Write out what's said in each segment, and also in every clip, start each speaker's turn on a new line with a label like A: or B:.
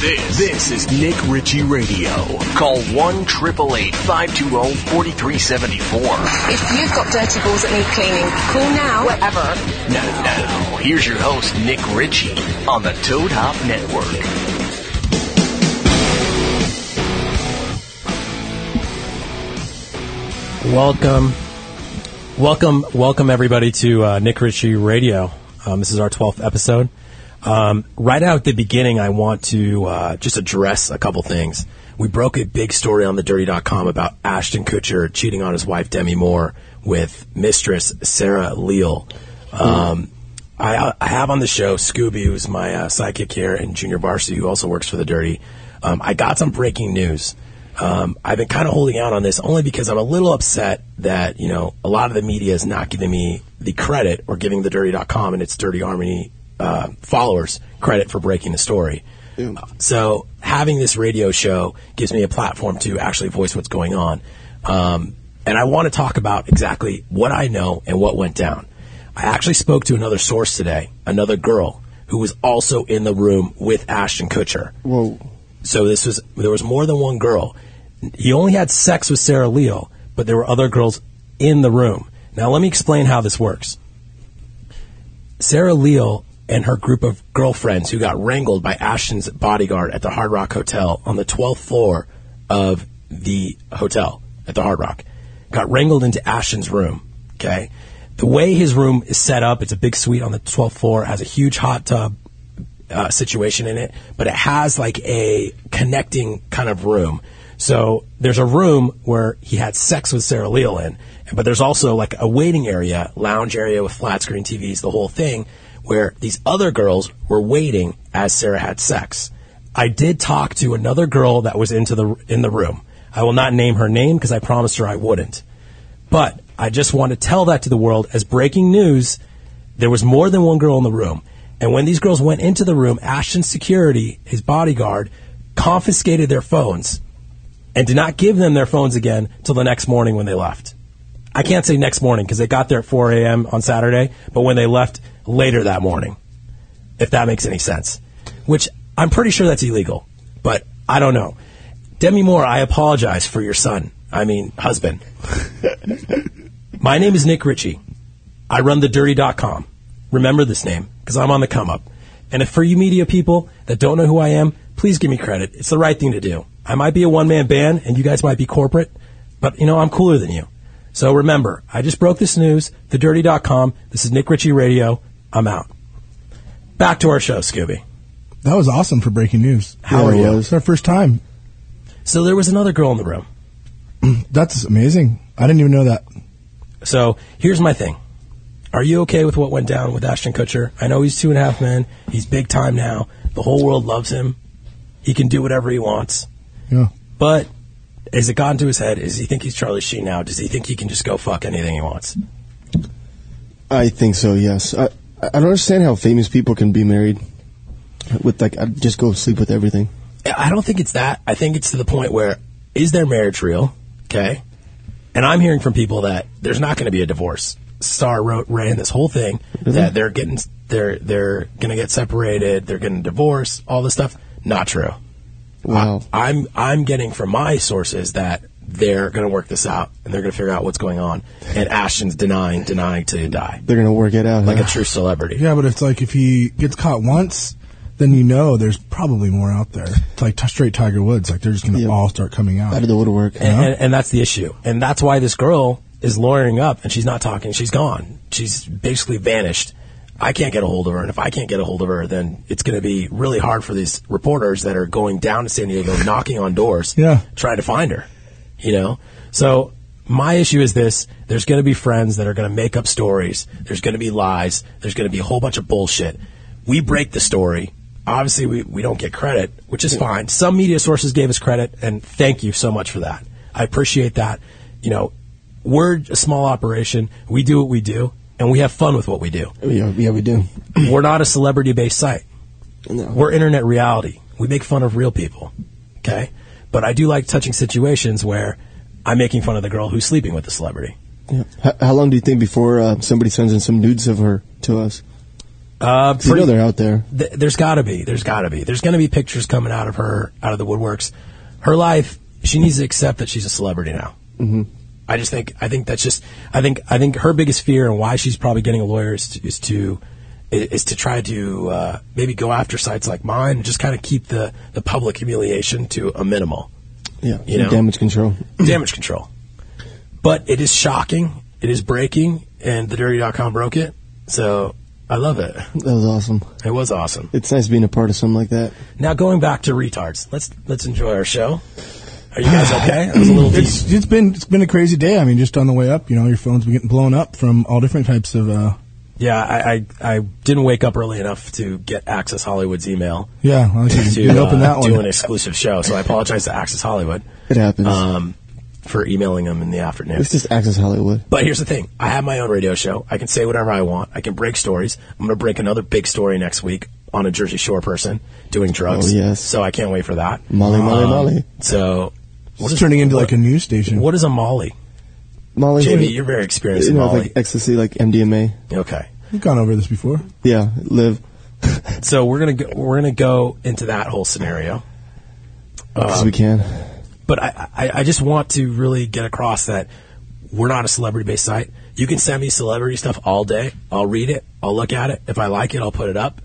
A: This, this is Nick Ritchie Radio. Call 1 888 520 4374.
B: If you've got dirty balls that need cleaning, call now. Whatever.
A: Now, now, here's your host, Nick Ritchie, on the Toad Hop Network.
C: Welcome, welcome, welcome everybody to uh, Nick Ritchie Radio. Um, this is our 12th episode. Um, right out at the beginning, I want to uh, just address a couple things. We broke a big story on thedirty.com about Ashton Kutcher cheating on his wife Demi Moore with mistress Sarah Leal. Um, I, I have on the show Scooby, who's my uh, sidekick here, and Junior Barcy, who also works for the Dirty. Um, I got some breaking news. Um, I've been kind of holding out on this only because I'm a little upset that you know a lot of the media is not giving me the credit or giving the Dirty.com and its Dirty Harmony uh, followers credit for breaking the story. So having this radio show gives me a platform to actually voice what's going on. Um, and I want to talk about exactly what I know and what went down. I actually spoke to another source today, another girl who was also in the room with Ashton Kutcher.
D: Whoa.
C: So this was there was more than one girl. He only had sex with Sarah Leal, but there were other girls in the room. Now let me explain how this works. Sarah Leal and her group of girlfriends who got wrangled by Ashton's bodyguard at the Hard Rock Hotel on the 12th floor of the hotel at the Hard Rock got wrangled into Ashton's room. Okay. The way his room is set up, it's a big suite on the 12th floor, has a huge hot tub uh, situation in it, but it has like a connecting kind of room. So there's a room where he had sex with Sarah Leal in, but there's also like a waiting area, lounge area with flat screen TVs, the whole thing, where these other girls were waiting as Sarah had sex. I did talk to another girl that was into the in the room. I will not name her name because I promised her I wouldn't. But I just want to tell that to the world as breaking news. There was more than one girl in the room. And when these girls went into the room, Ashton's security, his bodyguard, confiscated their phones and did not give them their phones again till the next morning when they left. I can't say next morning because they got there at 4 a.m. on Saturday, but when they left later that morning, if that makes any sense, which I'm pretty sure that's illegal, but I don't know. Demi Moore, I apologize for your son. I mean, husband. My name is Nick Ritchie. I run thedirty.com. Remember this name because I'm on the come up. And if for you media people that don't know who I am, please give me credit. It's the right thing to do. I might be a one man band and you guys might be corporate, but you know, I'm cooler than you. So remember, I just broke this news, thedirty.com. This is Nick Ritchie Radio. I'm out. Back to our show, Scooby.
D: That was awesome for breaking news.
C: How are you?
D: It's our first time.
C: So there was another girl in the room.
D: Mm, That's amazing. I didn't even know that.
C: So here's my thing. Are you okay with what went down with Ashton Kutcher? I know he's two and a half men. He's big time now. The whole world loves him. He can do whatever he wants.
D: Yeah.
C: But has it gotten to his head? Does he think he's Charlie Sheen now? Does he think he can just go fuck anything he wants?
E: I think so. Yes. I I don't understand how famous people can be married with like I just go sleep with everything.
C: I don't think it's that. I think it's to the point where is their marriage real? Okay. And I'm hearing from people that there's not going to be a divorce. Star wrote ran this whole thing that they're getting they're they're going to get separated, they're going to divorce, all this stuff. Not true.
E: Wow.
C: I'm I'm getting from my sources that they're going to work this out and they're going to figure out what's going on. And Ashton's denying, denying to die,
E: They're gonna work it out.
C: like
E: huh?
C: a true celebrity.
D: Yeah, but it's like if he gets caught once, then you know there's probably more out there. It's like t- straight Tiger Woods. Like they're just going to
E: Yeah.
D: all start coming out.
E: out of the woodwork.
C: and, and, and that's the issue. And that's why this girl is lawyering up and she's not talking. She's gone. She's basically vanished. I can't get a hold of her. And if I can't get a hold of her, then it's going to be really hard for these reporters that are going down to San Diego, knocking on doors,
D: Yeah.
C: trying to find her, you know? So my issue is this. There's going to be friends that are going to make up stories. There's going to be lies. There's going to be a whole bunch of bullshit. We break the story. Obviously, we, we don't get credit, which is fine. Some media sources gave us credit, and thank you so much for that. I appreciate that. You know, we're a small operation. We do what we do, and we have fun with what we do.
E: Oh, yeah, yeah, we do.
C: We're not a celebrity based site. We're internet reality. We make fun of real people. Okay? But I do like touching situations where I'm making fun of the girl who's sleeping with the celebrity.
E: Yeah. How, how long do you think before uh, somebody sends in some nudes of her to us?
C: Uh,
E: You know they're out there.
C: th- there's got to be. There's got to be. There's going to be pictures coming out of her out of the woodworks. Her life. She needs to accept that she's a celebrity now. Mm-hmm. I just think. I think that's just. I think. I think her biggest fear and why she's probably getting a lawyer is to is to, is to try to uh, maybe go after sites like mine and just kind of keep the the public humiliation to a minimal
E: Yeah,
C: You know.
E: damage control.
C: damage control. But it is shocking. It is breaking, and the dirty.com broke it. So I love it.
E: That was awesome.
C: It was awesome.
E: It's nice being a part of something like that.
C: Now going back to retards, let's let's enjoy our show. Are you guys okay? That was a little deep.
D: It's, it's been it's been a crazy day. I mean, just on the way up, you know, your phone's been getting blown up from all different types of. Uh,
C: Yeah, I, I I didn't wake up early enough to get Access Hollywood's email
D: yeah, well, you
C: to
D: didn't open
C: uh,
D: that one.
C: do an exclusive show, so I apologize to Access Hollywood
E: It happens.
C: um, for emailing them in the afternoon.
E: it's just Access Hollywood.
C: But here's the thing: I have my own radio show. I can say whatever I want. I can break stories. I'm going to break another big story next week on a Jersey Shore person doing drugs.
E: Oh, yes.
C: So I can't wait for that. Um,
E: Molly, Molly, Molly.
C: So
D: It's turning into like a news station.
C: what is a Molly?
E: Molly,
C: Jamie, you're very experienced
E: you
C: in
E: know,
C: Molly.
E: like ecstasy, like MDMA.
C: Okay.
D: We've gone over this before.
E: Yeah, live.
C: So we're gonna go, we're gonna go into that whole scenario. Uh,
E: 'Cause we can.
C: But I, I I just want to really get across that we're not a celebrity based site. You can send me celebrity stuff all day. I'll read it. I'll look at it. If I like it, I'll put it up.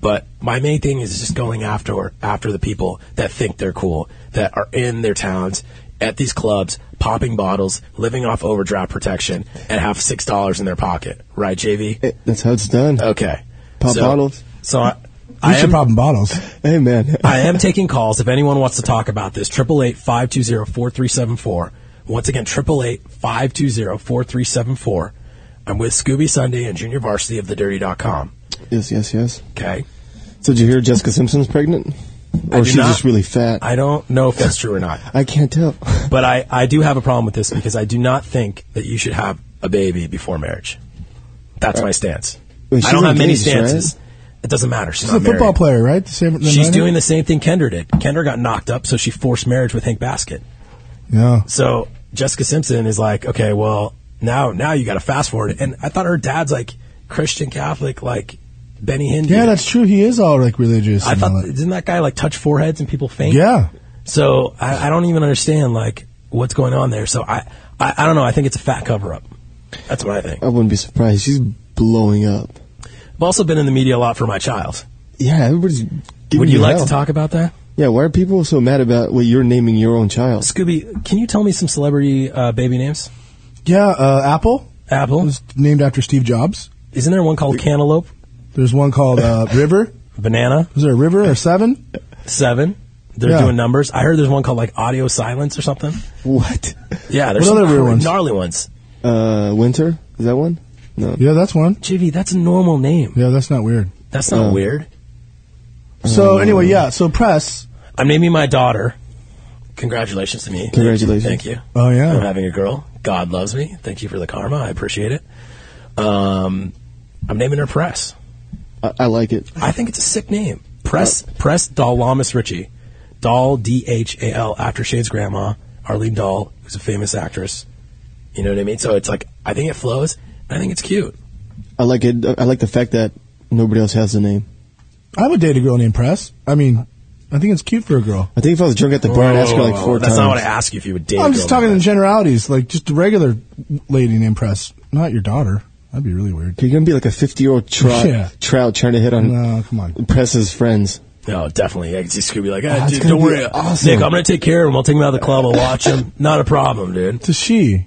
C: But my main thing is just going after after the people that think they're cool, that are in their towns at these clubs, popping bottles, living off overdraft protection, and have six dollars in their pocket. Right, JV?
E: Hey, that's how it's done.
C: Okay.
E: Pop
C: So-
E: bottles.
C: So I,
D: We
C: I am
D: should pop bottles.
E: Hey, man.
C: I am taking calls. If anyone wants to talk about this, 888-520-4374. Once again, 888-520-4374. I'm with Scooby Sunday and Junior Varsity of thedirty.com.
E: yes, yes, yes.
C: Okay.
E: So did you hear Jessica Simpson's pregnant? Or
C: do
E: she's
C: not-
E: just really fat? I,
C: I don't know if that's true or not,
E: can't tell.
C: but I, I do have a problem with this because I do not think that you should have a baby before marriage. That's my stance.
E: Wait,
C: I don't
E: she's
C: have many
E: engaged, right?
C: stances. It doesn't matter. She's,
D: She's a
C: not married.
D: football player, right? The same, the
C: She's
D: minor?
C: doing the same thing Kendra did. Kendra got knocked up, so she forced marriage with Hank Basket.
D: Yeah.
C: So Jessica Simpson is like, okay, well now now you got to fast forward. And I thought her dad's like Christian Catholic, like Benny Hinn.
D: Yeah,
C: dude.
D: that's true. He is all like religious.
C: I
D: and
C: thought
D: all that.
C: didn't that guy like touch foreheads and people faint?
D: Yeah.
C: So I, I don't even understand like what's going on there. So I, I I don't know. I think it's a fat cover up. That's what I think.
E: I wouldn't be surprised. She's blowing up.
C: I've also been in the media a lot for my child.
E: Yeah, everybody's giving
C: Would you like
E: hell.
C: to talk about that,
E: Yeah, why are people so mad about what you're naming your own child?
C: Scooby? Can you tell me some celebrity uh, baby names?
D: Yeah, uh, Apple
C: Apple.
D: was named after Steve Jobs.
C: Isn't there one called Cantaloupe?
D: There's one called uh, River.
C: Banana.
D: Was there a River or Seven?
C: Seven. They're
D: Yeah.
C: doing numbers. I heard there's one called like Audio Silence or something.
E: What?
C: Yeah, there's some
D: What other weird
C: cra-
D: ones?
C: gnarly ones.
E: Uh, Winter? Is that one? No.
D: Yeah, that's one.
C: JV, that's a normal name.
D: Yeah, that's not weird.
C: That's not
E: Oh.
C: weird. Mm.
D: So anyway, yeah. So press.
C: I'm naming my daughter. Congratulations to me.
E: Congratulations.
C: Thank you.
D: Oh
C: I'm
D: yeah.
C: having a girl. God loves me. Thank you for the karma. I appreciate it. Um, I'm naming her Press.
D: Uh,
E: I, I like it.
C: I think it's a sick name. Press Press Dahlamas Ritchie. Dahl D H A L after Shade's grandma, Arlene Dahl, who's a famous actress. You know what I mean? So it's like I think it flows. I think it's cute.
E: I like it. I like the fact that nobody else has the name.
D: I would date a girl named Press. I mean, I think it's cute for a girl.
E: I think if I was drunk at the bar, I'd ask her like
C: Whoa,
E: four
C: That's
E: times.
C: not what I ask you if you would date. a
D: I'm just
C: girl like
D: talking in
C: that.
D: generalities, like just a regular lady named Press, not your daughter. That'd be really weird.
E: You're gonna be like a 50 year old trout,
D: Yeah.
E: trout trying to hit on
D: No, come on.
E: Press's friends.
C: No, definitely. I can see Scooby like, ah,
E: That's
C: dude,
E: gonna
C: don't
E: be
C: worry,
E: awesome.
C: Nick. I'm gonna take care of him. I'll take him out of the club. I'll watch him. Not a problem, dude.
D: It's a she.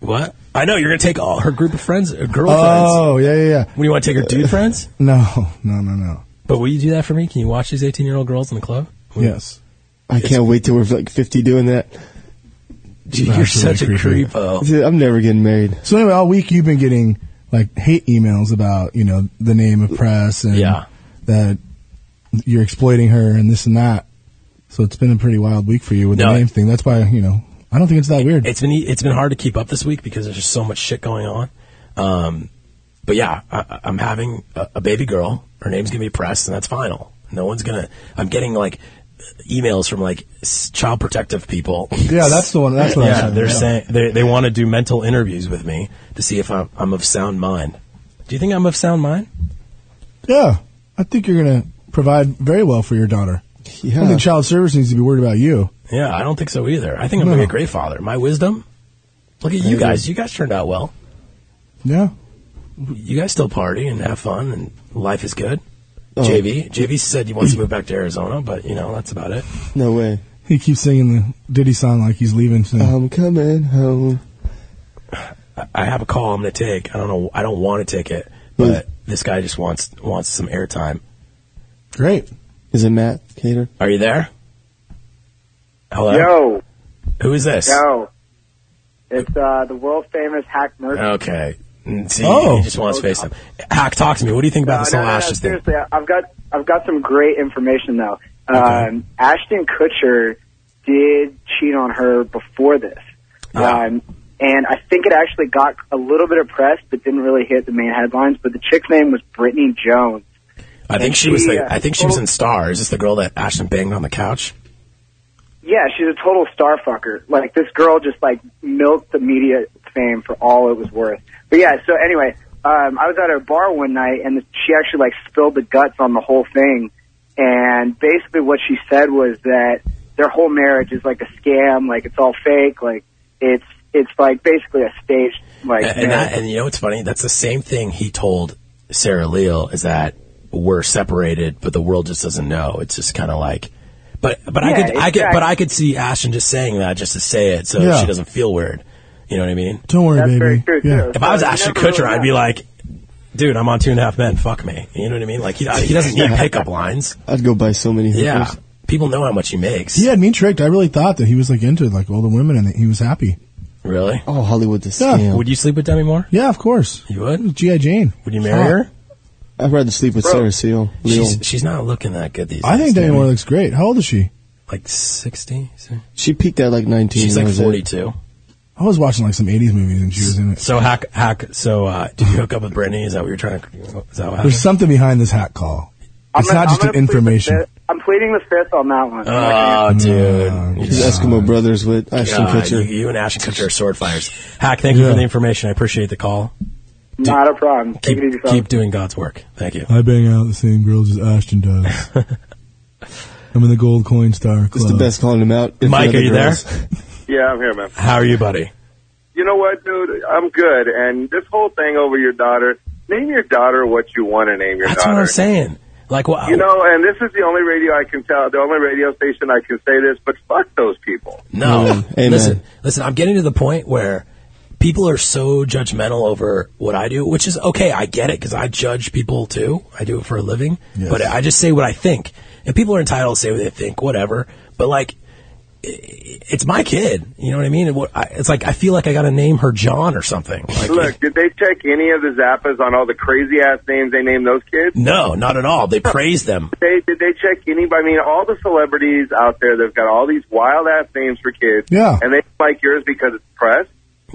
C: What? I know you're gonna take all her group of friends, uh, girlfriends.
D: Oh yeah, yeah, yeah.
C: When you want to take her dude friends,
D: No, no, no, no.
C: but will you do that for me? Can you watch these 18 year old girls in the club?
D: Yes.
E: I can't wait till we're like 50 doing that.
C: Dude,
D: That's
C: you're
D: really
C: such a
D: creepy.
C: creepo.
E: Dude, I'm never getting married.
D: So anyway, all week you've been getting like hate emails about you know the name of press and
C: Yeah.
D: that you're exploiting her and this and that. So it's been a pretty wild week for you with
C: No.
D: the name thing. That's why you know I don't think it's that weird.
C: It's been e, it's been hard to keep up this week because there's just so much shit going on. Um, but yeah, I, I'm having a, a baby girl. Her name's gonna be Press, and that's final. No one's gonna. I'm getting like emails from like s- child protective people.
D: yeah, that's the one. That's what I'm
C: yeah,
D: saying.
C: they're saying they they want to do mental interviews with me to see if I'm I'm of sound mind. Do you think I'm of sound mind?
D: Yeah, I think you're going to provide very well for your daughter. I don't
E: Yeah.
D: think child service needs to be worried about you.
C: Yeah, I don't think so either. I think I'm
D: No.
C: going to be a great father. My wisdom. Look at you
E: Maybe.
C: guys. You guys turned out well.
D: Yeah.
C: You guys still party and have fun, and life is good.
E: Oh.
C: JV, JV said he wants to move back to Arizona, but you know that's about it.
E: No way.
D: He keeps singing the Diddy song like he's leaving soon.
E: I'm coming home.
C: I- I have a call I'm going to take. I don't know. I don't want to take it,
E: Hmm.
C: but this guy just wants wants some airtime.
D: Great.
E: Is it Matt Cater?
C: Are you there? Hello.
F: Yo,
C: Who is this?
F: yo. It's uh, the world famous Hack Murphy.
C: Okay. Mm, See,
D: Oh.
C: he just wants FaceTime. Hack, talk to me. What do you think about this whole Ashes thing?
F: seriously, I- I've got I've got some great information though. Um, Ashton Kutcher did cheat on her before this,
C: Yeah.
F: um, and I think it actually got a little bit of press, but didn't really hit the main headlines. But the chick's name was Brittany Jones.
C: I think she was.
F: She,
C: The,
F: uh,
C: I think she was in Star. Is this the girl that Ashton banged on the couch?
F: Yeah, she's a total star fucker. Like this girl just like milked the media fame for all it was worth. But yeah, so anyway, um, I was at her bar one night and she actually like spilled the guts on the whole thing. And basically, what she said was that their whole marriage is like a scam, like it's all fake, like it's it's like basically a staged like.
C: And, and,
F: marriage.
C: that, and you know what's funny? That's the same thing he told Sarah Leal is that we're separated, but the world just doesn't know. It's just kind of like, but but I
F: Yeah,
C: could I could but
F: exactly.
C: I could see Ashton just saying that just to say it so
D: Yeah.
C: she doesn't feel weird. You know what I mean?
D: Don't worry,
F: That's
D: baby.
F: very true,
D: yeah.
F: too.
C: If I was
F: So you
C: Ashton
F: never
C: Kutcher,
F: really
C: I'd be
F: know.
C: like, dude, I'm on Two and a Half Men. Fuck me. You know what I mean? Like he he doesn't need pickup lines.
E: I'd go buy so many hookers.
C: Yeah, people know how much he makes.
D: He had me tricked. I really thought that he was like into like older women and that he was happy.
C: Really?
E: Oh, Hollywood's a
D: Yeah.
E: scam.
C: Would you sleep with Demi Moore?
D: Yeah, of course.
C: You would?
D: G.I. Jane.
C: Would you marry her?
E: I'd rather sleep with Sarah Seal.
C: She's, she's not looking that good these
D: I
C: days.
D: think Demi
C: Demi.
D: Moore looks great. How old is she?
C: like 60. so-
E: She peaked at like 19.
C: She's like
E: That was it.
C: 42.
D: I was watching like some 80s movies and she was in it.
C: So hack hack. So uh, did you hook up with Brittany? Is that what you're trying to? Is that what happened?
D: There's something behind this hat call. It's
F: gonna-
D: not just
F: gonna
D: an
F: plead the
D: information.
F: fifth- I'm pleading the fifth on that one.
C: Oh,
D: Oh,
C: dude.
E: She's Eskimo Brothers with Ashton
C: God, you,
E: Kutcher.
C: you and Ashton Kutcher are sword fighters. Hack, thank you for
D: Yeah.
C: the information. I appreciate the call.
F: Not a problem. Take
C: Keep,
F: it easy, fellas.
C: keep doing God's work. Thank you.
D: I bang out the same girls as Ashton does. I'm in the Gold Coin Star Club.
E: It's the best calling him out. in
C: Mike,
E: front of
C: are
E: the
C: you there?
E: girls.
G: Yeah, I'm here, man.
C: How are you, buddy?
G: You know what, dude? I'm good. And this whole thing over your daughter, name your daughter what you want to name your
C: That's
G: daughter.
C: what I'm saying. Like, well,
G: You know, and this is the only radio I can tell, the only radio station I can say this, but fuck those people.
C: No.
E: Amen. Amen.
C: Listen, listen, I'm getting to the point where people are so judgmental over what I do, which is okay. I get it because I judge people too. I do it for a living.
D: Yes.
C: But I just say what I think. And people are entitled to say what they think, whatever. But like, i- it's my kid. You know what I mean? And what I, it's like, I feel like I got to name her John or something. Like,
G: Look, did they check any of the Zappas on all the crazy ass names they named those kids?
C: no, not at all. They praise them.
G: They, did they check any? I mean, all the celebrities out there, they've got all these wild ass names for kids.
D: Yeah.
G: And they like yours because it's press.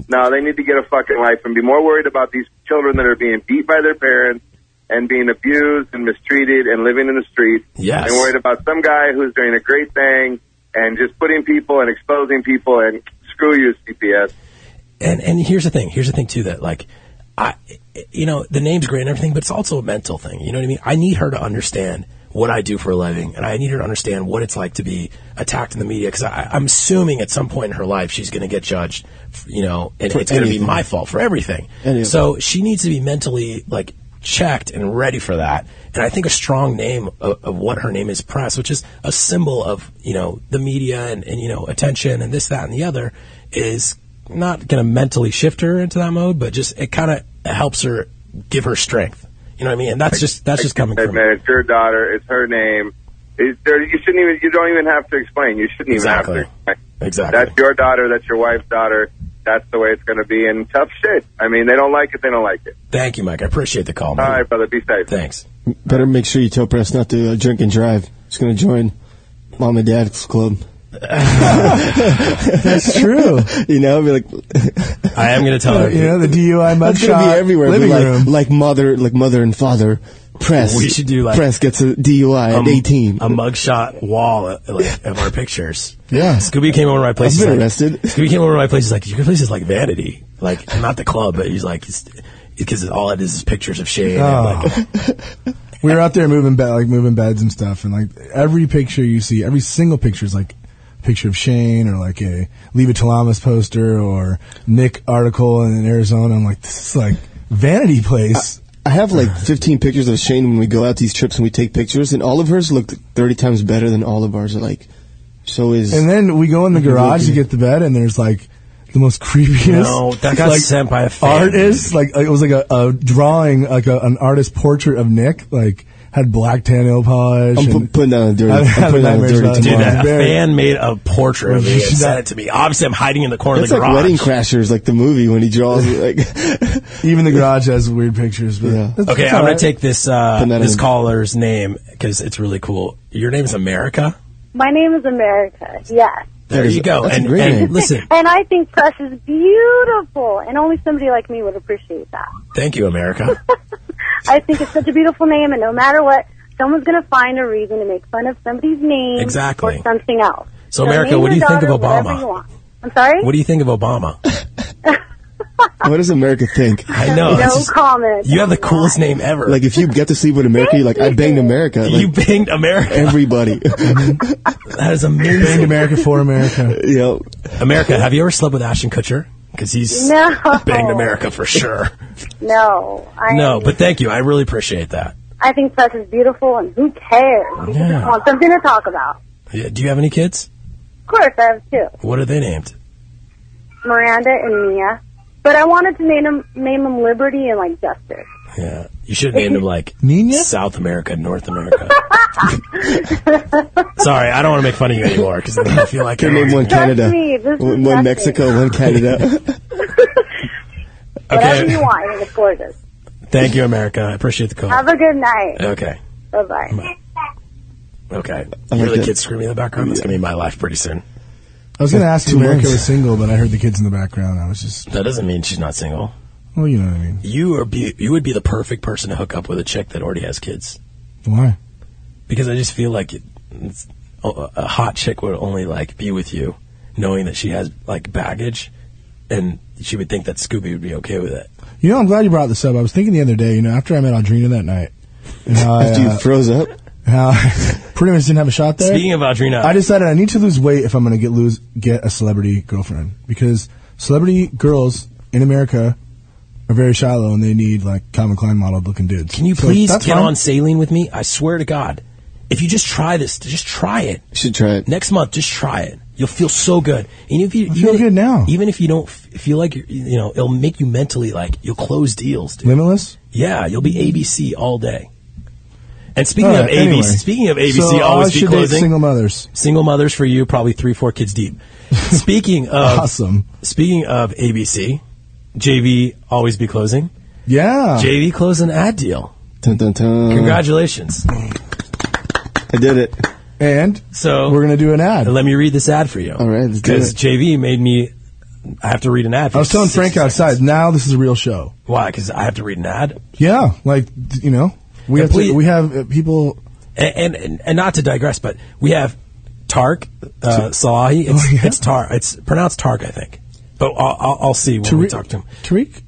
G: No, they need to get a fucking life and be more worried about these children that are being beat by their parents and being abused and mistreated and living in the street.
C: Yes.
G: And worried about some guy who's doing a great thing and just putting people and exposing people and screw you, CPS.
C: and and here's the thing. Here's the thing too that like I, you know, the name's great and everything, but it's also a mental thing. You know what I mean? I need her to understand what I do for a living, and I need her to understand what it's like to be attacked in the media. Because I'm assuming at some point in her life she's going to get judged, you know, and
E: For
C: it's going to be
E: anything.
C: my fault for everything.
E: Anything.
C: So she needs to be mentally like checked and ready for that. And I think a strong name of, of what her name is, press, which is a symbol of you know the media and, and you know attention and this, that, and the other, is not going to mentally shift her into that mode, but just it kind of helps her give her strength. You know what I mean? And that's just that's just coming
G: Hey,
C: from
G: man, it's your daughter. It's her name. It's there, you shouldn't even. You don't even have to explain. You shouldn't even
C: Exactly.
G: have to. Explain.
C: Exactly.
G: That's your daughter. That's your wife's daughter. That's the way it's going to be. And tough shit. I mean, they don't like it. They don't like it.
C: Thank you, Mike. I appreciate the call. Man.
G: All right, brother. Be safe.
C: Thanks.
E: Better make sure you tell Press not to uh, drink and drive. She's going to join Mom and Dad's club.
C: Uh,
D: That's true.
E: You know, be like,
C: I am going to tell her.
D: you know, the DUI
E: that's going to
D: mugshot
E: be everywhere. Be
D: living
E: like,
D: room.
E: like mother, like mother and father. Press.
C: We should do, like,
E: Press gets a DUI
C: a-
E: at 18.
C: um, A mugshot wall uh, like, of our pictures.
D: Yeah.
C: Scooby came over to my place. he's
E: I've been
C: like-
E: arrested.
C: Scooby came over to my place. He's like, your place is like vanity. Like, not the club, but he's like, because all it is is pictures of Shane. And, like,
D: Oh. we were out there moving bed, like moving beds and stuff, and like every picture you see, every single picture is like a picture of Shane or like a Leva Talamas poster or Nick article in Arizona. I'm like, this is like vanity place.
C: Uh,
E: I have like 15 pictures of Shane when we go out these trips and we take pictures, and all of hers looked 30 times better than all of ours. Like, so is.
D: and then we go in the garage to get the bed, and there's like the most creepiest.
C: No, that got
D: like,
C: sent by a fan.
D: artist. Like, like, it was like a, a drawing, like a, an artist portrait of Nick. Like had black tan nail polish.
E: I'm pu-
D: and-
E: putting down a dirty.
D: I've had
E: Oh, I'm putting down a
D: nightmares
E: dirty
D: about it.
E: tomorrow.
C: Dude, that a
D: Barry.
C: fan made a portrait of me and sent it to me. Obviously, I'm hiding in the corner
E: That's
C: of the
E: like
C: garage.
E: Wedding Crashers, like the movie when he draws like.
D: even the garage has weird pictures. But
E: Yeah.
D: that's-
C: Okay,
D: that's
C: I'm
D: all
C: gonna
D: right.
C: take this uh,
E: Put that
C: this
E: in.
C: caller's name because it's really cool. Your name is America.
H: My name is America. Yes.
C: There
E: is-
C: you go.
E: that's a
C: and
E: great
C: and
E: name.
C: listen,
H: And I think Press is beautiful, and only somebody like me would appreciate that.
C: thank you, America.
H: I think it's such a beautiful name, and no matter what, someone's going to find a reason to make fun of somebody's name
C: Exactly.
H: or something else.
C: So, America,
H: name
C: what do
H: your
C: you think of
H: daughter whatever
C: Obama?
H: you want. I'm sorry?
C: what do you think of Obama?
E: what does America think?
C: I know.
H: no
C: it's just-
H: comment.
C: you have the coolest name ever.
E: Like if you get to sleep with America, you're like I banged America. Like,
C: you banged America.
E: everybody.
C: That is
D: Banged
C: amazing.
D: America for America.
E: you know,
C: America, have you ever slept with Ashton Kutcher? Because he's
H: No.
C: banged America for sure.
H: No. I,
C: No, but thank you. I really appreciate that.
H: I think Press is beautiful, and who cares? People
C: Yeah.
H: just want something to talk about.
C: Yeah, Do you have any kids?
H: Of course, I have two.
C: What are they named?
H: Miranda and Mia. But I wanted to name them, name them Liberty and, like, Justice.
C: Yeah, you should have named them like
D: Nina?
C: South America, North America. Sorry, I don't want to make fun of you anymore because then I feel like
E: can name one Canada,
H: me, this is
E: one,
H: disgusting.
E: one Mexico, one Canada.
H: Whatever
C: Okay.
H: you want, it's gorgeous.
C: Thank you, America. I appreciate the call.
H: Have a good night.
C: okay,
H: Bye-bye.
C: okay.
E: I
C: You hear
E: like
C: the
E: it.
C: kids screaming in the background? That's gonna be my life pretty soon.
D: I was gonna ask if
E: Two
D: America
E: months.
D: was single, but I heard the kids in the background. I was just,
C: That doesn't mean she's not single.
D: well, you know what I mean.
C: You are be- you would be the perfect person to hook up with a chick that already has kids
D: Why?
C: because I just feel like it, it's, a a hot chick would only like be with you knowing that she has like baggage and she would think that Scooby would be okay with it.
D: You know, I'm glad you brought this up. I was thinking the other day, you know, after I met Audrina that night, and how I,
E: After you
D: uh,
E: froze up,
D: how I pretty much didn't have a shot there.
C: Speaking of Audrina,
D: I decided I need to lose weight if I'm going to get lose get a celebrity girlfriend because celebrity girls in America are very shallow and they need like Calvin Klein model looking dudes.
C: Can you
D: So
C: please
D: that's
C: get
D: fine.
C: on saline with me? I swear to God. If you just try this, just try it.
E: you should try it.
C: Next month, just try it. You'll feel so good. And if you
D: I feel
C: even-
D: good now.
C: Even if you don't f- feel like you're, you know, it'll make you mentally like you'll close deals, dude.
D: Limitless?
C: Yeah, you'll be ABC all day. And speaking
D: All
C: of
D: right,
C: ABC,
D: anyway.
C: speaking of ABC,
D: so
C: always
D: I
C: be
D: should date
C: closing.
D: single mothers.
C: Single mothers for you, probably three, four kids deep. Speaking of
D: Awesome.
C: speaking of ABC, JV always be closing.
D: Yeah. Uh-huh.
C: JV closed an ad deal.
E: Dun, dun, dun.
C: Congratulations.
E: I did it.
D: and
C: So
D: we're going to do an ad.
C: And let me read this ad for you.
E: All right, let's do
C: Because
E: it.
C: JV made me. I have to read an ad. For
D: I was telling
C: 60
D: Frank
C: seconds.
D: outside, now this is a real show.
C: Why? Because I have to read an ad.
D: Yeah, like d- you know, we have
C: Complete-
D: to, we have uh, people
C: And and, and not to digress, but we have Tark uh, Salahi. It's,
D: Oh, yeah?
C: it's Tar. It's pronounced Tark, I think. But I'll, I'll, I'll see when we
D: Tariq
C: talk to him.
D: Tariq.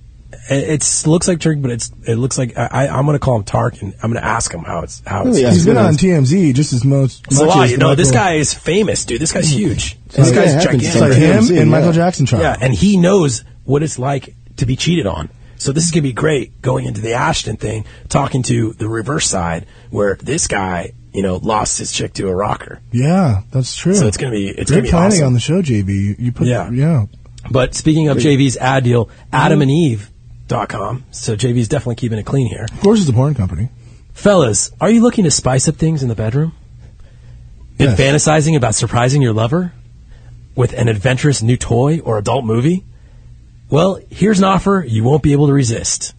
C: It it's, looks like Tark, but it's it looks like I, I, I'm going to call him Tark, and I'm going to ask him how it's how it's.
E: yeah.
D: He's been
E: Yeah.
D: on TMZ just as most. much
C: Salahi,
D: as
C: no, this
D: Michael- Mm-hmm.
C: guy is famous, dude. This guy's huge.
E: Yeah,
C: This
E: it
C: guy's
E: happens.
D: It's like
E: Yeah.
C: gigantic.
D: him
E: Yeah.
D: and Michael Jackson trial.
C: Yeah, and he knows what it's like to be cheated on. So this is gonna be great going into the Ashton thing, talking to the reverse side where this guy, you know, lost his chick to a rocker.
D: Yeah, that's true.
C: So it's gonna be it's gonna
D: Great
C: be
D: planning
C: awesome.
D: on the show, JB. You, you put
C: Yeah.
D: yeah. Mm-hmm.
C: But speaking of JV's ad deal, adamandeve.com. So JV's definitely keeping it clean here.
D: Of course, it's a porn company.
C: Fellas, are you looking to spice up things in the bedroom? Been
D: Yes.
C: fantasizing about surprising your lover with an adventurous new toy or adult movie? Well, here's an offer you won't be able to resist.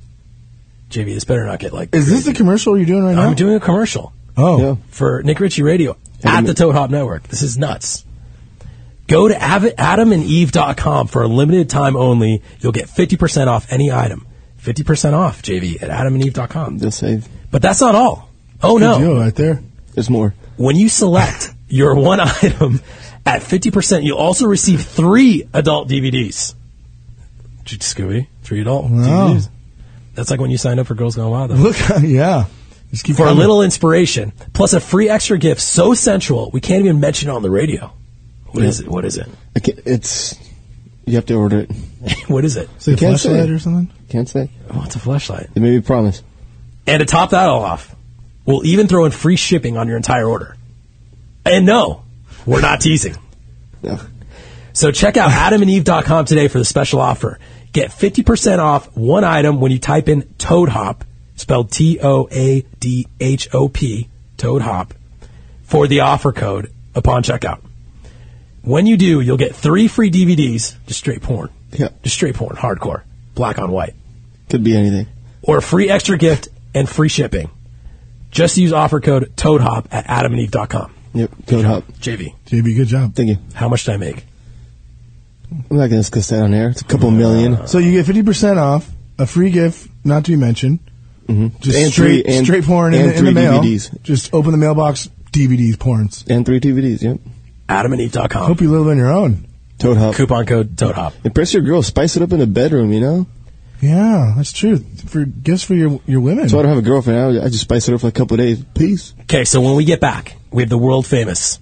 C: JV, this better not get like.
D: Is this the commercial you're doing right now?
C: I'm doing a commercial
D: oh,
E: Yeah.
C: for Nick Ritchie Radio at the Toad Hop Network. This is nuts. Go to av- adamandeve.com for a limited time only. You'll get 50% off any item. 50% off, JV, at adamandeve.com.
E: They'll save.
C: But that's not all. Oh,
D: good
C: no
D: deal right there.
E: There's more.
C: when you select your one item at 50%, you'll also receive three adult DVDs. J- Scooby, three adult
D: Wow.
C: DVDs. That's like when you signed up for Girls Gone Wild. Though.
D: Look, yeah, Just keep
C: for a
D: coming.
C: little inspiration, plus a free extra gift so sensual we can't even mention it on the radio. What is it? What is it?
E: I can't- it's you have to order it.
C: What is it?
D: Say
E: Can't say.
D: flashlight or something.
E: Can't say.
C: Oh, it's a flashlight.
E: They made me promise.
C: And to top that all off, we'll even throw in free shipping on your entire order. And no, we're not teasing.
E: No.
C: So check out adamandeve.com today for the special offer. Get 50% off one item when you type in Toad Hop, spelled T O A D H O P, Toad Hop, for the offer code upon checkout. When you do, you'll get three free DVDs, just straight porn.
E: Yeah.
C: Just straight porn, hardcore, black on white
E: Could be anything.
C: or a free extra gift and free shipping. Just use offer code TOADHOP at adamandeve.com.
E: Yep. Toad hop.
C: JV,
D: JB, good job.
E: Thank you.
C: how much did I make?
E: I'm not gonna discuss that on air. It's a couple million.
D: So you get fifty percent off, a free gift, not to be mentioned. Mm-hmm. Just
E: And
D: straight,
E: three- and-
D: straight porn in,
E: and
D: the- in the
E: three
D: mail.
E: DVDs.
D: Just open the mailbox, DVDs, porns.
E: And three DVDs. Yep.
C: Adamandeve.com.
D: Hope you live on your own.
E: Toad hop.
C: Coupon code TOADHOP.
E: Impress your girl. Spice it up in the bedroom. You know.
D: Yeah, that's true. For gifts for your your women.
E: So I don't have a girlfriend. I, I just spice it up for a couple of days. Peace.
C: Okay, so when we get back, we have the world famous.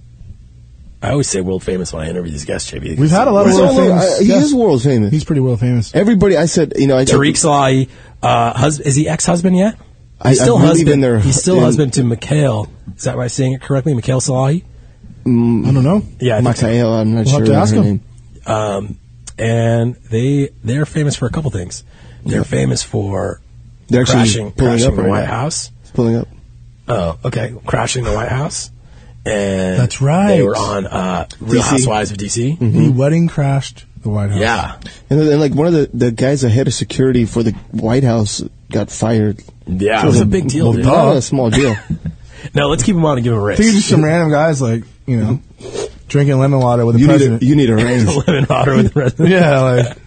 C: I always say world famous when I interview these guests, JV.
D: We've had a lot of
E: He's
D: world
E: all over-
D: famous.
E: I- uh, he
D: guests.
E: is world famous.
D: He's pretty world famous.
E: Everybody, I said, you know, I,
C: Tariq Salahi, uh, hus- is he ex-husband yet?
E: I-
C: He's
E: I
C: still
E: believe in
C: husband.
E: their-
C: He's still
E: in-
C: husband to Mikhail. Is that right? Saying it correctly, Mikhail Salahi.
D: I don't know.
C: Yeah, I think so.
E: Makael, I'm not
D: We'll have
E: sure
D: to
E: about
D: ask
E: her
D: him.
E: name.
C: um, and they they're famous for a couple things. They're famous for
E: They're actually
C: crashing,
E: pulling
C: crashing
E: up
C: the
E: right
C: White
E: now.
C: House.
E: It's pulling up.
C: Oh, okay, crashing the White House. And
D: That's right. Mm-hmm.
C: They were on uh, Real
E: DC.
C: Housewives of DC.
D: The wedding crashed the White House.
C: Yeah,
E: And then, like, one of the, the guys, the head of security for the White House, got fired.
C: yeah, it was a big deal.
E: Well,
C: dude.
E: not a small deal.
C: Now let's keep him on and give him a
D: I think it's
C: raise.
D: just some random guys like you know drinking lemon water with the
E: you,
D: president.
E: need a, you need a raise.
C: Lemon water with the president.
D: yeah, like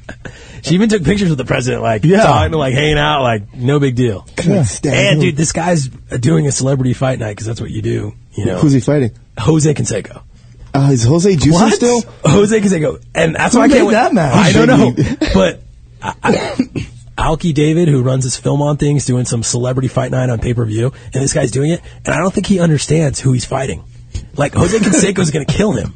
C: She even took pictures with the president, like
D: Yeah.
C: talking, like hanging out, like no big deal.
E: God, Stan,
C: And
E: who-
C: dude, this guy's doing a celebrity fight night because that's what you do. You know,
E: Who's he fighting?
C: Jose Canseco.
E: Uh, is Jose Juicy still?
C: Jose Canseco. And that's
D: Who
C: why I can't
D: made that
C: wait.
D: match?
C: I don't know.
E: Shouldn't
C: but I, I, Alki David, who runs his film on things, doing some celebrity fight night on pay per view, and this guy's doing it, and I don't think he understands who he's fighting. Like Jose Canseco's going to kill him.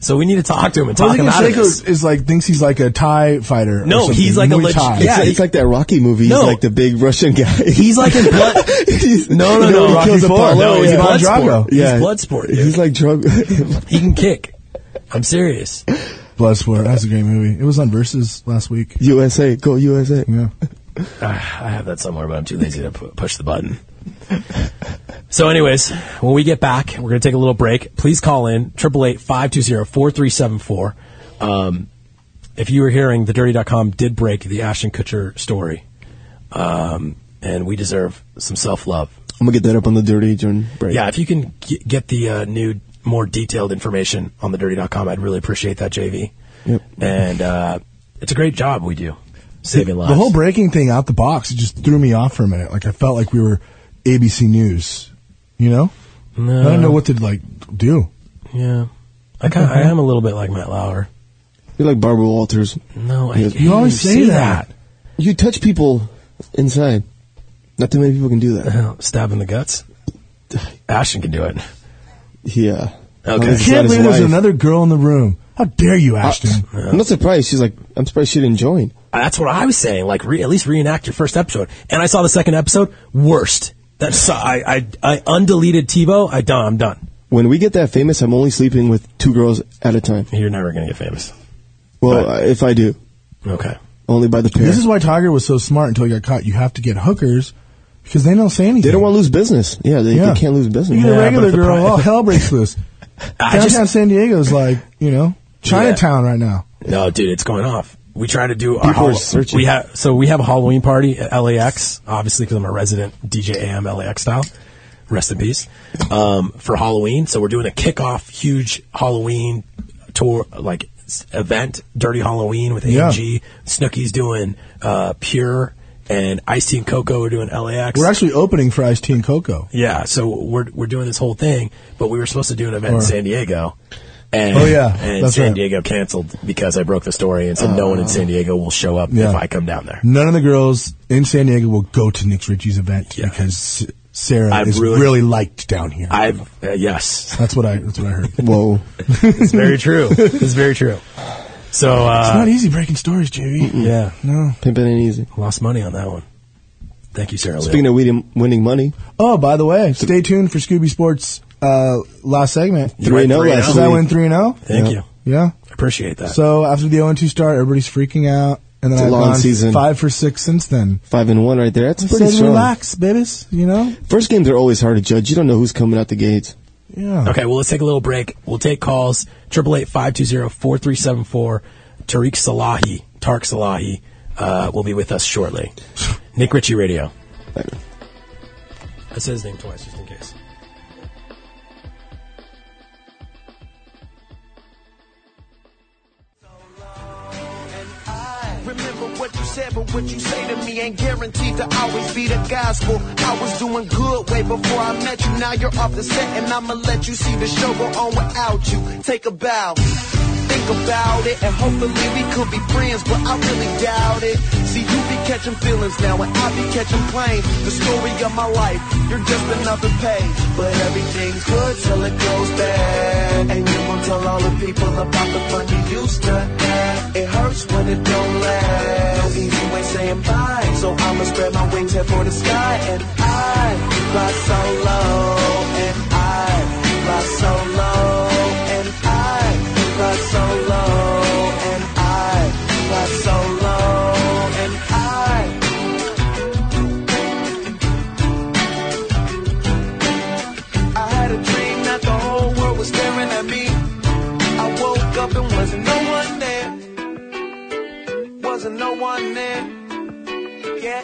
C: So we need to talk to him and talk
D: Jose
C: him out of
D: Canseco
C: this.
D: is, like thinks he's like a Thai fighter. or
C: No,
D: something,
C: he's like a
D: Muay
C: legit-
D: Thai.
E: It's,
C: yeah,
E: like-
C: he-
E: it's like that Rocky movie.
C: No.
E: He's like the big Russian guy.
C: He's like in blood.
E: He's-
C: No, no,
E: you know,
C: no.
E: he
C: Rocky
E: kills
C: IV.
E: Apollo,
C: No, he's
E: yeah.
C: blood sport.
D: Drago.
C: He's blood sport. dude.
E: He's like drug.
C: he can kick. I'm serious.
D: Bloodsport. That's a great movie. It was on Versus last week.
E: USA, go USA.
D: Yeah,
C: I have that somewhere, but I'm too lazy to pu- push the button. so, anyways, when we get back, we're going to take a little break. Please call in 888 520 4374. Um, If you were hearing, the dirty.com did break the Ashton Kutcher story, um, and we deserve some self love.
E: I'm gonna get that up on the dirty during break.
C: Yeah, if you can g- get the uh, new, more detailed information on the dirty.com, I'd really appreciate that, JV.
E: Yep.
C: And uh, it's a great job we do, saving lives.
D: the whole breaking thing out the box it just threw me off for a minute. Like I felt like we were ABC News. You know,
C: No.
D: I don't know what to like do.
C: Yeah, I kind I am a little bit like Matt Lauer.
E: You're like Barbara Walters.
C: No, I
E: You
C: hate
D: always
C: to
D: say that.
E: You touch people inside. Not too many people can do that.
C: Oh, stab in the guts. Ashton can do it.
E: Yeah.
C: Okay.
E: This is
D: Can't
E: not his
D: believe there's
E: life.
D: another girl in the room. How dare you,
E: I-
D: Ashton?
E: I'm not surprised. She's like, I'm surprised she didn't join.
C: That's what I was saying. Like, re, at least reenact your first episode. And I saw the second episode. Worst. That's I I I undeleted Tebow. I done. I'm done.
E: When we get that famous, I'm only sleeping with two girls at a time.
C: You're never gonna get famous.
E: Well,
C: But-
E: uh, if I do,
C: Okay.
E: only by the pair.
D: This is why Tiger was so smart until he got caught. You have to get hookers because they don't say anything.
E: they don't want to lose business. Yeah, they, they can't lose
D: You
E: business.
D: get
C: Yeah,
D: a
C: but
D: regular
C: the
D: girl,
C: pri-
D: all hell breaks loose.
C: I
D: Downtown
C: just
D: San Diego's like, you know, Chinatown right now.
C: no, dude. It's going off. We try to do our
E: People are
C: Hall-
E: searching.
C: we have so we have a Halloween party at LAX. Obviously, because I'm a resident DJ AM LAX style. Rest in peace. Um, for Halloween, so we're doing a kickoff huge Halloween tour like s- event, Dirty Halloween with
D: Yeah.
C: AMG. Snooki's doing uh, Pure and Ice Tea and Coco. We're doing LAX.
D: We're actually opening for Ice Tea and Cocoa.
C: yeah, so we're we're doing this whole thing, but we were supposed to do an event in
D: Or-
C: San Diego. And,
D: Oh, yeah,
C: and
D: that's
C: San
D: right. Oh.
C: Diego canceled because I broke the story and said no one in San Diego will show up
D: Yeah.
C: if I come down there.
D: None of the girls in San Diego will go to Nick's Richie's event
C: Yeah.
D: because Sarah
I: I've
D: is
I: really-
D: really, liked down here.
I: I've uh, yes,
D: that's what I. That's what I heard. It's
E: Whoa.
C: It's very true. It's very true. So uh,
D: not easy breaking stories, JV.
E: Mm.
C: yeah,
D: No.
E: Pimping ain't easy.
C: lost money on that one. Thank you, Sarah. Leo.
E: Speaking of winning, winning money,
D: Oh, by the way, stay tuned for Scooby Sports uh, last segment.
E: three and oh
C: three and
E: last
D: Did I win
E: week.
D: three and zero?
C: Thank
E: Yeah.
C: you.
D: Yeah.
C: Appreciate that.
D: So after the zero and two start, everybody's freaking out, and then
E: It's a
D: I've
E: long
D: gone
E: season.
D: five for six since then.
E: Five and one right there. That's
D: I
E: pretty
D: said,
E: strong.
D: relax, babies. You know.
E: First games are always hard to judge. You don't know who's coming out the gates.
D: Yeah.
C: Okay, well, let's take a little break. We'll take calls. 888-520-4374. Tariq Salahi, Tark Salahi, uh, will be with us shortly. Nick Ritchie Radio. I said his name twice, just in case.
J: Remember what you said, but what you say to me ain't guaranteed to always be the gospel. I was doing good way before I met you. Now you're off the set, and I'ma let you see the show go on without you. Take a bow. Think about it, and hopefully we could be friends, but I really doubt it. See, you be catching feelings now, and I be catching planes. The story of my life, you're just another page. But everything's good till it goes bad. And you won't tell all the people about the fun you used to have. It hurts when it don't last. No easy way saying bye, so I'ma spread my wings, head for the sky. And I fly solo, and I fly solo, and I fly solo, and I fly solo, and I. I had a dream that the whole world was staring at me. I woke up and wasn't no one there. Wasn't no one there. Yeah.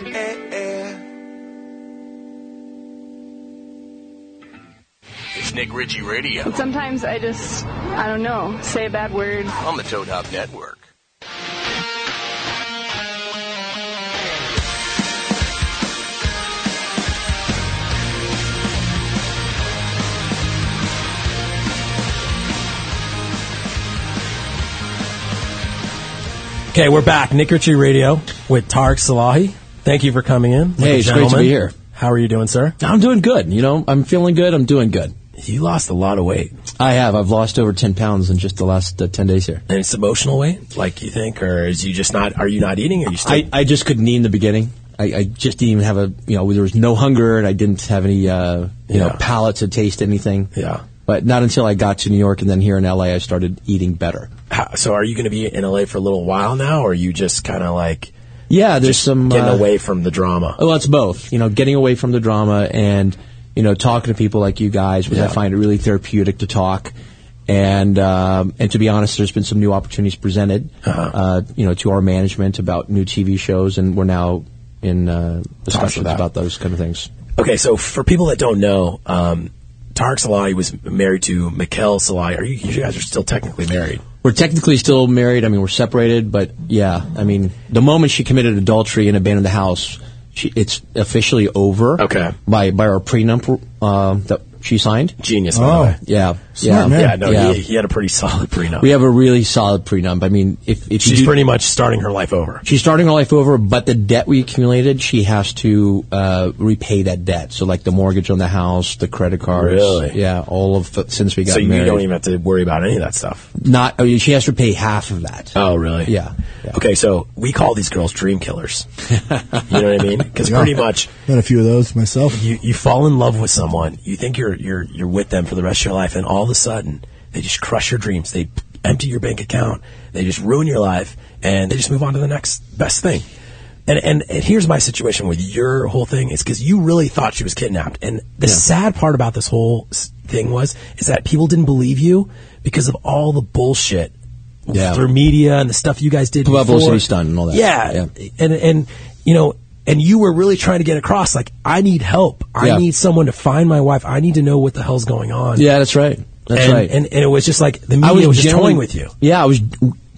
A: It's Nick Ritchie Radio
K: Sometimes I just, I don't know, say a bad word.
A: on the Toad Hop Network.
C: Okay, we're back. Nick Ritchie Radio with Tark Salahi. Thank you for coming in.
I: Hey, it's great to
C: Gentlemen,
I: be here.
C: How are you doing, sir?
I: I'm doing good. You know, I'm feeling good. I'm doing good.
C: You lost a lot of weight.
I: I have. I've lost over ten pounds in just the last uh, ten days here.
C: And it's emotional weight, like you think, or is you just not, are you not eating? Are you still?
I: I, I just couldn't eat in the beginning. I, I just didn't even have a you know there was no hunger and I didn't have any uh, you
C: Yeah.
I: know palate to taste anything.
C: Yeah.
I: But not until I got to New York and then here in LA, I started eating better.
C: how, so are you going to be in LA for a little while now, or are you just kind of like
I: Yeah, there's
C: just
I: some
C: getting
I: uh,
C: away from the drama?
I: Well, it's both. You know, getting away from the drama and you know talking to people like you guys, because
C: Yeah.
I: I find it really therapeutic to talk. And um, and to be honest, there's been some new opportunities presented,
C: Uh-huh.
I: uh, you know, to our management about new TV shows, and we're now in uh, discussions
C: that.
I: about those kind of things.
C: Okay, so for people that don't know, um, Tarek Salahi was married to Mikkel Salahi. Are you, you guys are still technically married?
I: We're technically still married. I mean, we're separated, but yeah, I mean, the moment she committed adultery and abandoned the house, she, it's officially over.
C: Okay.
I: By by our prenup uh, that she signed.
C: Genius, by the
D: Oh,
C: way.
I: Yeah. yeah.
D: Smart man.
C: Yeah, no,
I: Yeah.
C: He, he had a pretty solid prenup.
I: We have a really solid prenup. I mean, if, if you
C: She's
I: do-
C: pretty much starting her life over.
I: she's starting her life over, but the debt we accumulated, she has to uh, repay that debt. So like the mortgage on the house, the credit cards,
C: Really?
I: yeah, all of the- since we got
C: So you
I: married.
C: don't even have to worry about any of that stuff.
I: Not I mean, she has to pay half of that.
C: Oh, really?
I: Yeah. Yeah.
C: Okay, so we call these girls dream killers. you know what I mean? Because pretty much
D: Done a few of those myself.
C: you, you fall in love with someone, you think you're you're you're with them for the rest of your life, and all of a sudden they just crush your dreams. They empty your bank account. They just ruin your life, and they just move on to the next best thing. And and, and here's my situation with your whole thing is because you really thought she was kidnapped, and the sad part about this whole s- thing was is that people didn't believe you because of all the bullshit
I: Yeah.
C: through media and the stuff you guys did
I: Publicity
C: before.
I: stunt and all that.
C: Yeah, and and you know, and you were really trying to get across like I need help. I
I: Yeah.
C: need someone to find my wife. I need to know what the hell's going on.
I: Yeah, that's right. That's
C: and,
I: right.
C: And, and it was just like the media was, just
I: generally-
C: toying with you.
I: Yeah, I was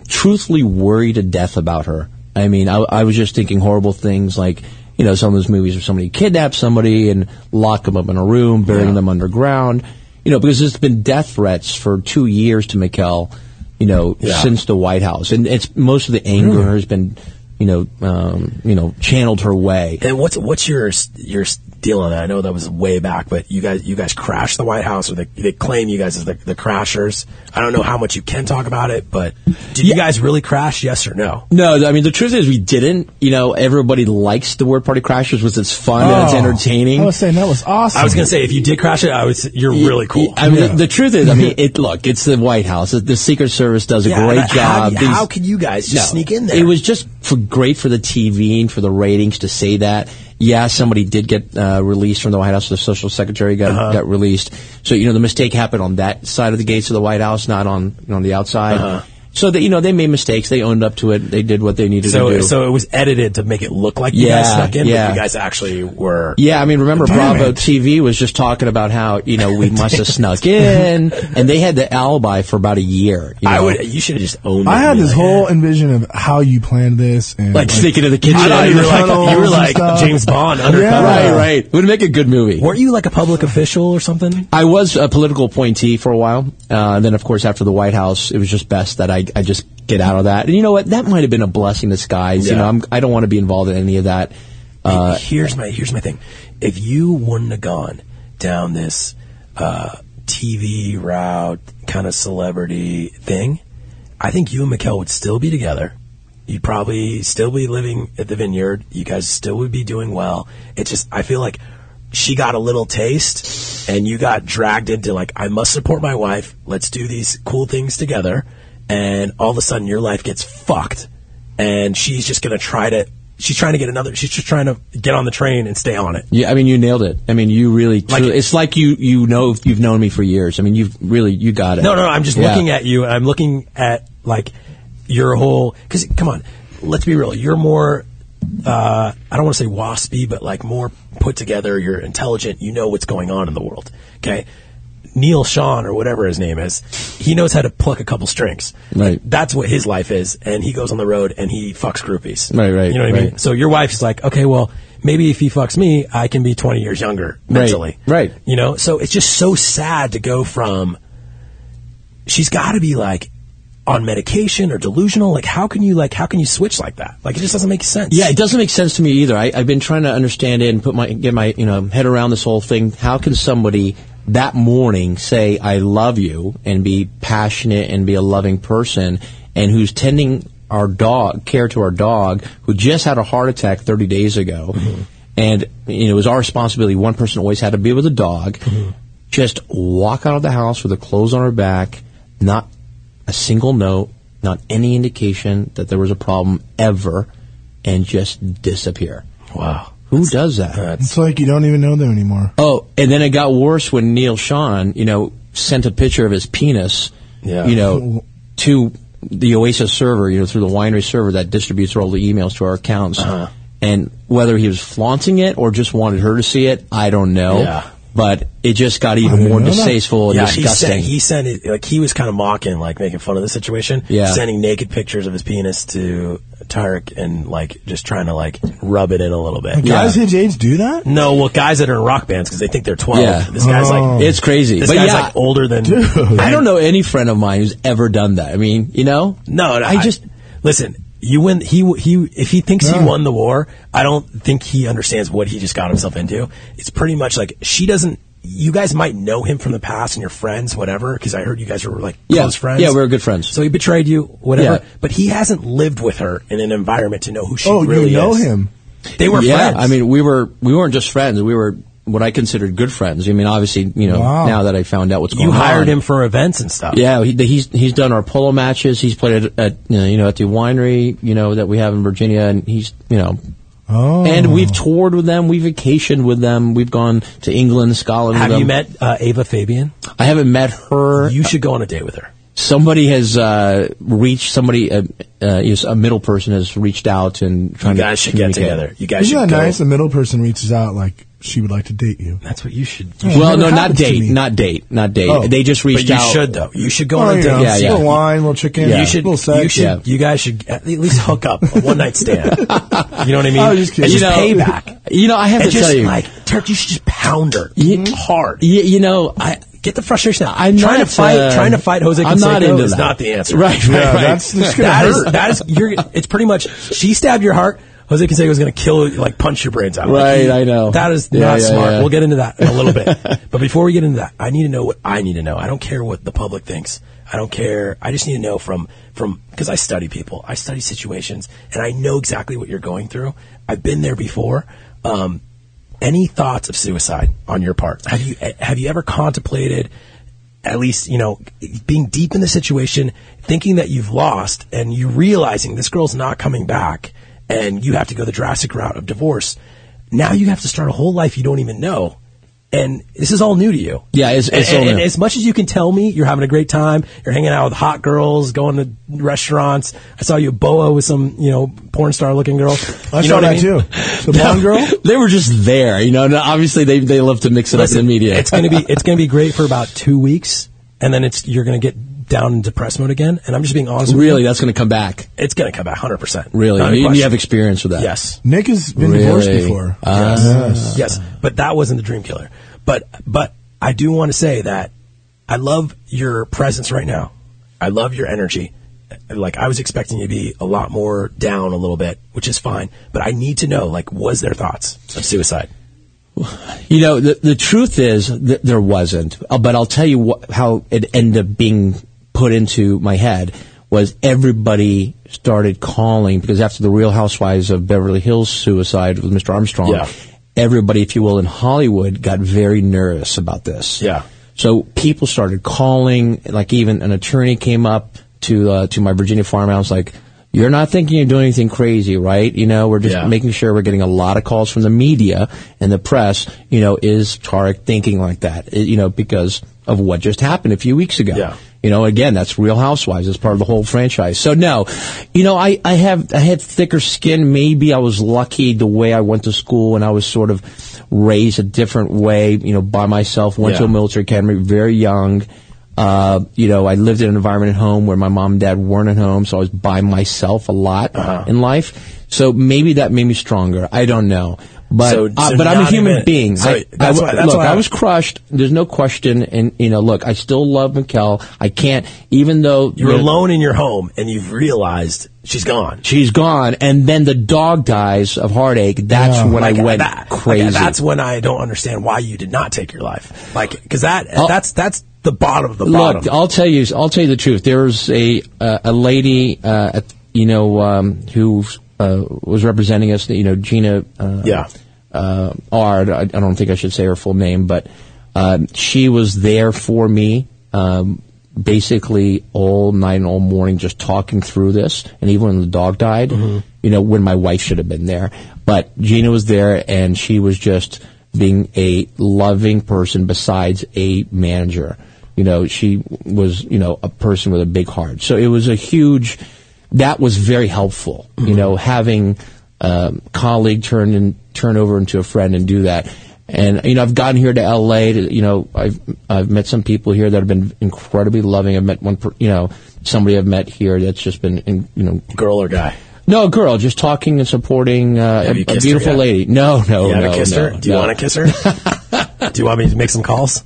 I: truthfully worried to death about her. I mean, I, I was just thinking horrible things like, you know, some of those movies where somebody kidnaps somebody and lock them up in a room, burying them underground. You know, because there's been death threats for two years to Mikkel, you know,
C: Yeah.
I: since the White House. And it's most of the anger has been, you know, um, you know, channeled her way.
C: And what's what's your your deal on that? I know that was way back, but you guys you guys crashed the White House, or they, they claim you guys as the, the crashers. I don't know how much you can talk about it, but did you guys really crash? Yes or no?
I: No, I mean the truth is we didn't. You know, everybody likes the word "party crashers" because it's fun and it's
D: Oh.
I: entertaining.
D: I was saying that was awesome.
C: I was gonna say if you did crash it, I was you're
I: Yeah,
C: really cool.
I: I mean, the, the truth is, I mean, it. Look, it's the White House. The Secret Service does a
C: Yeah,
I: great
C: but how
I: job.
C: do you-
I: These-
C: how could you guys just sneak in there?
I: It was just for great for the TV and for the ratings to say that. Yeah, somebody did get uh, released from the White House. The social secretary got
C: Uh-huh.
I: got released. So you know, the mistake happened on that side of the gates of the White House, not on on the outside.
C: Uh-huh.
I: So that you know, they made mistakes. They owned up to it. They did what they needed to
C: so
I: do.
C: so it was edited to make it look like you
I: Yeah,
C: guys snuck in,
I: yeah.
C: but you guys actually were.
I: Yeah, I mean, remember
C: Damn
I: Bravo
C: it.
I: TV was just talking about how you know we must have snuck in, and they had the alibi for about a year. You know?
C: I would. You should have just owned.
D: I
C: it.
D: had this whole envision of how you planned this and
C: Like sneaking to the kitchen. I thought you were like- you were like James Bond undercover.
I: Right, right. Would make a good movie.
C: Weren't you like a public official or something?
I: I was a political appointee for a while, uh, and then of course after the White House, it was just best that I, I just get out of that. And you know what? That might have been a blessing in disguise. You
C: Yeah.
I: know, I'm, I don't want to be involved in any of that. Uh,
C: here's my here's my thing. If you wouldn't have gone down this uh, TV route, kind of celebrity thing, I think you and Mikkel would still be together. You'd probably still be living at the vineyard. You guys still would be doing well. It's just I feel like she got a little taste, and you got dragged into like I must support my wife. Let's do these cool things together. And all of a sudden, your life gets fucked, and she's just gonna try to. She's trying to get another. She's just trying to get on the train and stay on it.
I: Yeah, I mean, you nailed it. I mean, you really. truly- it's like you you know you've known me for years. I mean, you've really you got it.
C: No, no, no. I'm just
I: Yeah.
C: looking at you. and I'm looking at like your whole. Because come on, let's be real. You're more. Uh, I don't want to say waspy, but like more put together. You're intelligent. You know what's going on in the world. Okay. Neil Sean or whatever his name is, he knows how to pluck a couple strings.
I: Right.
C: That's what his life is, and he goes on the road and he fucks groupies.
I: Right, right,
C: You know what I mean?
I: right.
C: So your wife's like, okay, well, maybe if he fucks me, I can be 20 years younger mentally.
I: Right.
C: You know, so it's just so sad to go from she's got to be like on medication or delusional. Like, how can you like how can you switch like that? Like, it just doesn't make sense.
I: Yeah, it doesn't make sense to me either. I, I've been trying to understand it and put my get my you know head around this whole thing. How can somebody that morning say "I love you" and be passionate and be a loving person, and who's tending our dog care to our dog who just had a heart attack 30 days ago, and you know it was our responsibility. One person always had to be with the dog. Just walk out of the house with her clothes on her back, not a single note, not any indication that there was a problem ever, and just disappear.
C: Wow.
I: Who does that?
D: It's like you don't even know them anymore.
I: Oh, and then it got worse when Neil Sean, you know, sent a picture of his penis,
D: Yeah.
I: you know, to the Oasis server, you know, through the winery server that distributes all the emails to our accounts.
C: Uh-huh.
I: And whether he was flaunting it or just wanted her to see it, I don't know.
C: Yeah.
I: But it just got even more distasteful and
C: yeah,
I: disgusting.
C: He sent, he sent it, like he was kind of mocking, like making fun of the situation.
I: Yeah.
C: sending naked pictures of his penis to Tarek and like just trying to like rub it in a little bit.
D: Guys his age do that?
C: No, well, guys that are in rock bands because they think they're twelve.
I: Yeah.
C: This guy's
D: Oh.
C: like
I: It's crazy.
C: This
I: But
C: guy's
I: yeah.
C: like older than.
I: I don't know any friend of mine who's ever done that. I mean, you know,
C: No, no,
I: I just-
C: listen. You win. He he. If he thinks
D: No.
C: he won the war, I don't think he understands what he just got himself into. It's pretty much like she doesn't. You guys might know him from the past and your friends, whatever. Because I heard you guys were like
I: yeah,
C: close friends.
I: yeah, we were good friends.
C: so he betrayed you, whatever.
I: Yeah.
C: But he hasn't lived with her in an environment to know who she
D: Oh,
C: really
D: you know
C: is.
D: him.
C: They were
I: yeah,
C: friends.
I: I mean, we were we weren't just friends. We were what I considered good friends. I mean, obviously, you know,
D: Wow.
I: now that I found out what's going
C: you
I: on,
C: hired him for events and stuff.
I: Yeah, he, he's he's done our polo matches. He's played at, at you know at the winery you know that we have in Virginia, and he's you know.
D: Oh.
I: And we've toured with them. We've vacationed with them. We've gone to England, Scotland.
C: Have
I: with
C: you
I: them.
C: met uh, Ava Fabian?
I: I haven't met her.
C: You should go on a date with her.
I: somebody has uh, reached somebody. Uh, uh, is a middle person has reached out and trying to
C: You guys should get
I: communicate.
C: together. You guys
D: Isn't
C: should
D: that
C: go.
D: nice? The middle person reaches out like she would like to date you.
C: That's what you should. do.
I: Well,
D: never
I: no, not
D: happened to
I: date,
D: me.
I: not date, not date.
D: Oh.
I: They just
C: But
I: reached
C: you
I: out.
C: should though. You should go
D: Oh,
C: on a
D: you
C: date.
D: know,
I: Yeah, yeah.
D: little wine, little chicken,
C: You should,
D: little sex.
C: you should,
I: Yeah.
C: you guys should at least hook up a one night stand. you know what I mean?
D: I was just kidding.
C: It's
I: You
C: just
I: know-
C: payback.
I: You know, I have
C: And
I: to
C: just
I: tell you,
C: like, Turk, you should just pound her
I: Ye-
C: hard.
I: you, you know, I
C: Get the frustration out.
I: I'm
C: trying
I: not,
C: to fight,
I: uh,
C: trying to fight Jose
I: I'm not
C: Canseco
I: into
C: is
I: that.
C: not the answer.
I: Right, right, right.
C: That's
I: That's gonna hurt.
C: that is you're. It's pretty much she stabbed your heart. Jose Canseco is going to kill, like punch your brains out. Like,
I: Right,
C: he-
I: I know.
C: That is
I: Yeah,
C: not
I: yeah,
C: smart.
I: yeah.
C: We'll get into that in a little bit. but before we get into that, I need to know what I need to know. I don't care what the public thinks. I don't care. I just need to know from from because I study people. I study situations, and I know exactly what you're going through. I've been there before. Um, any thoughts of suicide on your part? Have you have you ever contemplated at least you know being deep in the situation, thinking that you've lost, and you realizing this girl's not coming back, and you have to go the drastic route of divorce? Now you have to start a whole life you don't even know, and this is all new to you.
I: Yeah, it's, it's
C: and,
I: all
C: and
I: new.
C: as much as you can tell me, you're having a great time. You're hanging out with hot girls, going to restaurants. I saw you at boa with some, you know, porn star looking girl.
D: I
C: you
D: saw
C: know what
D: that
C: I mean?
D: too. The blonde girl.
I: They were just there, you know. and obviously, they they love to mix it
C: Listen,
I: up in the media.
C: it's gonna be it's gonna be great for about two weeks, and then it's you're gonna get down in depressed mode again. And I'm just being honest. with
I: really
C: you,
I: that's going to come back.
C: it's gonna come back 100. percent
I: Really, and you, you have experience with that. Ah.
C: Yes.
D: Nick has been divorced before.
C: Yes. yes, but that wasn't the dream killer. But but I do want to say that I love your presence right now. I love your energy. Like I was expecting you to be a lot more down a little bit, which is fine. But I need to know, like, was there thoughts of suicide?
I: You know, the, the truth is that there wasn't. Uh, But I'll tell you what, how it ended up being put into my head was everybody started calling because after the Real Housewives of Beverly Hills suicide with Mr. Armstrong,
C: Yeah.
I: everybody, if you will, in Hollywood got very nervous about this.
C: Yeah.
I: So people started calling. Like even an attorney came up to uh, to my Virginia farmhouse, like, "You're not thinking you're doing anything crazy, right? You know, we're just
C: Yeah.
I: making sure we're getting a lot of calls from the media and the press. You know, is Tarek thinking like that? I- You know, because of what just happened a few weeks ago.
C: Yeah.
I: You know, again, that's Real Housewives. It's part of the whole franchise. So no, you know, I, I have I had thicker skin. Maybe I was lucky the way I went to school and I was sort of raised a different way. You know, by myself. Went to a
C: Yeah.
I: military academy very young. Uh, you know, I lived in an environment at home where my mom and dad weren't at home, so I was by myself a lot
C: Uh-huh.
I: in life. So maybe that made me stronger. I don't know, but
C: So-
I: uh,
C: so
I: but I'm a
C: not
I: human
C: even-
I: being.
C: so
I: I,
C: that's
I: I-
C: why- that's
I: look,
C: why
I: I
C: I-
I: was crushed. There's no question. And you know, look, I still love Mikel. I can't, even though
C: You're
I: you know,
C: alone in your home, and you've realized she's gone.
I: She's gone, and then the dog dies of heartache. That's
C: Yeah.
I: when
C: Like,
I: I went
C: that- like,
I: crazy.
C: that's when I don't understand why you did not take your life. Like, because that
I: Oh.
C: that's that's the bottom of the
I: Look,
C: bottom.
I: I'll tell you. I'll tell you the truth. There was a uh, a lady, uh, at- you know, um, who uh, was representing us. You know, Gina. Uh,
C: Yeah.
I: Uh, Ard. I, I don't think I should say her full name, but uh, she was there for me. Um, basically all night and all morning just talking through this and even when the dog died you know when my wife should have been there but gina was there and she was just being a loving person besides a manager you know she was you know a person with a big heart so it was a huge that was very helpful you know having a colleague turn and turn over into a friend and do that and you know I've gotten here to L.A. To, you know I've I've met some people here that have been incredibly loving. I've met one per- you know somebody I've met here that's just been in, you know
C: Girl or guy?
I: no girl just talking and supporting uh,
C: Have
I: a,
C: you
I: a
C: kissed her
I: beautiful
C: yet?
I: lady. No, no,
C: you
I: Oh, no,
C: haven't kissed
I: no,
C: her. Do you
I: no.
C: want to kiss her? Do you want me to make some calls?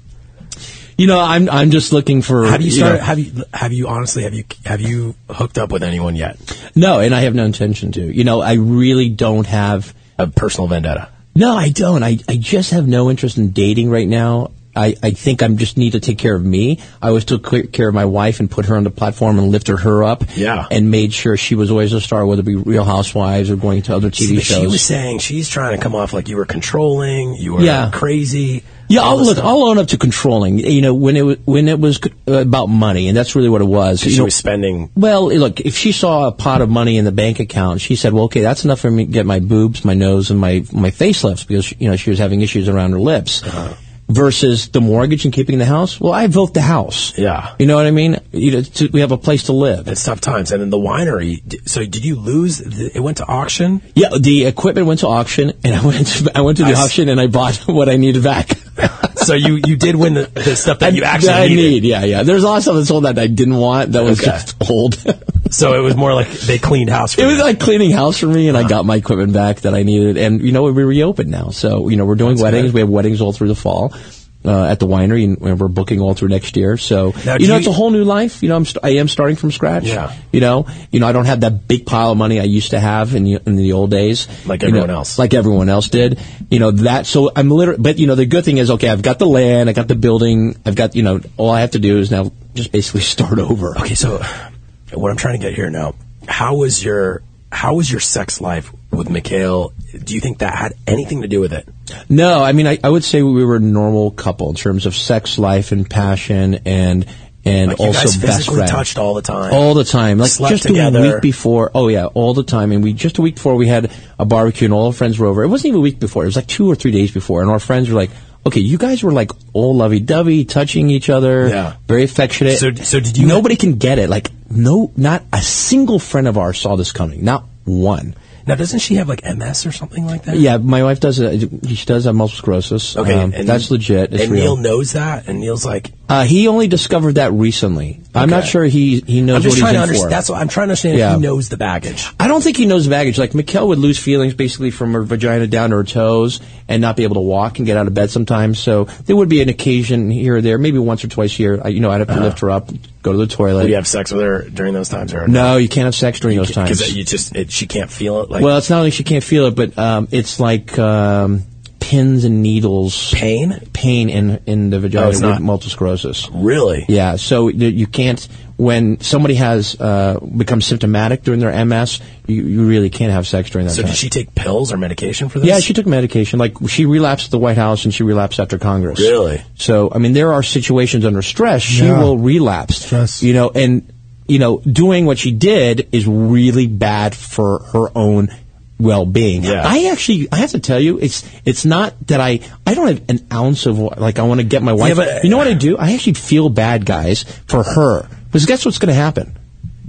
I: You know I'm I'm just looking for
C: Have you
I: know-
C: started? have you have you honestly have you have you hooked up with anyone yet?
I: no, and I have no intention to. You know I really don't have.
C: A personal vendetta.
I: No, I don't. I, I just have no interest in dating right now. I, I think I am just need to take care of me. I always took clear- care of my wife and put her on the platform and lifted her up.
C: Yeah.
I: And made sure she was always a star, whether it be Real Housewives or going to other TV
C: See, but
I: shows.
C: she was saying she's trying to come off like you were controlling. You were
I: Yeah.
C: crazy.
I: Yeah,
C: all
I: I'll
C: this
I: look.
C: stuff.
I: I'll own up to controlling. You know, when it was, when it was uh, about money, and that's really what it was.
C: 'Cause
I: You
C: she
I: know,
C: was spending.
I: well, look, if she saw a pot of money in the bank account, she said, "Well, okay, that's enough for me to get my boobs, my nose, and my my facelifts," because you know she was having issues around her lips.
C: Uh-huh.
I: Versus the mortgage and keeping the house. Well, I vote the house.
C: Yeah.
I: You know what I mean? You know, to, we have a place to live.
C: It's tough times, and then the winery. d- So, did you lose? The, it went to auction.
I: Yeah, the equipment went to auction, and I went to, I went to the
C: I s-
I: auction and I bought what I needed back.
C: so you you did win the, the stuff that you actually
I: I
C: needed.
I: need, yeah, yeah. There's a lot of stuff that's old that I didn't want that was
C: Okay.
I: just old. it
C: So it was more like they cleaned house. For
I: was
C: you. Uh-huh.
I: like cleaning house for me, and I got my equipment back that I needed. And you know, we reopened now, so you know, we're doing weddings.
C: good.
I: We have weddings all through the fall. uh, at the winery, and we're booking all through next year. So
C: Now, do
I: you know,
C: you-
I: it's a whole new life. You know, I'm st- I am starting from scratch.
C: Yeah.
I: You know, you know, I don't have that big pile of money I used to have in the, in the old days,
C: Like
I: You know,
C: everyone else.
I: like everyone else did. You know that. So I'm literally, but you know, the good thing is, okay, I've got the land, I got the building, I've got you know, all I have to do is now just basically start over.
C: Okay, so what I'm trying to get here now, how was your how was your sex life with Mikhail? Do you think that had anything to do with it?
I: No, I mean, I, I would say we were a normal couple in terms of sex life and passion and and
C: Like, you
I: also
C: guys
I: best
C: physically
I: friend.
C: touched all the time?
I: all the time, like
C: Slept
I: just
C: together?
I: a week before. Oh yeah, all the time. And we just a week before we had a barbecue and all our friends were over. It wasn't even a week before; it was like two or three days before. And our friends were like, "Okay, you guys were like all lovey-dovey, touching each other,
C: Yeah.
I: very affectionate."
C: So- so did you-
I: Nobody can get it. Like no, not a single friend of ours saw this coming. Not one.
C: Now, doesn't she have like MS or something like that?
I: Yeah, my wife does. uh she does have multiple sclerosis.
C: Okay,
I: Um,
C: and-
I: that's legit. It's
C: and
I: real.
C: Neil knows that, and Neil's like,
I: Uh, he only discovered that recently. I'm not
C: Okay.
I: sure he he knows
C: I'm just
I: what he's in
C: trying to
I: for.
C: understand. That's what I'm trying to understand.
I: Yeah.
C: If he knows the baggage.
I: I don't think he knows baggage. Like Mikkel would lose feelings basically from her vagina down to her toes and not be able to walk and get out of bed sometimes. So there would be an occasion here or there, maybe once or twice a year. I, you know, I'd have to lift her up, go to the toilet.
C: Would you Uh-huh. have sex with her during those times, or
I: no, you can't have sex during those times.
C: Because you just it, she can't feel it. Like
I: well, it's not only she can't feel it, but um, it's like um, pins and needles,
C: pain,
I: pain in in the vagina
C: Oh, it's
I: with
C: not-
I: multiple sclerosis.
C: really.
I: Yeah, so th- you can't when somebody has uh, become symptomatic during their MS, you, you really can't have sex during that
C: So
I: time.
C: did she take pills or medication for this?
I: yeah, she took medication. Like she relapsed at the White House and she relapsed after Congress.
C: Really?
I: So I mean, there are situations under stress she
D: Yeah.
I: will relapse.
D: Stress.
I: You know, and you know, doing what she did is really bad for her own well-being.
C: Yeah.
I: I actually, I have to tell you, it's it's not that I I don't have an ounce of wa- like I want to get my wife.
C: Yeah, but-
I: you know what I do? I actually feel bad, guys, for her because guess what's going to happen?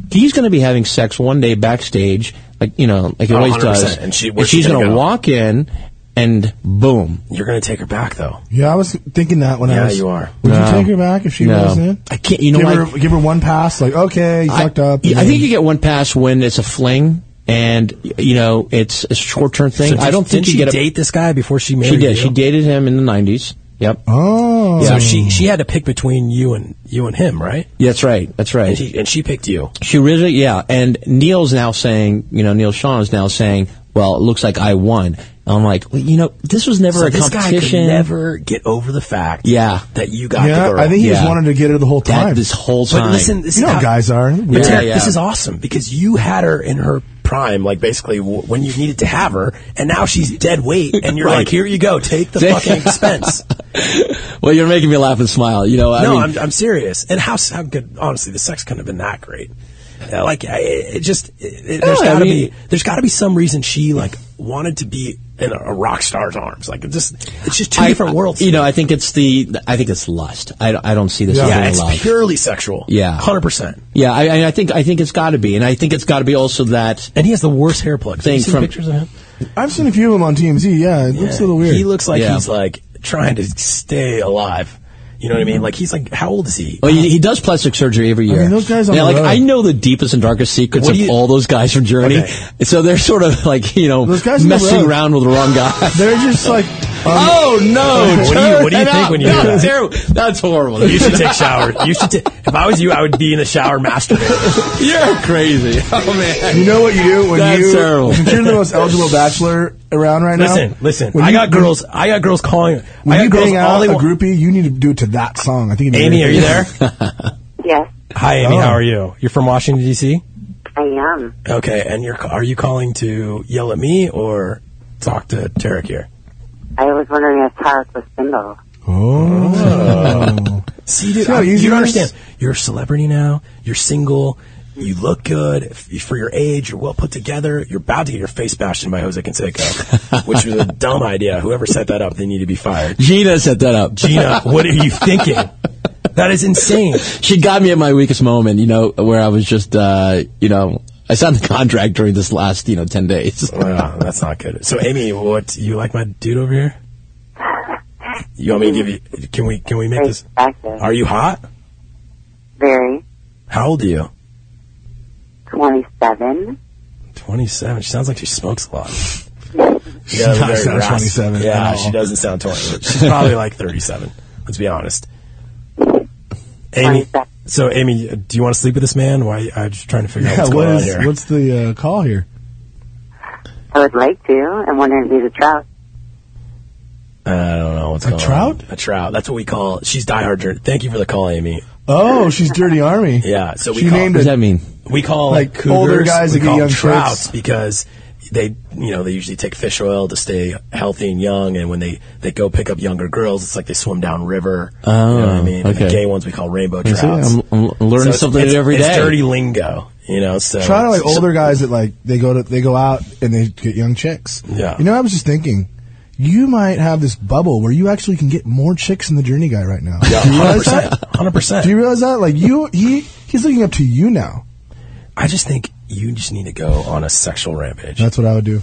I: He's going to be having sex one day backstage, like you know, like he
C: Oh,
I: always
C: 100%.
I: does,
C: And she- where's she
I: she's
C: gonna
I: gonna
C: go?
I: walk in, and boom,
C: You're gonna take her back though.
D: Yeah, I was thinking that when I
C: Yeah,
D: was.
C: you are.
D: Would
I: No.
D: you take her back if she
I: No.
D: was in?
I: I can't- you know
D: give
I: what?
D: her give her one pass. Like okay, you
I: I,
D: fucked up.
I: yeah, I
D: and
I: think you
D: then-
I: get one pass when it's a fling, and y- you know it's a short term thing.
C: So
I: I
C: did-
I: don't think
C: didn't
I: you
C: she
I: get a,
C: date this guy before she married.
I: She did.
C: you?
I: She dated him in the nineties. Yep.
D: Oh,
C: So she she had to pick between you and you and him, right?
I: Yeah, that's right. That's right.
C: And she, and she picked you.
I: She originally, yeah. And Neil's now saying, you know, Neil Sean is now saying, well, it looks like I won. And I'm like, well, you know, this was never
C: so
I: a
C: this guy could
I: competition.
C: never get over the fact
I: Yeah.
C: that you got
D: Yeah,
C: the girl.
D: I think he just
I: Yeah.
D: wanted to get her the whole
I: that
D: time.
I: this whole
C: But
I: time.
C: listen, this is
D: you know, how
C: how-
D: guys are.
C: But
I: Yeah,
C: Tarek,
I: yeah.
C: this is awesome because you had her in her prime, like basically w- when you needed to have her, and now she's dead weight, and you're
I: Right.
C: like, here you go, take the fucking expense.
I: well, you're making me laugh and smile. You know, I
C: no,
I: mean,
C: I'm, I'm serious. And how how good? Honestly, the sex couldn't have been that great. Uh, Like, I, it just it, it- there's
I: No, I
C: got to
I: mean-
C: be there's got to be some reason she like wanted to be in a, a rock star's arms. Like, it just it's just two
I: I-
C: different worlds.
I: You know, I think it's the, I think it's lust. I, I don't see this as
C: yeah,
I: being
C: it's
I: lust.
C: purely sexual.
I: Yeah.
C: hundred percent.
I: Yeah, I, and I think I think it's got to be, and I think it's got to be also that.
C: And he has the worst hair plugs. Have
I: Thing
C: you seen
I: from-
C: pictures of him?
D: I've seen a few of them on TMZ. Yeah, it looks a little weird.
C: He looks like
I: Yeah.
C: he's like trying to stay alive. You know what I mean? Like he's like, how old is he?
I: Well, he, he does plastic surgery every year.
D: mean, those guys on
I: yeah,
D: the
I: like
D: road-
I: I know the deepest and darkest secrets
C: What
I: of
C: do you-
I: all those guys from Journey.
C: Okay.
I: So they're sort of like you know
D: Those guys on the
I: messing
D: road.
I: around with the wrong guy.
D: They're just like. Um,
I: oh no!
C: What do you- what do you
I: turn it
C: think
I: up.
C: when you
I: no,
C: hear that?
I: terrible. That's horrible.
C: You should take showers. You should. ta- if I was you, I would be in the shower masturbating.
I: You're crazy. Oh man.
D: You know what you do when
I: That's
D: you
I: terrible.
D: since you're the most eligible bachelor around right now.
C: Listen, listen.
D: When
C: I
D: you-
C: got girls. I got girls calling.
D: When
C: I
D: you
C: got girls
D: bang
C: all
D: out
C: they
D: a
C: want-
D: groupie, you need to do it to that song. I think. it'd be
C: Amy,
D: really
C: are you
D: good.
C: there?
L: Yes,
C: Hi, Amy.
D: Oh.
C: How are you? You're from Washington D.C.
L: I am.
C: Okay, and you're ca- are you calling to yell at me or talk to Tarek here?
L: I was wondering if Tarek was single.
D: Oh.
C: See, dude,
D: See how
C: I,
D: easy
C: you don't
D: it is?
C: understand. You're a celebrity now. You're single. You look good f- for your age. You're well put together. You're about to get your face bashed in by Jose Canseco, which was a dumb idea. Whoever set that up, they need to be fired.
I: Gina set that up.
C: Gina, what are you thinking? That is insane.
I: she got me at my weakest moment. You know where I was just uh, you know I signed the contract during this last you know ten days.
C: Wow, that's not good. So, Amy, what you like my dude over here? You want me to give you? Can we can we make
L: Very
C: this?
L: attractive.
C: Are you hot?
L: Very.
C: How old are you?
L: 27.
C: Twenty-seven. She sounds like she smokes a lot.
D: She does sound 27
C: Yeah,
D: at all.
C: she doesn't sound 20. She's probably like 37. Let's be honest. Amy, so Amy, do you want to sleep with this man? Why? I'm just trying to figure out
D: Yeah,
C: what's
D: what
C: going
D: is-
C: on here.
D: what's the uh, call here?
L: I would like to. I want to be the trout.
C: I don't know what's
D: A
C: going
D: trout?
C: on. A trout. That's what we call. She's diehard. jer- Thank you for the call, Amy.
D: Oh, she's Dirty Army.
C: Yeah. So we
D: She
C: call,
D: named What does it- that
I: mean?
C: We call
D: Like
C: cougars,
D: older guys
C: we
D: that get
C: call
D: young
C: trouts
D: chicks.
C: because they you know they usually take fish oil to stay healthy and young, and when they they go pick up younger girls, it's like they swim down river. you know what I
I: Oh,
C: mean? And the
I: okay.
C: gay ones we call
I: I
C: rainbow
I: see.
C: trouts.
I: I'm- I'm learning
C: So it's-
I: something
C: it's,
I: every
C: it's
I: day.
C: dirty lingo, you know. So
D: Try to like
C: it's-
D: older guys that like they go to they go out and they get young chicks.
C: Yeah.
D: You know, I was just thinking, you might have this bubble where you actually can get more chicks than the Journey guy right now.
C: Yeah,
D: Do you realize
C: 100%,
D: that?
C: 100%.
D: Do you realize that? Like you, he he's looking up to you now.
C: I just think you just need to go on a sexual rampage.
D: That's what I would do.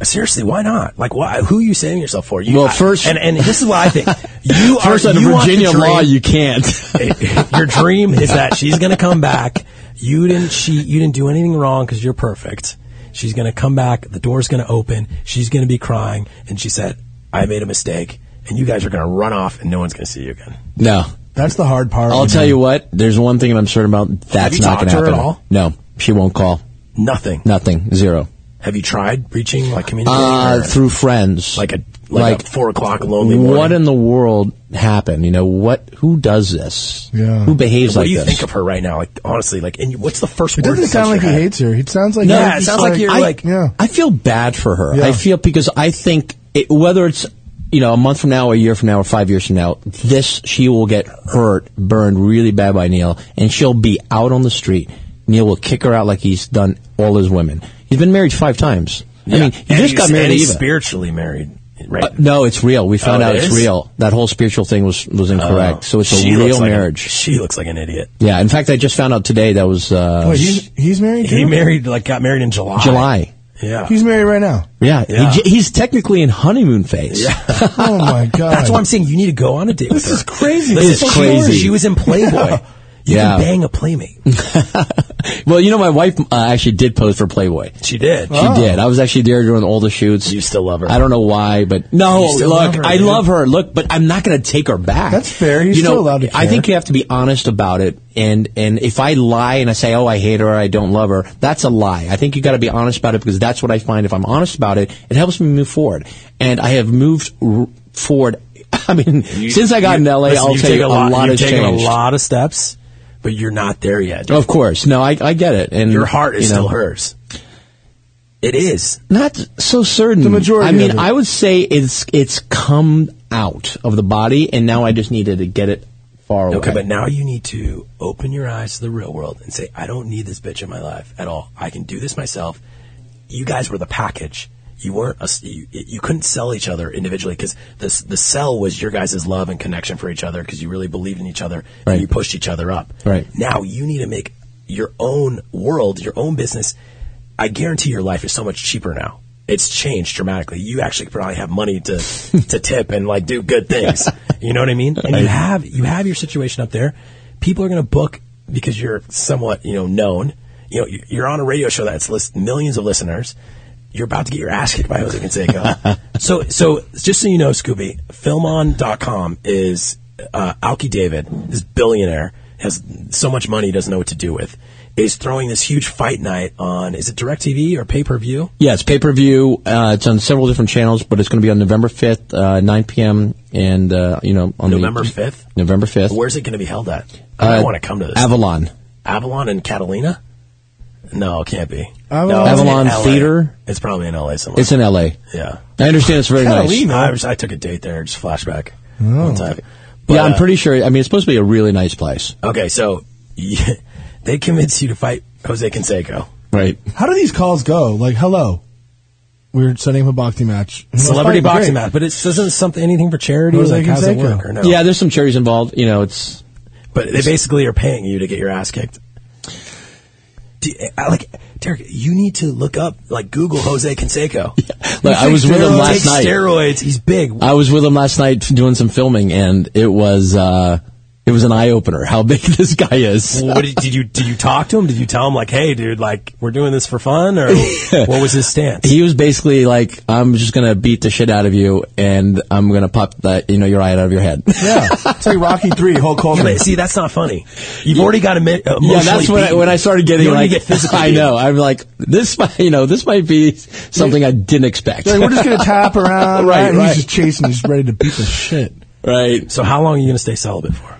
C: Seriously, why not? Like, why? Who are you saving yourself for? You,
I: Well,
C: I-
I: first-
C: and and this is what I think. You
I: First,
C: are,
I: under
C: you want the
I: Virginia law,
C: dream-
I: you can't.
C: your dream is that she's going to come back. You didn't cheat. You didn't do anything wrong because you're perfect. She's going to come back. The door's going to open. She's going to be crying. And she said, I made a mistake. And you guys are going to run off and no one's going to see you again.
I: No,
D: that's the hard part.
I: I'll tell you what. There's one thing that I'm certain about. That's
C: you
I: not
C: talked
I: going
C: to her
I: happen.
C: at all?
I: No, she won't call.
C: Nothing.
I: Nothing. Zero.
C: Have you tried reaching like communicating?
I: Uh,
C: or-
I: through friends.
C: Like a, like, a four o'clock lonely morning.
I: What in the world happened? You know what? Who does this?
D: Yeah.
I: Who behaves
C: what
I: like
C: do you
I: this?
C: think of her right now? Like honestly, like, and you- what's the first
D: It
C: word?
D: doesn't
C: that comes
D: sound
C: to
D: like he
C: your head?
D: hates her. It sounds like
C: No,
D: he's
C: it
D: just
C: sounds like you're
I: I,
C: like-
D: yeah.
I: I feel bad for her.
D: Yeah.
I: I feel because I think it, whether it's you know a month from now, a year from now, or five years from now, this she will get hurt, burned really bad by Neil, and she'll be out on the street. Neil will kick her out like he's done all his women. He's been married five times. I
C: Yeah.
I: mean, he
C: And
I: just
C: he's-
I: got married
C: and
I: to
C: he's
I: Eva.
C: spiritually married. Right.
I: Uh, no, it's real. We found
C: Oh, it
I: out it's
C: is?
I: real. That whole spiritual thing was was incorrect.
C: Oh.
I: so it's a
C: She looks
I: real
C: like
I: marriage.
C: she looks like an idiot.
I: yeah. In fact, I just found out today that was uh,
D: Wait, he's, he's married.
C: He
D: too?
C: married, like, got married in July.
I: July.
C: Yeah.
D: He's married right now.
I: Oh. Yeah,
C: Yeah.
I: He, he's technically in honeymoon phase.
D: Oh my god.
C: That's why I'm saying you need to go on a date. with
D: This
C: her.
D: is crazy.
C: This
I: It's
C: is
I: crazy.
C: crazy. She was in Playboy. You
I: Yeah.
C: can bang a playmate.
I: Well, you know, my wife uh, actually did pose for Playboy. She
C: She did.
I: did. Oh. I was actually there during all the shoots.
C: You still love her.
I: I don't know why, but no.
C: You
I: Look,
C: still love her,
I: I
C: dude.
I: love her. Look, but I'm not going to take her back.
D: That's fair. He's
I: you know,
D: still allowed to
I: I think
D: care.
I: you have to be honest about it. And and if I lie and I say, oh, I hate her, I don't love her, that's a lie. I think you got to be honest about it because that's what I find. If I'm honest about it, it helps me move forward. And I have moved r- forward. I mean,
C: You-
I: since I got in
C: you-
I: LA,
C: listen,
I: I'll
C: you've
I: tell you
C: taken
I: a lot
C: You've
I: has
C: taken
I: changed.
C: a lot of steps, but you're not there yet.
I: Of course, no, I, I get it. And
C: Your heart is
I: you know,
C: still hers. It is.
I: Not so certain.
D: The majority
I: I mean,
D: of it.
I: I would say it's it's come out of the body, and now I just needed to get it far away.
C: Okay, but now you need to open your eyes to the real world and say, I don't need this bitch in my life at all. I can do this myself. You guys were the package. You weren't. A, you, you couldn't sell each other individually because this the sell was your guys' love and connection for each other because you really believed in each other
I: Right.
C: and you pushed each other up.
I: Right.
C: Now you need to make your own world, your own business. I guarantee your life is so much cheaper now. It's changed dramatically. You actually probably have money to to tip and like do good things. You know what I mean? And you have you have your situation up there. People are going to book because you're somewhat you know known. You know you- you're on a radio show that's list millions of listeners. You're about to get your ass kicked by Jose Canseco. so so just so you know, Scooby, filmon.com is uh, Alki David, this billionaire, has so much money he doesn't know what to do with, is throwing this huge fight night on, is it DirecTV or pay per view?
I: yeah, it's pay per view. Uh, it's on several different channels, but it's going to be on November fifth, uh, nine p.m. And uh, you know, on the-
C: November 5th?
I: November fifth.
C: Where's it going to be held at? I don't
I: Uh,
C: want to come to this.
I: Avalon.
C: Avalon and Catalina? No, it can't be.
D: Avalon-
C: No, it's in
I: Avalon
C: LA.
I: Theater?
C: It's probably in LA somewhere.
I: It's in L.A.
C: yeah.
I: I understand it's very
C: Catalina?
I: nice.
C: I, was, I took a date there, just flashback. One time.
I: yeah, I'm
C: uh,
I: pretty sure. I mean, it's supposed to be a really nice place,
C: Okay, so they convinced you to fight Jose Canseco.
I: right?
D: How do these calls go? Like, hello, we're setting up a boxing match.
C: Celebrity
D: Great.
C: boxing match, but it doesn't something anything for charity.
D: Jose
C: Like, how does it
D: Canseco.
C: work? Or no?
I: Yeah, there's some cherries involved. You know, it's
C: but they basically are paying you to get your ass kicked. Do, I, like Derek, you need to look up like Google Jose Canseco.
I: like I was with him
C: Steroids.
I: last
C: Take
I: night.
C: Steroids. He's big.
I: I was with him last night doing some filming, and it was uh, It was an eye opener how big this guy is.
C: Well, what did, did you did you talk to him? Did you tell him like, "Hey, dude, like we're doing this for fun," or what was his stance?
I: He was basically like, "I'm just gonna beat the shit out of you, and I'm gonna pop that you know your eye out of your head."
D: Yeah, it's like Rocky Three, Hulk Hogan.
C: But see, that's not funny. You've already got to admit,
I: yeah, that's when I, when I started getting
C: You already
I: like,
C: get physically
I: I
C: beaten.
I: know. I'm like, this might you know this might be something I didn't expect.
D: They're like, we're just gonna tap around,
I: Right,
D: right? And
I: right.
D: He's just chasing, just ready to beat the shit.
I: right.
C: So how long are you going to stay celibate for?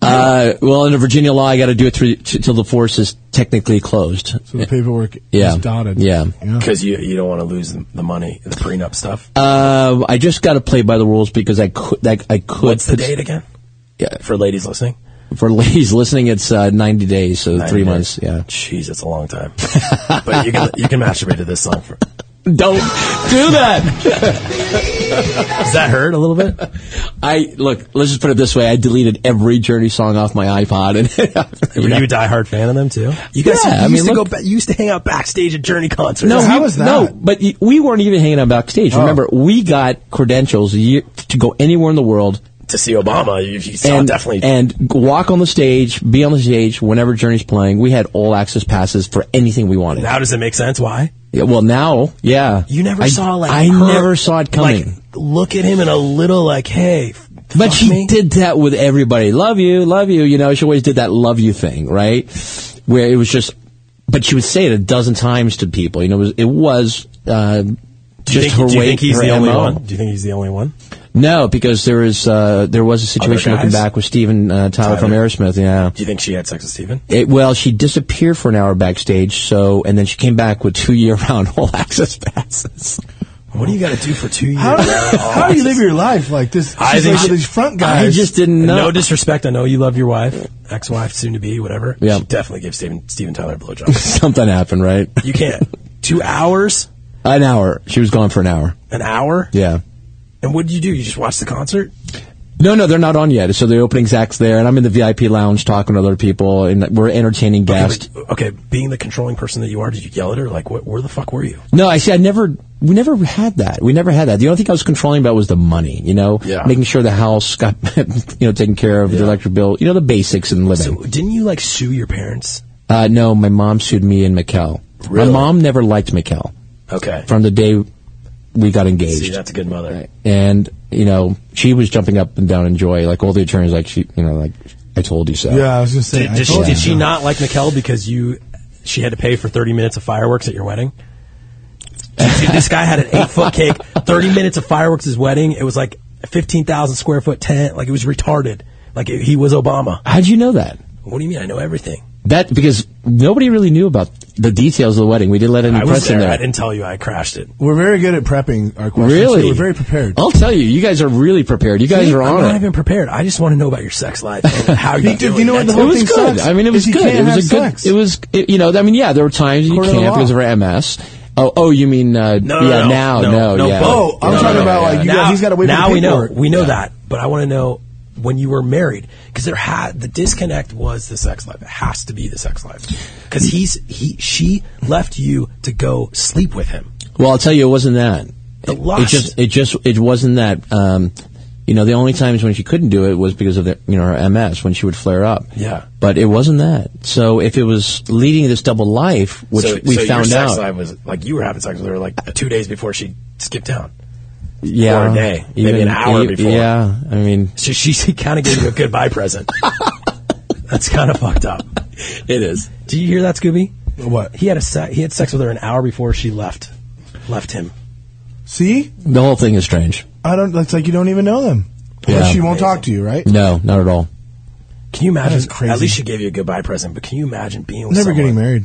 I: Uh, well, under Virginia law, I got to do it through, t- till the force is technically closed.
D: So the paperwork
I: Yeah.
D: is dotted.
I: Yeah.
C: Because you you don't want to lose the, the money, the prenup stuff.
I: Uh, I just got to play by the rules because I could. I, I could.
C: What's the date again?
I: Yeah.
C: For ladies listening,
I: For ladies listening, it's uh, 90 days, so
C: 90
I: three
C: days.
I: months. Yeah.
C: jeez, it's a long time. but you can you can masturbate to this song. For,
I: Don't do that.
C: does that hurt a little bit?
I: I look. Let's just put it this way. I deleted every Journey song off my iPod, and
C: Were you a diehard fan of them too? You guys
I: Yeah,
C: you
I: I
C: used
I: mean,
C: to
I: look-
C: go. Ba- you used to hang out backstage at Journey concerts.
I: No,
D: How
I: we-
D: was that?
I: No, but y- we weren't even hanging out backstage.
D: Oh.
I: Remember, we got credentials ye- to go anywhere in the world
C: to see Obama, you, you saw
I: and
C: definitely.
I: and g- walk on the stage, be on the stage whenever Journey's playing. We had all access passes for anything we wanted.
C: now does it make sense? Why?
I: Yeah, well, now, yeah,
C: You never
I: I-
C: saw like
I: I
C: her,
I: never saw it coming.
C: Like, look at him in a little like, hey, f-
I: But
C: fuck
I: she
C: me.
I: did that with everybody. Love you, love you. You know, she always did that love you thing, right? Where it was just, but she would say it a dozen times to people. You know, it was, it was uh,
C: Do you,
I: just
C: think,
I: her
C: do you
I: way.
C: think he's
I: her
C: the only
I: MO.
C: one? Do you think he's the only one?
I: No, because there is uh, there was a situation
C: Other
I: looking
C: guys?
I: back with Steven uh, Tyler, from
C: Tyler.
I: Aerosmith. Yeah.
C: Do you think she had sex with Steven?
I: It, well, she disappeared for an hour backstage, so and then she came back with two year round all access passes.
C: What do you got to do for two years?
D: How, how do you live your life like this?
C: I
D: She's
C: think
D: like
C: she-
D: these front guys.
I: I just didn't
C: no.
I: know.
C: disrespect. I know you love your wife, ex-wife, soon to be, whatever.
I: Yeah.
C: She definitely gives Steven, Steven Tyler a blowjob.
I: Something happened, right?
C: you can't. Two hours,
I: An hour. She was gone for an hour.
C: an hour,
I: Yeah.
C: and what did you do? You just watched the concert?
I: No, no, they're not on yet. So the opening's act's there, and I'm in the VIP lounge talking to other people, and we're entertaining guests.
C: Okay, but- okay, being the controlling person that you are, did you yell at her? Like, what, where the fuck were you?
I: No, I see. I never. We never had that. We never had that. The only thing I was controlling about was the money. You know,
C: Yeah.
I: making sure the house got, you know, taken care of, the electric bill. You know, the basics in living.
C: So, didn't you like sue your parents?
I: uh, no, my mom sued me and Mikkel.
C: Really?
I: My mom never liked Mikkel
C: Okay.
I: from the day we got engaged.
C: See, that's a good mother.
I: And you know, she was jumping up and down in joy. Like all the attorneys, like she, you know, like I told you so.
D: yeah, I was gonna say.
C: Did,
D: I
C: did she,
D: told
C: did
D: you.
C: she not like Mikkel because you? She had to pay for thirty minutes of fireworks at your wedding. Dude, this guy had an eight foot cake, thirty minutes of fireworks at his wedding. It was like a fifteen thousand square foot tent. Like it was retarded. Like he was Obama.
I: How'd you know that?
C: What do you mean? I know everything.
I: That because nobody really knew about the details of the wedding. We didn't let any
C: I was
I: press in
C: there.
I: there.
C: I didn't tell you I crashed it.
D: We're very good at prepping our questions.
I: Really?
D: We're very prepared.
I: I'll tell you, you guys are really prepared. You guys are
C: I'm
I: on
C: not
I: it.
C: even prepared. I just want to know about your sex life and how you're
D: Dude, you
C: doing.
D: know what
C: That's
D: the
I: It
D: whole
C: all.
I: was
D: thing
I: good.
D: sucks
I: I mean, it was
D: is you
I: good.
D: can't
I: It
D: have
I: was a good.
D: sex.
I: It was, it, you know, I mean, yeah, there were times you
D: According to
I: can't
D: law.
I: because of her MS. Oh, oh, you mean, uh,
C: No, no,
I: yeah,
C: no,
I: now,
C: no,
I: no,
C: no,
I: yeah.
D: Oh, I'm
I: Yeah,
D: talking
I: yeah,
D: about,
I: yeah.
D: like, you got- he's gotta wait for
C: now
D: the
C: we know
D: paperwork.
C: we know that, but I want to know when you were married because there had the disconnect was the sex life. It has to be the sex life because he's he she left you to go sleep with him.
I: Well, I'll tell you, it wasn't that.
C: The
I: It-
C: lust.
I: It just, it just, it wasn't that. Um, you know, the only times when she couldn't do it was because of the, you know, her MS when she would flare up.
C: Yeah.
I: But it wasn't that. So if it was leading this double life, which
C: so,
I: we
C: so
I: found
C: your
I: out,
C: sex life was like you were having sex with her like two days before she skipped town.
I: yeah,
C: or a day, maybe an hour
I: e-
C: before.
I: Yeah, I mean,
C: So she she kind of gave you a goodbye present. That's kind of fucked up.
I: it is.
C: Do you hear that, Scooby?
D: What?
C: He had a se- he had sex with her an hour before she left left him.
D: See,
I: The whole thing is strange.
D: I don't. It's like you don't even know them.
I: Yeah.
D: Like she won't talk to you, right?
I: No, not at all.
C: Can you imagine?
D: is crazy.
C: At least she gave you a goodbye present, but can you imagine being with
D: Never
C: someone?
D: getting married.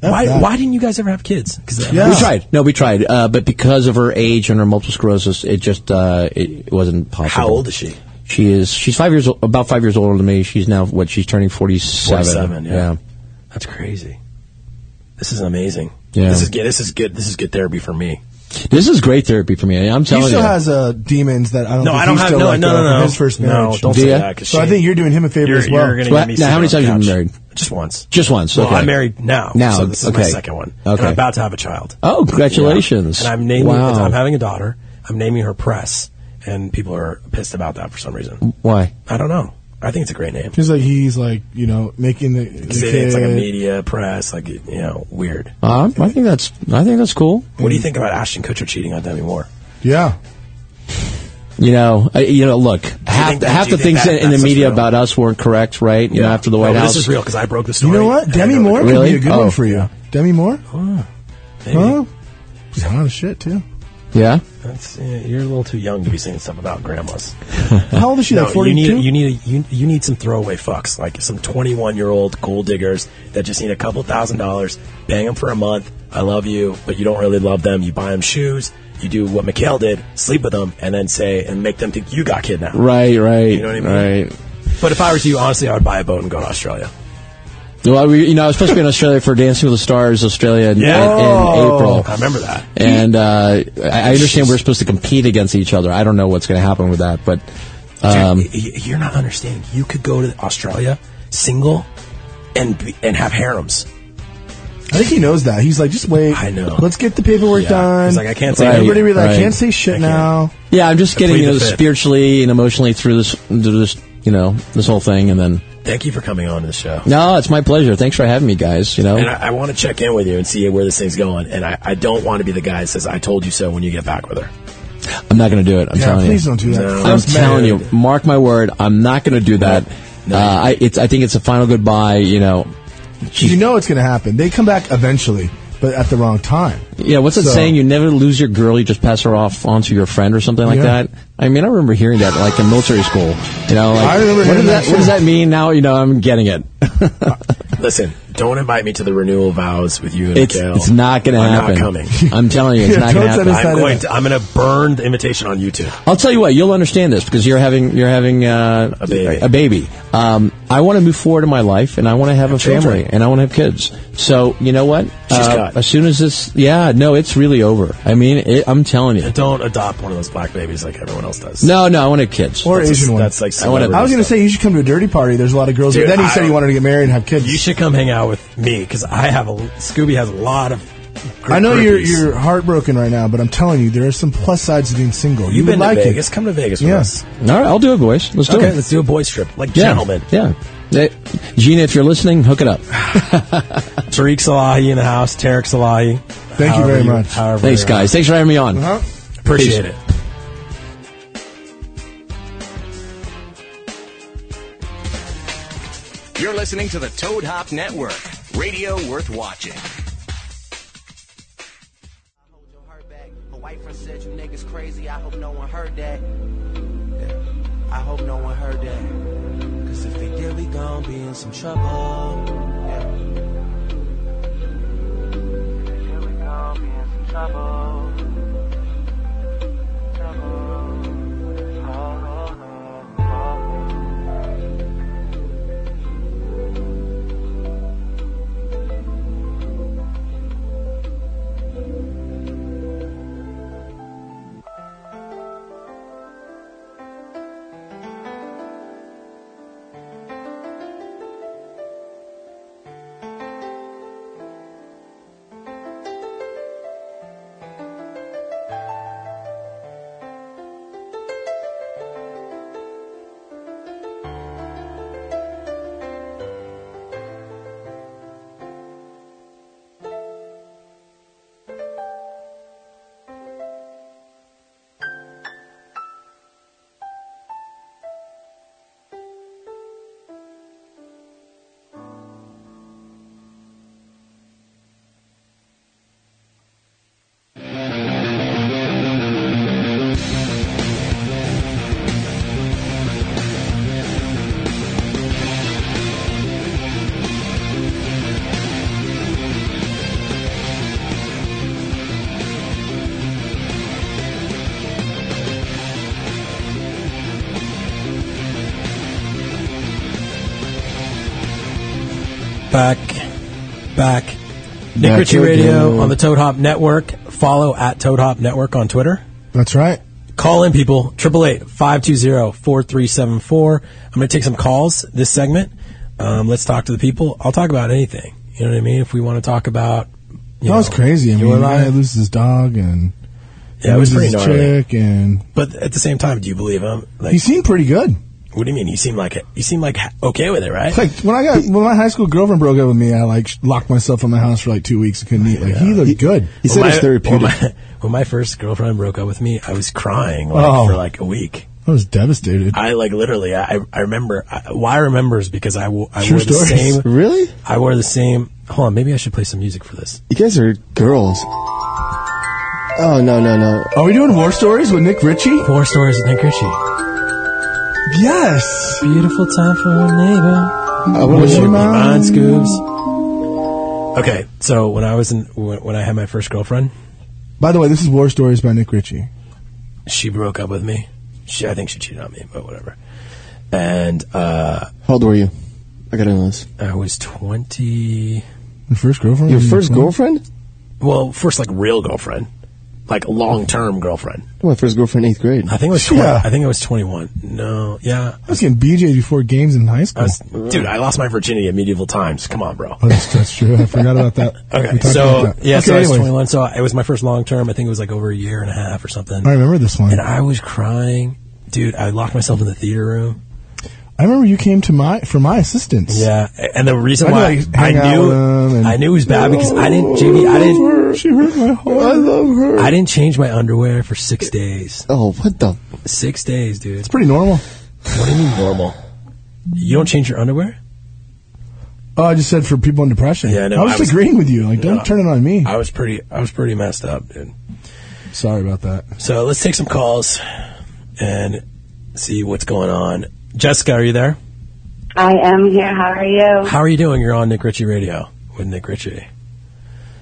D: F
C: Why,
D: that.
C: why didn't you guys ever have kids? Because
D: Yeah.
I: We tried. No, we tried. Uh, but because of her age and her multiple sclerosis, it just uh, it wasn't possible.
C: how old is she?
I: She is. She's five years. o- About five years older than me. She's now what? She's turning forty-seven.
C: 47, yeah. That's crazy. This is amazing.
I: Yeah.
C: This is good. This is good. This is good therapy for me.
I: This is great therapy for me. I'm
D: He
I: telling
D: still
I: you.
D: has uh, demons that I don't.
C: No,
D: think
C: I don't
D: he's
C: have-
D: still
C: no,
D: let
C: no,
D: go
C: no, no.
D: from His first
C: No,
D: marriage.
C: don't
I: Do
C: say
I: ya?
C: that, 'cause
D: So I
C: shame.
D: think you're doing him a favor
C: You're-
D: as well.
C: you're gonna
I: Well,
C: get me
I: now, how many
C: sick on
I: times
C: the
I: have you been
C: couch.
I: married?
C: Just once.
I: Just once,
C: Well,
I: okay.
C: I'm married now.
I: Now,
C: so this is my
I: okay.
C: second one.
I: Okay.
C: And I'm about to have a child.
I: Oh, congratulations.
C: Yeah. And I'm naming.
I: Wow.
C: I'm having a daughter. I'm naming her Press, and people are pissed about that for some reason.
I: Why?
C: I don't know. I think it's a great name.
D: He's like he's like you know making the, the
C: It's, it's like a
D: kid.
C: media press, like you know, weird.
I: Uh, I think that's I think that's cool.
C: What do you think about Ashton Kutcher cheating on Demi Moore?
D: Yeah.
I: You know, I, you know. Look, half
C: think-
I: the- half
C: do you
I: the
C: think
I: things
C: that-
I: in the
C: that's
I: media about us weren't correct, right? You know, after the White
C: No,
I: House,
C: Oh, This is real because I broke the
D: You
C: story.
D: know what? Demi Moore
I: Really?
D: could be a good
I: Oh.
D: one for you. Demi Moore?
C: Maybe.
D: Huh? She's hot as shit too.
I: Yeah.
C: That's, yeah, you're a little too young to be saying stuff about grandmas.
D: How old is she, like
C: You need,
D: 42?
C: you, need you, you need some throwaway fucks, like some 21 year old gold diggers that just need a couple thousand dollars, bang them for a month. I love you, but you don't really love them. You buy them shoes. You do what Mikhail did, sleep with them, and then say and make them think you got kidnapped.
I: right, right,
C: You know what I mean?
I: right.
C: But if I was you, honestly, I would buy a boat and go to Australia.
I: Well, we, you know, I was supposed to be in Australia for Dancing with the Stars Australia in, in- in April.
C: I remember that.
I: and uh, I I understand we're supposed to compete against each other. I don't know what's going to happen with that, but um,
C: Y- You're not understanding. You could go to Australia single and be, and have harems.
D: I think he knows that. He's like, just wait. I know. Let's get the paperwork
C: Yeah.
D: done.
C: He's like, I can't say
I: Right,
D: Everybody be like, I
I: right.
D: can't say shit now.
I: yeah, I'm just getting
C: Plead
I: you know
C: the fifth.
I: spiritually and emotionally through this, through this, you know, this whole thing, and then
C: Thank you for coming on to the show.
I: no, it's my pleasure. Thanks for having me, guys. You know,
C: And I, I want to check in with you and see where this thing's going. And I, I don't want to be the guy that says, I told you so when you get back with her.
I: I'm not going to do it. I'm
D: Yeah,
I: telling
D: please
I: you.
D: don't do that.
I: I'm
D: First
I: telling you.
D: married.
I: Mark my word. I'm not going to do that. Uh, I, it's, I think it's a final goodbye. You know.
D: You know it's going to happen. They come back eventually, but at the wrong time.
I: Yeah, what's that
D: So-
I: saying? You never lose your girl, you just pass her off onto your friend or something like
D: Yeah.
I: that. I mean, I remember hearing that like in military school. You know, like
D: I remember
I: what,
D: hearing
I: does
D: that
I: that,
D: too.
I: what does that mean? Now you know I'm getting it.
C: Listen, don't invite me to the renewal vows with you and
I: It's
C: Mikhail.
I: it's not going to
C: I'm
I: happen.
C: not coming.
I: I'm telling you, it's
D: Yeah,
I: not
D: don't
I: going to
D: send
I: happen.
D: us that
C: I'm going to,
D: in.
C: I'm going to burn the invitation on YouTube.
I: I'll tell you what, you'll understand this because you're having you're having uh,
C: A baby.
I: Um, I want to move forward in my life, and I want to have, a
C: children.
I: family, and I want to have kids. So you know what? Uh,
C: She's cut.
I: as soon as this, yeah, no, it's really over. I mean, it, I'm telling you.
C: And don't adopt one of those black babies like everyone else does.
I: No, no, I want to have kids.
D: Or
C: That's,
D: Asian
C: a,
D: one.
C: that's like
I: I wanna-
C: celebrity
D: I was going to
C: stuff.
D: say, you should come to a dirty party. There's a lot of girls.
C: Dude,
D: but then he
C: I
D: said he
C: don't-
D: wanted to get married and have kids.
C: You should come hang out with me because I have a Scooby has a lot of. gr-
D: I know you're,
C: groupies.
D: you're heartbroken right now, but I'm telling you, there are some plus sides to being single.
C: You've
D: you would
C: been
D: like
C: to Vegas.
D: it.
C: Come to Vegas with
D: Yeah.
C: us.
I: All right, I'll do it, boys. Let's do
C: Okay,
I: it.
C: let's do a boys trip like
I: yeah,
C: gentlemen.
I: Yeah. Hey, Gina, if you're listening, hook it up.
C: Tariq Salahi in the house. Tarek Salahi.
D: Thank you
C: However
D: very much. Uh-huh.
C: however
I: Thanks,
C: you're-
I: guys. Thanks for having me on.
D: Huh?
C: Appreciate it.
A: You're listening to the Toad Hop Network, radio worth watching.
J: My white friend said you niggas crazy. I hope no one heard that. Yeah. I hope no one heard that. Cause if they did, we gon' be in some trouble.
C: back, back. Nick
D: Back
C: Ritchie
D: again.
C: Radio on the Toad Hop Network. Follow at Toad Hop Network on Twitter.
D: That's right.
C: Call in, people. 888-520-4374. I'm going to take some calls this segment. Um, let's talk to the people. I'll talk about anything. You know what I mean? If we want to talk about... You
D: That was
C: know,
D: crazy. I mean,
C: your
D: the
C: life.
D: guy loses his dog and
C: Yeah, it was
D: loses
C: pretty
D: his
C: gnarly.
D: chick, and
C: But at the same time, do you believe him? Like,
D: he seemed pretty good.
C: What do you mean? You seem like it. You seem like ha- okay with it, right?
D: Like when I got when my high school girlfriend broke up with me, I like sh- locked myself in my house for like two weeks. I couldn't eat. Like he looked good.
C: When my- When my, when my first girlfriend broke up with me, I was crying like,
D: Oh.
C: for like a week.
D: I was devastated.
C: I like literally. I I remember. I, why I remember is because I, w- I
D: True
C: wore the
D: stories.
C: same.
E: Really?
C: I wore the same. Hold on, maybe I should play some music for this.
E: You guys are girls. Oh no no no!
D: Are we doing war stories with Nick Ritchie?
C: War stories with Nick Ritchie.
D: Yes.
C: Beautiful time for a neighbor.
I: Oh,
E: I wanna
C: Would you
E: be
C: mind,
M: Uh,
E: mine.
C: Scoobs? Okay, so when I was in when, when I had my first girlfriend,
D: By the way, this is War Stories by Nick Ritchie.
C: she broke up with me. She, I think she cheated on me, but whatever. And uh,
E: How old were you? I gotta know this.
C: I was twenty.
D: Your first girlfriend?
E: Your
D: was
E: first
D: 20?
E: girlfriend?
C: Well, first like real girlfriend, like long term girlfriend.
E: My first girlfriend, eighth grade.
C: I think it was. 20,
D: Yeah.
C: I think it was twenty one. No, yeah.
D: I was getting BJs before games in high school.
C: I was, dude, I lost my virginity at medieval times. Come on, bro.
D: Oh, that's, that's true. I forgot about that. We
C: Okay,
D: talked
C: so
D: about that.
C: yeah,
D: Okay,
C: so I was
D: anyways.
C: 21. So it was my first long term. I think it was like over a year and a half or something.
D: I remember this one.
C: And I was crying, dude. I locked myself in the theater room.
D: I remember you came to my for my assistance.
C: Yeah, and the reason
D: I'd,
C: why
D: like,
C: I
D: hang out
C: knew
D: with them and-
C: I knew it was bad because I didn't, Jamie. I didn't.
D: She hurt my heart.
E: I love her.
C: I didn't change my underwear for six days.
E: oh, what the?
C: Six days, dude.
D: It's pretty normal.
C: What do you mean normal? You don't change your underwear?
D: Oh, I just said for people in depression.
C: Yeah, I know.
D: I was
C: I
D: just
C: was-
D: agreeing with you. Like, don't
C: No.
D: turn it on me.
C: I was pretty. I was pretty messed up, dude.
D: Sorry about that.
C: So let's take some calls and see what's going on. Jessica, are you there?
L: I am here. How are you?
C: How are you doing? You're on Nick Ritchie Radio with Nick Ritchie.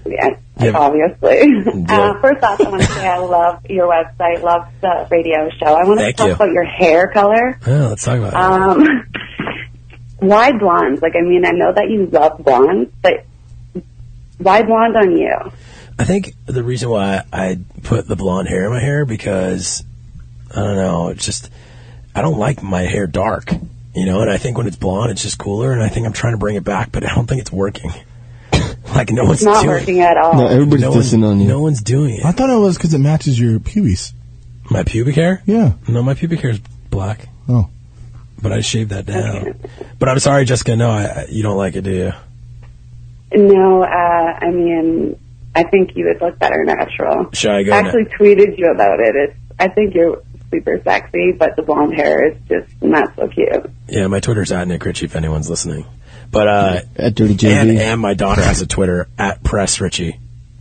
L: Yeah,
C: Yeah.
L: obviously.
C: Yeah.
L: Uh, first off, I want to say I love your website, love the radio show. I want to
C: Thank
L: talk
C: you.
L: about your hair color.
C: Oh, let's talk about it.
L: Um, why blondes? Like, I mean, I know that you love blondes, but why blonde on you?
C: I think the reason why I put the blonde hair in my hair because I don't know, it's just I don't like my hair dark, you know. And I think when it's blonde, it's just cooler. And I think I'm trying to bring it back, but I don't think it's working. like no one's
L: It's not
C: doing
L: working at all.
E: No, everybody's
C: No one-
E: dissing on you.
C: No one's doing
D: I
C: it.
D: thought it was because it matches your pubes.
C: My pubic hair?
D: Yeah.
C: No, my pubic hair is black,
D: Oh.
C: but I shaved that down. But I'm sorry, Jessica. No, I, I- you don't like it, do you?
L: No, uh, I mean, I think you would look better natural.
C: Should I go?
L: I actually tweeted you about it. It's, I think you're super sexy, but the blonde hair is just not so cute.
C: Yeah, my Twitter's at Nick Ritchie if anyone's listening. But uh,
E: At Dirty
C: and
E: JV.
C: and my daughter has a Twitter at Press Ritchie.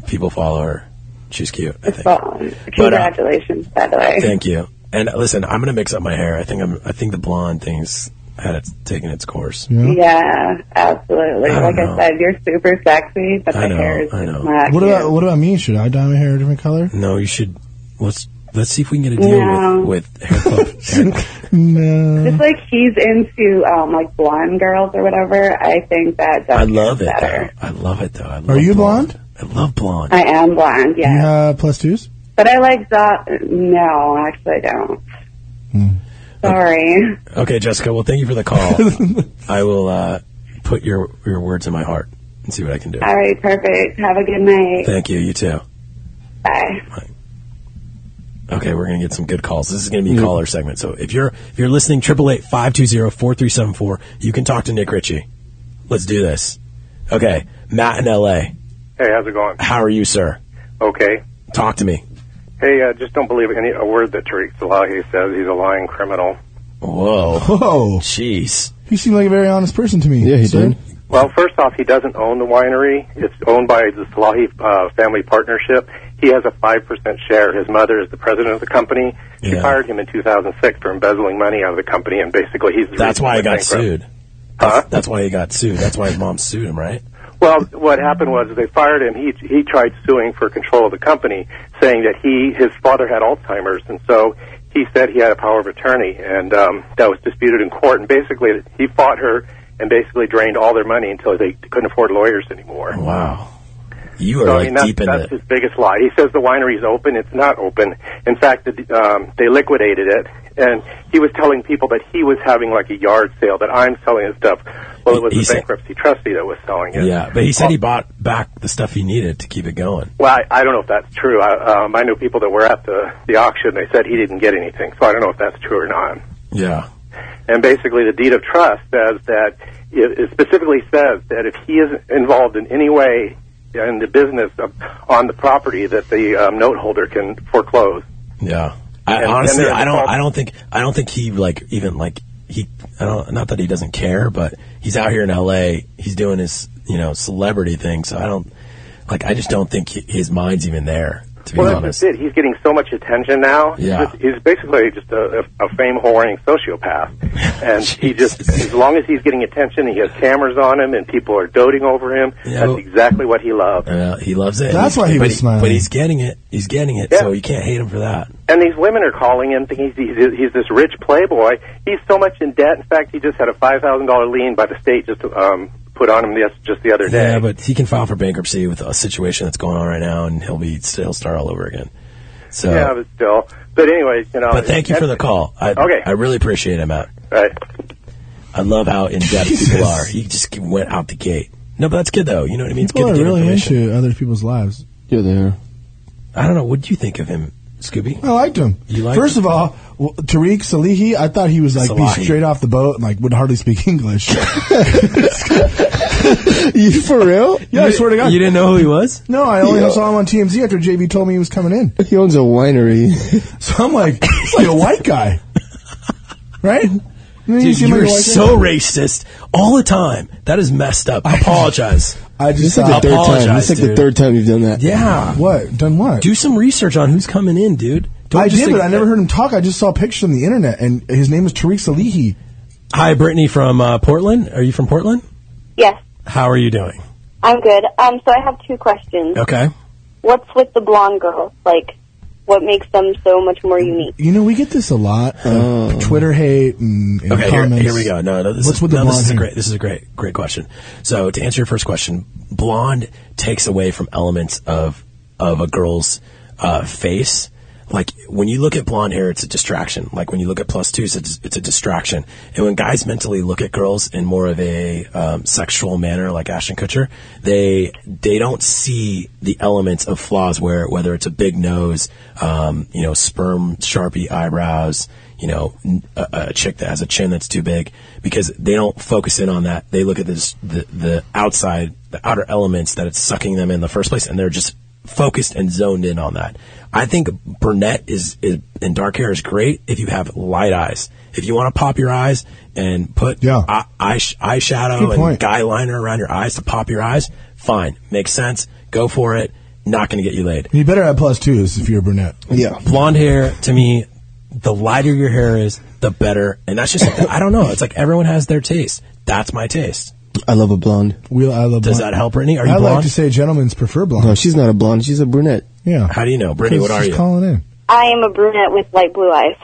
C: People follow her. She's cute. I think.
L: Well, congratulations, by the way.
C: uh, Thank you. And uh, listen, I'm gonna mix up my hair. I think I'm. I think the blonde thing's had it taken its course.
L: Yeah, absolutely.
C: I
L: like
C: don't know.
L: I said, Uh, you're super sexy, but
C: I
L: the
C: know,
L: hair is
C: I
L: just
C: know.
L: not
D: What
L: cute.
D: about what about me? Should I dye my hair a different color?
C: No, you should. Let's let's see if we can get a deal
L: No.
C: with with hair club. hair-
D: No.
L: just like he's into um like blonde girls or whatever, I think that does
C: I love it
L: better.
C: though. I love it though. I love
D: Are you
C: I love blonde.
L: I am blonde,
D: Do you
C: Mm.
L: yeah.
D: have plus twos?
L: But I like that. No, actually, I don't.
C: Mm.
L: Sorry.
C: Okay, Jessica. Well, thank you for the call. I will uh, put your your words in my heart and see what I can do.
L: All right, perfect. Have a good night.
C: Thank you. You too.
L: Bye.
C: Okay, we're gonna get some good calls. This is gonna be a caller segment. So if you're if you're listening, triple eight five two zero four three seven four, you can talk to Nick Ritchie. Let's do this. Okay, Matt in L.A.
N: Hey, how's it going?
C: How are you, sir?
N: Okay.
C: Talk to me.
N: Hey, uh, just don't believe any a word that Tariq Salahi says. He's a lying criminal.
C: Whoa,
D: Oh,
C: jeez.
D: he seemed like a very honest person to me.
E: Yeah, he
D: sir.
E: did.
N: Well, first off, he doesn't own the winery. It's owned by the Salahi uh, family partnership. He has a five percent share. His mother is the president of the company. She
C: Yeah.
N: fired him in 2006 for embezzling money out of the company, and basically he's the
C: That's
N: reason
C: why he
N: we're
C: got
N: bankrupt.
C: sued.
N: Huh?
C: That's why he got sued. That's why his mom sued him, right?
N: Well, what happened was they fired him. He he tried suing for control of the company, saying that he his father had Alzheimer's, and so he said he had a power of attorney, and um, that was disputed in court. And basically, he fought her and basically drained all their money until they couldn't afford lawyers anymore.
C: Wow, you are
N: So, I
C: like
N: mean, that's,
C: deep in
N: that's
C: the.
N: his biggest lie. He says the winery's open. It's not open. In fact, the, um, they liquidated it, and he was telling people that he was having like a yard sale, that I'm selling his stuff. Well, it was
C: He- he
N: the
C: said-
N: bankruptcy trustee that was selling it.
C: Yeah, but he said he bought back the stuff he needed to keep it going.
N: Well, I, I don't know if that's true. I, um, I knew people that were at the the auction. They said he didn't get anything, so I don't know if that's true or not.
C: Yeah.
N: And basically, the deed of trust says that it it specifically says that if he is involved in any way in the business of, on the property, that the um, note holder can foreclose.
C: Yeah. I,
N: And-
C: honestly,
N: and there's
C: I don't.
N: prob-
C: I don't think. I don't think he like even like he. I don't. Not that he doesn't care, but he's out here in L.A. He's doing his you know celebrity thing. So I don't. Like I just don't think he, his mind's even there. To be
N: well,
C: honest.
N: that's just it. He's getting so much attention now. He's
C: Yeah.
N: just- He's, basically just a, a fame whoring sociopath, and he just as long as he's getting attention, and he has cameras on him, and people are doting over him. that's exactly what he loves.
C: Yeah, he loves it.
N: That's why he
C: but
N: was smiling.
C: But he's getting it. He's getting it. So you can't hate him for that.
N: And these women are calling him, thinking he's, he's, he's this rich playboy. He's so much in debt. In fact, he just had a five thousand dollar lien by the state just um, put on him the, just the other day.
C: Yeah, but he can file for bankruptcy with a situation that's going on right now, and he'll be he'll start all over again. So,
N: yeah, but still. But anyways, you know.
C: but thank you for the call. I,
N: Uh, Okay.
C: I really appreciate it, Matt.
N: Right.
C: I love how in depth
D: Jesus.
C: people are. He just went out the gate. No, but that's good though. Oh, You know what I mean? It's
D: People
C: good
D: are
C: to get
D: really
C: information.
D: into other people's lives.
E: Yeah, they are.
C: I don't know. What do you think of him, Scooby?
D: I liked him.
C: You liked
D: First
C: him?
D: of all, w- Tariq Salehi, I thought he was like
C: Salahi.
D: be straight off the boat and like would hardly speak English.
E: you for real?
D: Yeah, I swear to God.
C: You didn't know who he was?
D: No, I only
E: Yeah.
D: saw him on TMZ after JB told me he was coming in.
E: He owns a winery.
D: So I'm like, it's like a white guy, right? And then
C: Dude,
D: see him
C: you
D: like
C: are
D: a white
C: so
D: guy.
C: racist all the time. That is messed up. Apologize.
D: I
E: This is like the third time. This is like the
C: dude.
E: third time you've done that.
C: Yeah.
D: What? Done what?
C: Do some research on who's coming in, dude. Don't
D: I
C: just
D: did,
C: think-
D: but I never heard him talk. I just saw pictures on the internet, and his name is Tariq Salehi.
C: Hi, Brittany from uh, Portland. Are you from Portland?
O: Yes,
C: How are you doing?
O: I'm good. Um, so I have two questions.
C: Okay.
O: What's with the blonde girls? Like, what makes them so much more unique?
D: You know, we get this a lot. of Twitter hate and, and
C: Oh. okay, here,
D: comments.
C: here we go. No, no, this
D: What's
C: is,
D: with the
C: no, this
D: blonde
C: is a
D: hair?
C: great, this is a great, great question. So to answer your first question, blonde takes away from elements of of a girl's uh, face. Like when you look at blonde hair, it's a distraction. Like when you look at plus twos, it's, it's a distraction. And when guys mentally look at girls in more of a um, sexual manner, like Ashton Kutcher, they they don't see the elements of flaws. Where whether it's a big nose, um, you know, sperm sharpie eyebrows, you know, n- a, a chick that has a chin that's too big, because they don't focus in on that. They look at this the, the outside, the outer elements that it's sucking them in the first place, and they're just focused and zoned in on that. I think brunette is, is and dark hair is great if you have light eyes. If you want to pop your eyes and put eye, eye, eyeshadow
D: Good
C: and
D: point.
C: guy liner around your eyes to pop your eyes, fine, makes sense. Go for it. Not going to get you laid.
D: You better have plus twos if you're a brunette.
E: Yeah.
C: Blonde hair, to me, the lighter your hair is, the better. And that's just, I don't know. It's like everyone has their taste. That's my taste.
E: I love a blonde.
D: We, I love
C: Does
D: blonde.
C: that help, Brittany? Are you
D: I
C: blonde?
D: like to say gentlemen's prefer blonde.
E: No, she's not a blonde. She's a brunette.
D: Yeah.
C: How do you know? Brittany, what are
D: she's
C: you?
D: calling in.
O: I am a brunette with light blue eyes.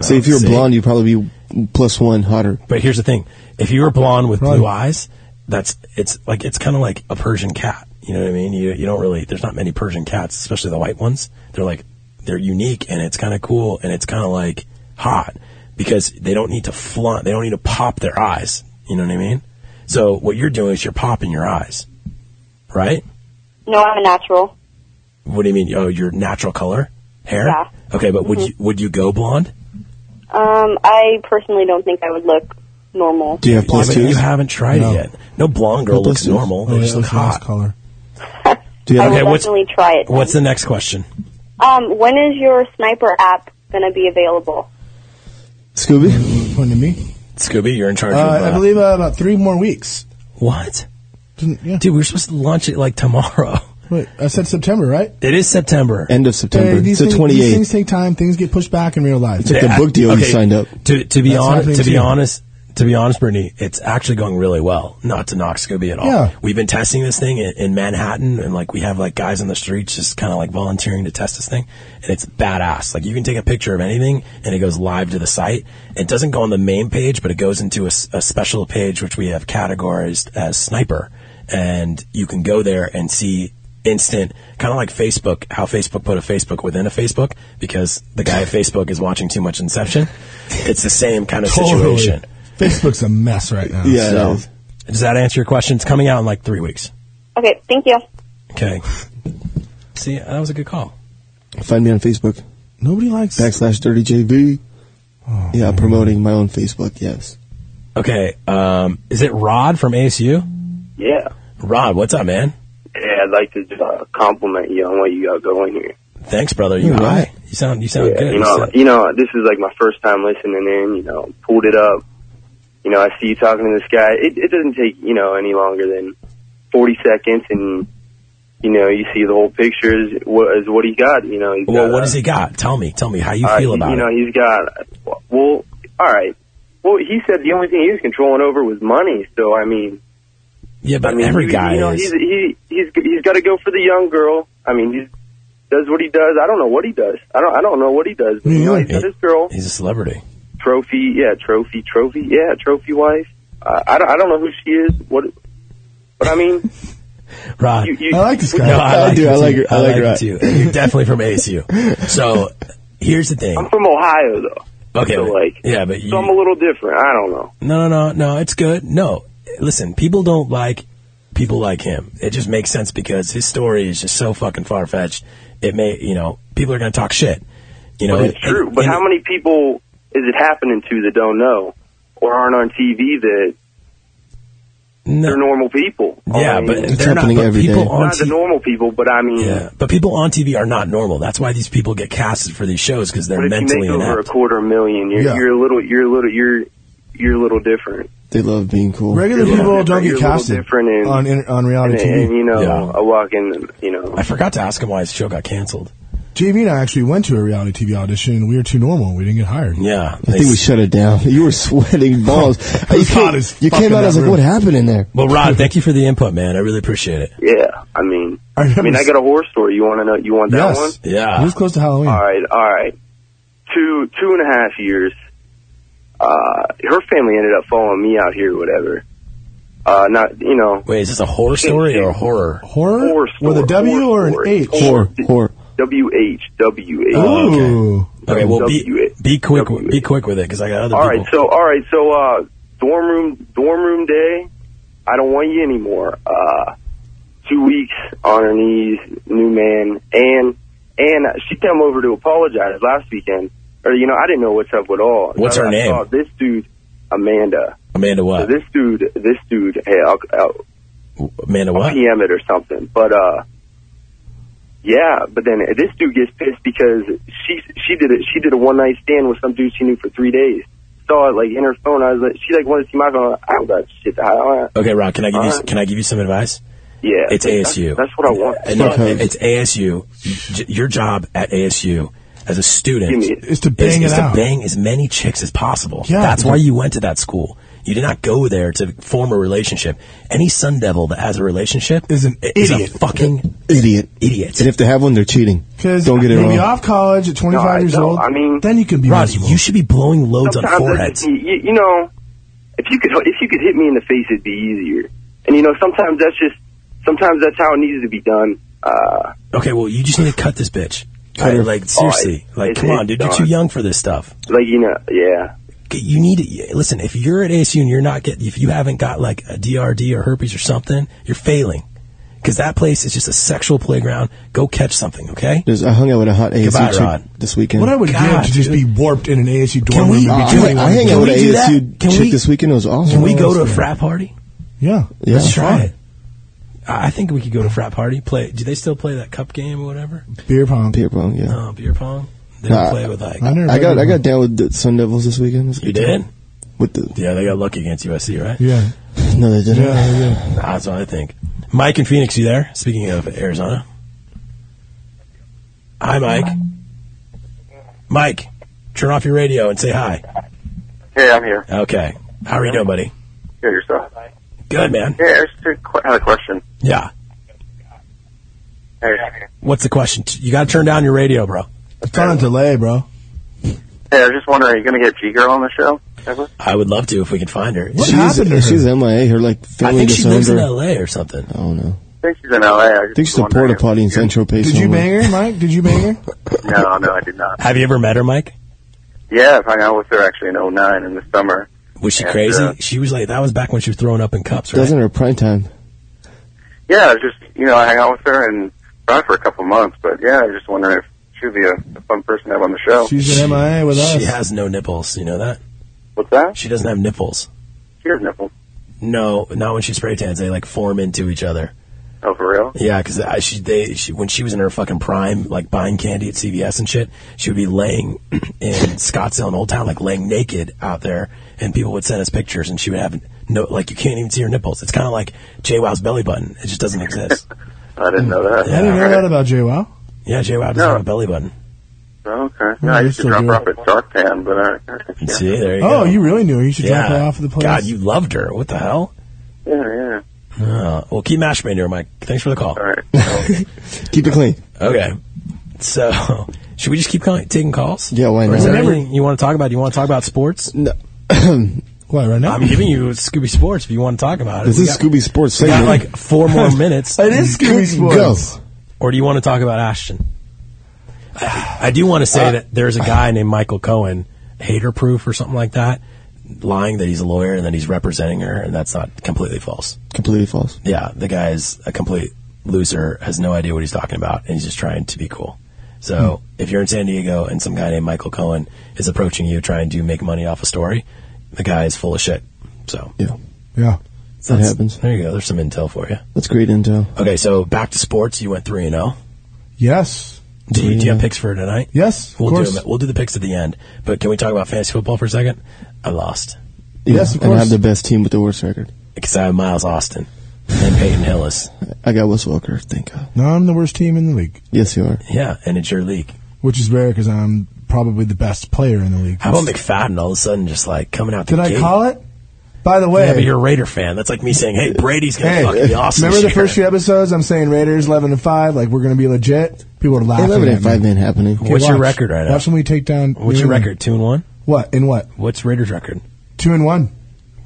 E: So if you're blonde, you'd probably be plus one hotter.
C: But here's the thing: if you were blonde with blue eyes, that's it's like it's kind of like a Persian cat. You know what I mean? You you don't really there's not many Persian cats, especially the white ones. They're like they're unique and it's kind of cool and it's kind of like hot because they don't need to flaunt, they don't need to pop their eyes. You know what I mean? So what you're doing is you're popping your eyes, right?
O: no, I'm a natural.
C: What do you mean? Oh, your natural color, hair.
O: Yeah.
C: Okay, but would
O: Mhm.
C: you would you go blonde?
O: Um, I personally don't think I would look normal.
E: Do you have
C: Yeah,
E: plus
C: but
E: twos?
C: You haven't tried
E: No.
C: it yet. No blonde girl
E: No plus
C: looks
E: twos.
C: normal. They
E: Oh, yeah,
C: just look
E: that's a nice
C: hot.
D: Color.
E: Do you
O: I
E: have
O: will
C: Okay, what's-
O: definitely try it.
C: What's the next question?
O: Um, when is your sniper app going to be available?
E: Scooby?
D: Pointing to me.
C: Scooby, you're in charge of
D: Uh, I
C: that.
D: believe uh, about three more weeks.
C: What?
D: Yeah.
C: Dude, we were supposed to launch it like tomorrow.
D: Wait, I said September, right?
C: It is September.
E: End of September.
D: Hey, these,
E: so
D: things,
E: twenty
D: these
E: eighth.
D: things take time. Things get pushed back in real life.
E: It's like the book deal you signed up.
C: To, to be
D: That's
C: honest,
D: happening
C: to be
D: too.
C: honest, to be honest, Brittany, it's actually going really well. Not to knock Scooby at all.
D: Yeah.
C: We've been testing this thing in, in Manhattan, and like we have like guys on the streets just kind of like volunteering to test this thing, and it's badass. Like you can take a picture of anything, and it goes live to the site. It doesn't go on the main page, but it goes into a, s- a special page which we have categorized as sniper, and you can go there and see instant kind of like facebook how facebook put a facebook within a facebook because the guy at facebook is watching too much inception it's the same kind of
D: Totally.
C: situation
D: Facebook's a mess right now.
C: So, does that answer your question? It's coming out in like three weeks.
O: Okay, thank you.
C: Okay. See, that was a good call.
E: Find me on Facebook.
D: Nobody likes Oh,
E: backslash dirty JB. yeah, promoting my own Facebook. Yes.
C: Okay, um, is it Rod from ASU?
P: Yeah.
C: Rod, what's up, man?
P: Yeah, I'd like to just uh, compliment you on what you got going here.
C: Thanks, brother. You all right? You sound you sound
P: Yeah,
C: good.
P: You
C: You
P: know,
C: sound-
P: you know, this is like my first time listening in. You know, pulled it up. You know, I see you talking to this guy. It, it doesn't take you know any longer than forty seconds, and you know, you see the whole picture is what, is what he got. You know, he's
C: well,
P: got,
C: what
P: uh,
C: does he got? Tell me, tell me how you
P: uh,
C: feel
P: he-
C: about
P: you
C: it.
P: know, he's got well, all right. Well, he said the only thing he was controlling over was money. So I mean,
C: Yeah, but
P: I mean,
C: every
P: you-
C: guy
P: you know,
C: is.
P: he's he he's he's got to go for the young girl. I mean, he does what he does. I don't know what he does. I don't I don't know what he does. But, you know, he's got his girl
C: He's a celebrity.
P: trophy, yeah, trophy, trophy, yeah, trophy wife. Uh, I don't, I don't know who she is. What, but I mean,
C: Rod,
P: you, you,
D: I like this guy.
C: No, I,
D: I
C: like
D: do,
C: you
D: I like
C: too.
D: her- I like Rod.
C: you too. And you're definitely from ASU. So here's the thing.
P: I'm from Ohio though.
C: Okay,
P: so
C: but-
P: like,
C: yeah, but you-
P: so I'm a little different. I don't know.
C: No, no, no, no. It's good. No, listen. People don't like people like him. It just makes sense because his story is just so fucking far fetched. It may, you know, people are gonna talk shit. You know,
P: but it's
C: and-
P: true. but how many people is it happening to that don't know or aren't on TV that they're normal people?
C: Yeah,
P: I mean,
C: but It's they're not- happening but every people day. on
P: not the
C: TV
P: normal people, but I mean,
C: Yeah, but people on TV are not normal. That's why these people get casted for these shows because
P: but
C: they're
P: if you
C: mentally
P: make over
C: inept.
P: a quarter million, you're,
C: Yeah.
P: you're a little, you're a little, you're, you're a little different.
E: They love being cool.
D: Regular people don't
P: You're
D: get
P: a little
D: casted
P: different in-
D: on in, on reality
P: and,
D: TV.
P: and, you know, I walk in, you know.
C: I forgot to ask him why his show got canceled.
D: JB and I actually went to a reality TV audition, and we were too normal. We didn't get hired.
C: Yeah,
E: I think we shut it down. You were sweating balls.
D: It
E: you
D: was hot
E: came,
D: as
E: you
D: fuck
E: came
D: in
E: out. I
D: that
E: was like,
D: room.
E: "What happened in there?"
C: Well, Rod, thank you for the input, man. I really appreciate it.
P: Yeah, I mean,
C: I
P: I,
C: remember
P: mean, I
C: s-
P: got a horror story. You want to know? You want that
C: Yes.
P: one?
C: Yeah. It was
D: close to Halloween.
P: All right, all right. Two two and a half years. Uh, her family ended up following me out here, or whatever. Uh, not you know.
C: Wait, is this a horror story or a horror?
D: Horror?
P: Horror
D: With a W or an H?
C: Horror,
E: horror.
P: W H W H.
C: Oh, okay. okay, well,
P: W
C: be, be quick, be quick with it because I got other
P: All right,
C: people.
P: so all right, so uh, dorm room dorm room day. I don't want you anymore. Uh, two weeks on her knees, new man, and and she came over to apologize last weekend. Or you know, I didn't know what's up at all.
C: What's her
P: I,
C: name?
P: saw this dude, Amanda.
C: Amanda
P: So
C: what?
P: this dude, this dude. Hey, I'll, I'll,
C: Amanda
P: I'll
C: what?
P: PM it or something. But uh, yeah. But then this dude gets pissed because she she did it. She did a one night stand with some dude she knew for three days. Saw it like in her phone. I was like, she like wanted to see my phone. I was like, shit. I, I,
C: Okay, Rod, can I give you
P: Alright.
C: can I give you some advice?
P: Uh-huh. Yeah,
C: it's
P: that's-
C: ASU.
P: That's what I want.
C: Uh, no, it's ASU. J- Your job at ASU as a student
P: Give me it.
D: Is to bang
C: is
D: it
C: to
D: out.
C: bang as many chicks as possible.
D: Yeah.
C: that's why you went to that school. You did not go there to form a relationship. Any sun devil that has a relationship is an
D: idiot.
C: a fucking
E: Idiot.
C: Idiot.
E: And if they have one, they're cheating.
D: Because
E: Don't get it
D: you'll
E: wrong.
D: be off college at 25
P: No, I
D: years
P: don't.
D: old.
P: I mean,
D: then you could be
C: Rod,
D: miserable.
C: you should be blowing loads on
P: Sometimes I
C: foreheads.
P: just, you, you know, if you could if you could hit me in the face, it'd be easier. And you know, sometimes that's just sometimes that's how it needs to be done. Uh,
C: Okay, well, you just need to cut this bitch.
P: Cut
C: I-
P: her.
C: like seriously,
P: Alright.
C: like
P: It's-
C: come on,
P: it's
C: dude, you're
P: done.
C: too young for this stuff.
P: like you know, yeah.
C: you need to listen. If you're at ASU and you're not getting, if you haven't got like a DRD or herpes or something, you're failing because that place is just a sexual playground. Go catch something, okay?
E: There's- I hung out with a hot ASU
C: Goodbye,
E: chick
C: Rod.
E: this weekend.
D: what I would give to just be warped in an ASU dorm
C: Can we-
D: room
E: Uh,
D: and be
E: I,
D: doing
E: I
D: what
E: hang
D: we're
E: out with
D: doing.
E: an ASU
C: Can
E: chick
C: we-
E: this weekend. It was awesome.
C: Can we go to a frat party?
D: Yeah,
E: Yeah.
C: let's try
E: Fine.
C: it. I I think we could go to a frat party. Play? Do they still play that cup game or whatever?
D: Beer pong.
E: Beer pong. Yeah.
C: Oh, beer pong. They don't
E: Nah,
C: play with like.
E: I, got I got down with the Sun Devils this weekend. It was a
C: You
E: good
C: did?
E: time. With the
C: Yeah, they got lucky against USC, right?
D: yeah.
E: No, they didn't.
C: That's what I think. Mike in Phoenix, you there? Speaking of Arizona. Hi, Mike. Mike, turn off your radio and say hi.
Q: Hey, I'm here.
C: Okay. How are you doing, buddy?
Q: Good yourself.
C: Good, man.
Q: Yeah, I just had qu- had a question.
C: Yeah.
Q: Hey,
C: What's the question? T- You got to turn down your radio, bro.
D: It's on a delay, bro.
Q: hey, I was just wondering, are you gonna get G girl on the show? Ever?
C: I would love to if we could find her.
E: she's, She's MIA. Her like
C: I
E: family
C: think she
E: disowned
C: lives in
E: her. Oh.
C: L.A. or something.
E: I don't know.
Q: I think she's in LA. I
E: I think she's a porta potty in Central Pay.
D: Did you bang her, Mike? Did you bang her?
Q: just, no, no, I did not.
C: Have you ever met her, Mike?
Q: Yeah, I hung out with her actually in '09 in the summer.
C: Was she
Q: And,
C: crazy?
Q: uh,
C: She was like, that was back when she was throwing up in cups, right?
E: Doesn't her prime time?
Q: Yeah, I was just you know, I hung out with her and tried for a couple months, but yeah, I was just wondering if She'll be a, a fun person to have on the show.
D: She's an MIA with us.
C: She has no nipples. You know that?
Q: What's that?
C: She doesn't have nipples.
Q: She has nipples.
C: No, not when she spray tans. They like form into each other.
Q: Oh, for real?
C: Yeah, because she they she, when she was in her fucking prime, like buying candy at CVS and shit, she would be laying in Scottsdale and Old Town, like laying naked out there, and people would send us pictures, and she would have no like you can't even see her nipples. It's kind of like Jay Wow's belly button. It just doesn't exist.
Q: I didn't know
D: I
Q: that.
D: didn't know that about Jay Wow.
C: Yeah, Jay Wow doesn't have a belly button.
Q: Oh, okay. Yeah, I used to drop her off at Dark Pan, but I, I can't.
C: See, there you go.
D: Oh, you really knew her. You should
C: yeah.
D: drop her off at the place.
C: God, you loved her. What the hell?
Q: Yeah, yeah.
C: Uh, well, keep mashing me into her, Mike. Thanks for the call. All
Q: right.
E: Keep it clean.
C: Okay. So, should we just keep calling, taking calls?
E: Yeah, why
C: Or is
E: not?
C: there anything you want to talk about? Do you want to talk about sports?
E: No.
D: Why right now?
C: I'm giving you Scooby Sports if you want to talk about it.
E: This
C: We
E: is
C: got-
E: Scooby Sports
C: We got
E: segment.
C: like four more minutes.
D: It is Scooby Sports.
C: Go. Or do you want to talk about Ashton? I, I do want to
E: Uh,
C: say that there's a guy named Michael Cohen, hater proof or something like that, lying that he's a lawyer and that he's representing her, and that's not completely false.
E: Completely false.
C: Yeah, the guy is a complete loser, has no idea what he's talking about, and he's just trying to be cool. So
D: Hmm.
C: if you're in San Diego and some guy named Michael Cohen is approaching you trying to make money off a story, the guy is full of shit. So
E: yeah,
D: yeah,
E: That happens.
C: There you go. There's some intel for you.
E: That's great intel.
C: Okay, so back to sports. You went three and zero.
D: Yes.
C: Do you, do you have
D: 3-0.
C: picks for tonight?
D: Yes, of
C: we'll
D: course.
C: do them. We'll do the picks at the end. But can we talk about fantasy football for a second? I lost
D: Yes, of
E: And I have
D: course.
E: the best team with the worst record.
C: because I have Miles Austin and Peyton Hillis.
E: I got Wes Welker. Thank God.
D: No, I'm the worst team in the league,
E: Yes, you are.
C: Yeah, and it's your league.
D: which is rare because I'm probably the best player in the league.
C: How about McFadden all of a sudden just like coming out the
D: Did I
C: gate?
D: call it? By the way,
C: Yeah, but you're a Raider fan. That's like me saying, "Hey, Brady's gonna
D: Hey,
C: fucking be awesome."
D: remember the
C: this year.
D: first few episodes? I'm saying Raiders 11 and 5, like we're going to be legit. People are laughing.
E: Eleven
D: at
E: and
D: me.
E: five ain't happening.
D: Okay,
C: What's your
D: watch.
C: record right now?
D: Watch when we take down.
C: What's
D: New
C: your
D: England.
C: record? Two and one.
D: What? In what?
C: What's Raiders' record?
D: Two and one.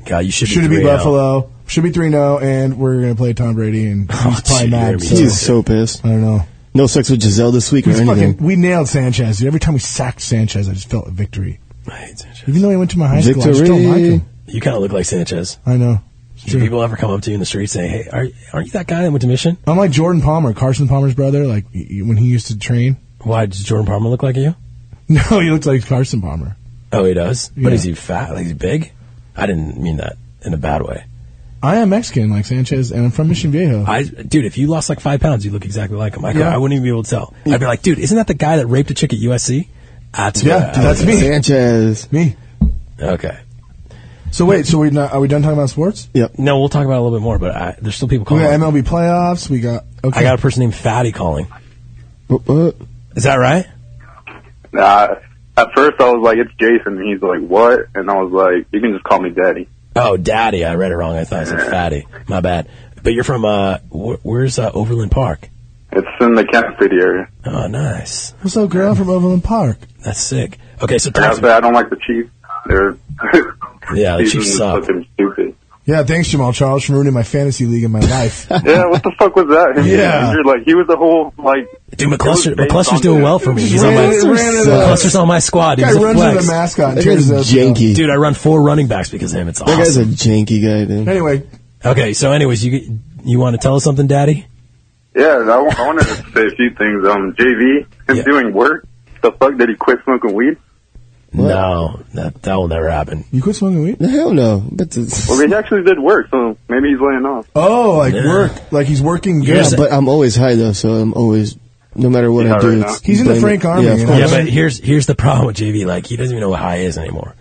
C: God, you should be oh.
D: Should it be
C: 3-0.
D: Buffalo? Should be 3 0, and we're going to play Tom Brady, and he's probably
C: dude,
D: mad.
C: you're
D: so-
E: He's so pissed.
D: I don't know.
E: No sex with Giselle this week or
D: We
E: anything.
D: fucking we nailed Sanchez. Dude. Every time we sacked Sanchez, I just felt a victory.
C: I hate Sanchez.
D: Even though he went to my high school, I still
E: Victory.
D: like him.
C: You kind of look like Sanchez.
D: I know. It's
C: Do
D: true.
C: people ever come up to you in the street saying, "Hey, are aren't you that guy that went to Mission?"
D: I'm like Jordan Palmer, Carson Palmer's brother. Like y- y- when he used to train.
C: Why does Jordan Palmer look like you?
D: No, he looked like Carson Palmer.
C: Oh, he does.
D: Yeah.
C: But is he fat? Like he's big? I didn't mean that in a bad way.
D: I am Mexican, like Sanchez, and I'm from Mission Viejo.
C: I, dude, if you lost like five pounds, you look exactly like him. I,
D: Yeah.
C: I wouldn't even be able to tell. I'd be like, dude, isn't that the guy that raped a chick at USC? That's
D: Yeah,
C: what I-
D: that's me.
E: Sanchez.
D: Me.
C: uh, Okay.
D: So wait, so we not, are we done talking about sports?
C: No, we'll talk about it a little bit more. But I, there's still people
D: We
C: calling.
D: got MLB playoffs. We got okay.
C: I got a person named Fatty calling.
E: What- what?
C: Is that right?
Q: Nah, at first I was like, it's Jason. And he's like, what? And I was like, you can just call me daddy.
C: Oh, Daddy. I read it wrong. I thought it said Fatty. My bad. But you're from uh, wh- where's uh, Overland Park?
Q: It's in the Kansas City area.
C: Oh, nice.
D: What's up, girl from Overland Park?
C: That's sick. Okay, so
Q: Like I
C: talk
Q: said, I don't like the Chiefs. They're
C: Yeah, the
Q: Chiefs
C: Chiefs
Q: is
C: suck.
Q: fucking stupid.
D: Yeah, thanks Jamal Charles for ruining my fantasy league in my life.
Q: Yeah, what the fuck was that? Him
D: Yeah.
Q: getting injured, like he was the whole like.
C: Dude,
Q: it
C: McCluster,
Q: was based
C: McCluster's
Q: on
C: doing
Q: the-
C: well for me.
D: Just
C: He's on my,
D: ran into- ran into the-
C: McCluster's on my squad. He
D: guy
C: was a
D: runs into
C: flex.
D: the mascot. And
E: That
D: tears
E: guy's
D: his ACL.
E: janky.
C: Dude, I run four running backs because of him. It's
E: That guy's a
C: awesome.
E: janky guy, dude.
D: Anyway,
C: okay, so anyways, you you want to tell us something, Daddy?
Q: Yeah, I, wa- I wanted to say a few things. Um, JV is
C: Yeah.
Q: doing work. The fuck did he quit smoking weed?
E: What?
C: No, that that will never happen.
D: you quit smoking weed?
E: Hell no. That's a-
Q: Well, he actually did work, so maybe he's laying off.
D: Oh, like
C: Yeah.
D: work, like he's working good.
C: Yes.
E: Yeah, but I'm always high though, so I'm always no matter what
Q: Yeah,
E: I do.
Q: right
E: it's
Q: now.
D: He's in the
E: blame
D: Frank
E: it-
D: Army,
E: Yeah, of
D: you know?
E: course.
C: Yeah,
D: Mhm.
C: but here's here's the problem with JV. Like he doesn't even know what high is anymore.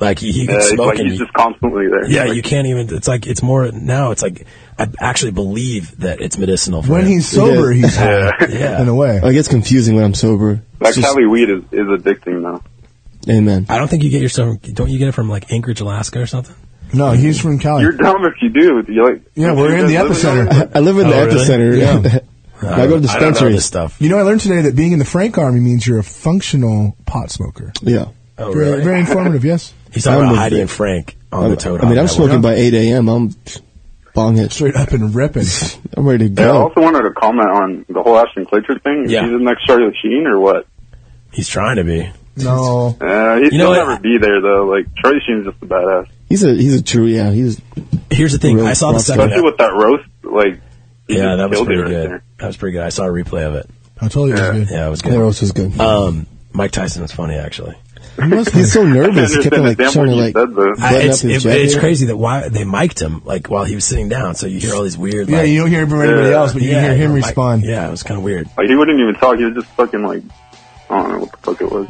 C: Like he, he
Q: Yeah,
C: can
Q: it's
C: smoke
Q: like
C: and
Q: he's
C: you-
Q: just constantly there.
C: yeah,
Q: Like,
C: you can't even. It's like it's more now. It's like I actually believe that it's medicinal. For
D: when
C: him.
D: he's sober,
E: Yeah.
D: he's high.
C: Yeah.
D: in a way.
E: I gets confusing when I'm sober.
Q: Like
E: It's just-
Q: Cali weed is, is addicting now.
E: amen.
C: I don't think you get yourself. Don't you get it from like Anchorage, Alaska, or something?
D: No, he's from Cali.
Q: You're dumb if you do. You're like,
D: Oh. yeah, we're in the epicenter.
E: I live in
C: Oh,
E: the
C: really?
E: epicenter.
D: Yeah.
E: I go to
C: I don't know
E: dispensaries.
C: this stuff.
D: You know, I learned today that being in the Frank Army means you're a functional pot smoker.
E: Yeah.
C: Oh,
D: Very-
C: really?
D: Very informative. Yes.
C: He's talking
E: I'm
C: about
E: with
C: Heidi
E: it.
C: and Frank on
E: I'm-
C: the toad.
E: I mean,
C: Hop
E: I'm
C: Network.
E: smoking by 8 a.m. I'm bong it.
D: Straight up and ripping.
E: I'm ready to
Q: Yeah, I
E: go.
Q: also wanted to comment on the whole Ashton Kutcher thing. Is
C: Yeah.
Q: he the next Charlie Sheen or what?
C: He's trying to be.
D: No.
Q: Uh, he,
C: You know
Q: he'll
C: what?
Q: never be there though. Like Charlie Sheen's just a badass,
E: He's a he's a true yeah. He's
C: Here's the thing.
E: Real
C: I saw the
E: rough
C: second.
Q: especially with that roast. Like, he
C: yeah,
Q: just
C: that was
Q: killed it
C: pretty
Q: right
C: good.
Q: there.
C: That was pretty good. I saw a replay of it.
D: Pautoli was good.
C: Yeah, it was good.
E: Morelos was good.
C: Um, Mike Tyson was funny actually.
E: He's so nervous.
C: I
E: Kept on, like
C: understand
E: trying to
C: the
E: like
C: damn
E: button
C: I-
E: up
C: it's,
E: his
C: it-
E: jacket.
C: it's crazy that why they mic'd him like while he was sitting down, so you hear all these weird.
D: Yeah,
C: like-
D: you don't hear from anybody else, but you
C: Yeah,
D: hear him
C: no, Mike-
D: respond.
C: yeah, it was kind of weird.
Q: Like he wouldn't even talk. He was just fucking like, I don't know what the fuck it was.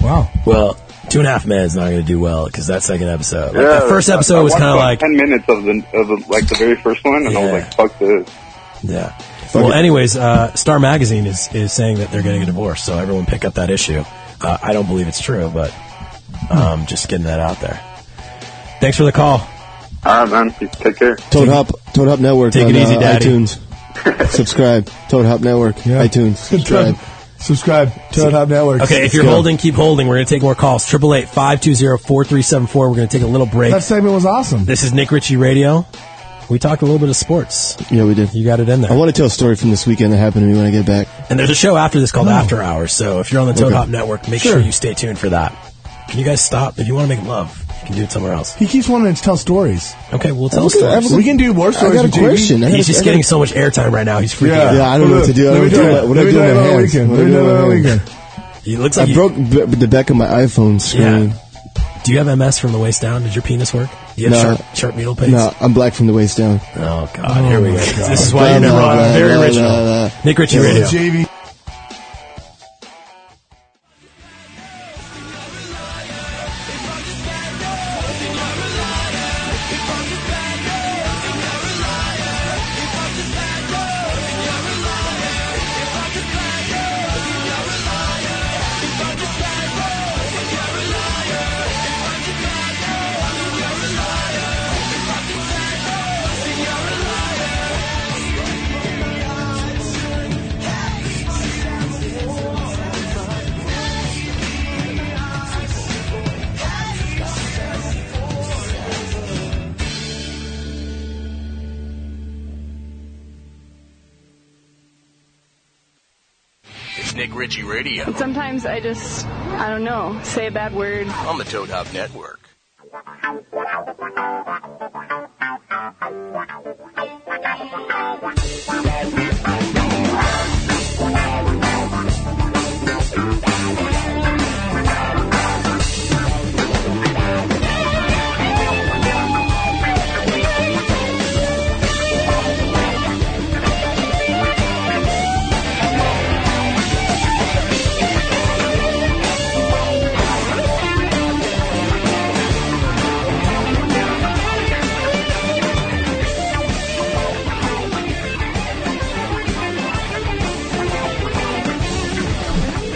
D: Wow.
C: Well, Two and a Half Men is not going to do well because that second episode, like,
Q: yeah,
C: that first episode
Q: I- I
C: was
Q: watched
C: kind of
Q: about
C: like
Q: ten minutes of the of the, like the very first one, and I was like, fuck this.
C: yeah. Well, anyways, uh, Star Magazine is is saying that they're getting a divorce, so everyone pick up that issue. Uh, I don't believe it's true, but um, just getting that out there. Thanks for the call.
Q: All right, man. Take care.
E: Toad Hop, Toad Hop Network
C: Take
E: on
C: it easy,
E: uh,
C: Daddy.
E: iTunes. subscribe. Toad Hop Network. iTunes. Subscribe.
D: Subscribe. Toad Hop Network.
C: Okay, if you're holding, keep holding. We're going to take more calls. 888-520-4374. We're going to take a little break.
D: That segment was awesome.
C: This is Nick Ritchie Radio. We talked a little bit of sports.
E: Yeah, we did.
C: You got it in there.
E: I want to tell a story from this weekend that happened to me when I get back.
C: And there's a show after this
D: Oh.
C: called After Hours. So if you're on the Toad
E: Okay.
C: Hop Network, make sure you stay tuned for that. Can you guys stop? If you want to make love, you can do it somewhere else.
D: He keeps wanting to tell stories.
C: Okay, we'll tell
D: Okay,
C: stories.
D: we can do more stories
C: I got a
D: with JB.
C: question.
D: I got
C: He's
D: a-
C: just
D: I got-
C: getting so much airtime right now. He's freaking
D: Yeah.
C: out.
D: Yeah, I don't know what to do. I
E: Let
D: don't
E: me
D: do
E: do
D: it.
E: it. What
D: Let
E: I
D: me
E: do
D: do
E: with
D: it
E: my
D: all
E: hands?
D: weekend.
E: What
D: Let
E: I
D: me
E: do
D: do
E: with
D: it
E: my
D: all
E: hands?
D: weekend.
C: He looks
E: I
C: like
E: broke b- the back of my iPhone screen.
C: Do you have MS from the waist down? Did your penis work? Do you have sharp, sharp needle pains?
E: No, I'm black from the waist down.
C: Oh God, here we go. This is why you're never
E: Blah,
C: on.
E: blah,
C: Very
E: blah,
C: original.
E: blah, blah.
C: Nick Ritchie
E: Yeah.
C: Radio.
D: JV.
A: It's Nick Ritchie Radio
K: Sometimes I just, I don't know, say a bad word.
A: on the Toad Hop Network.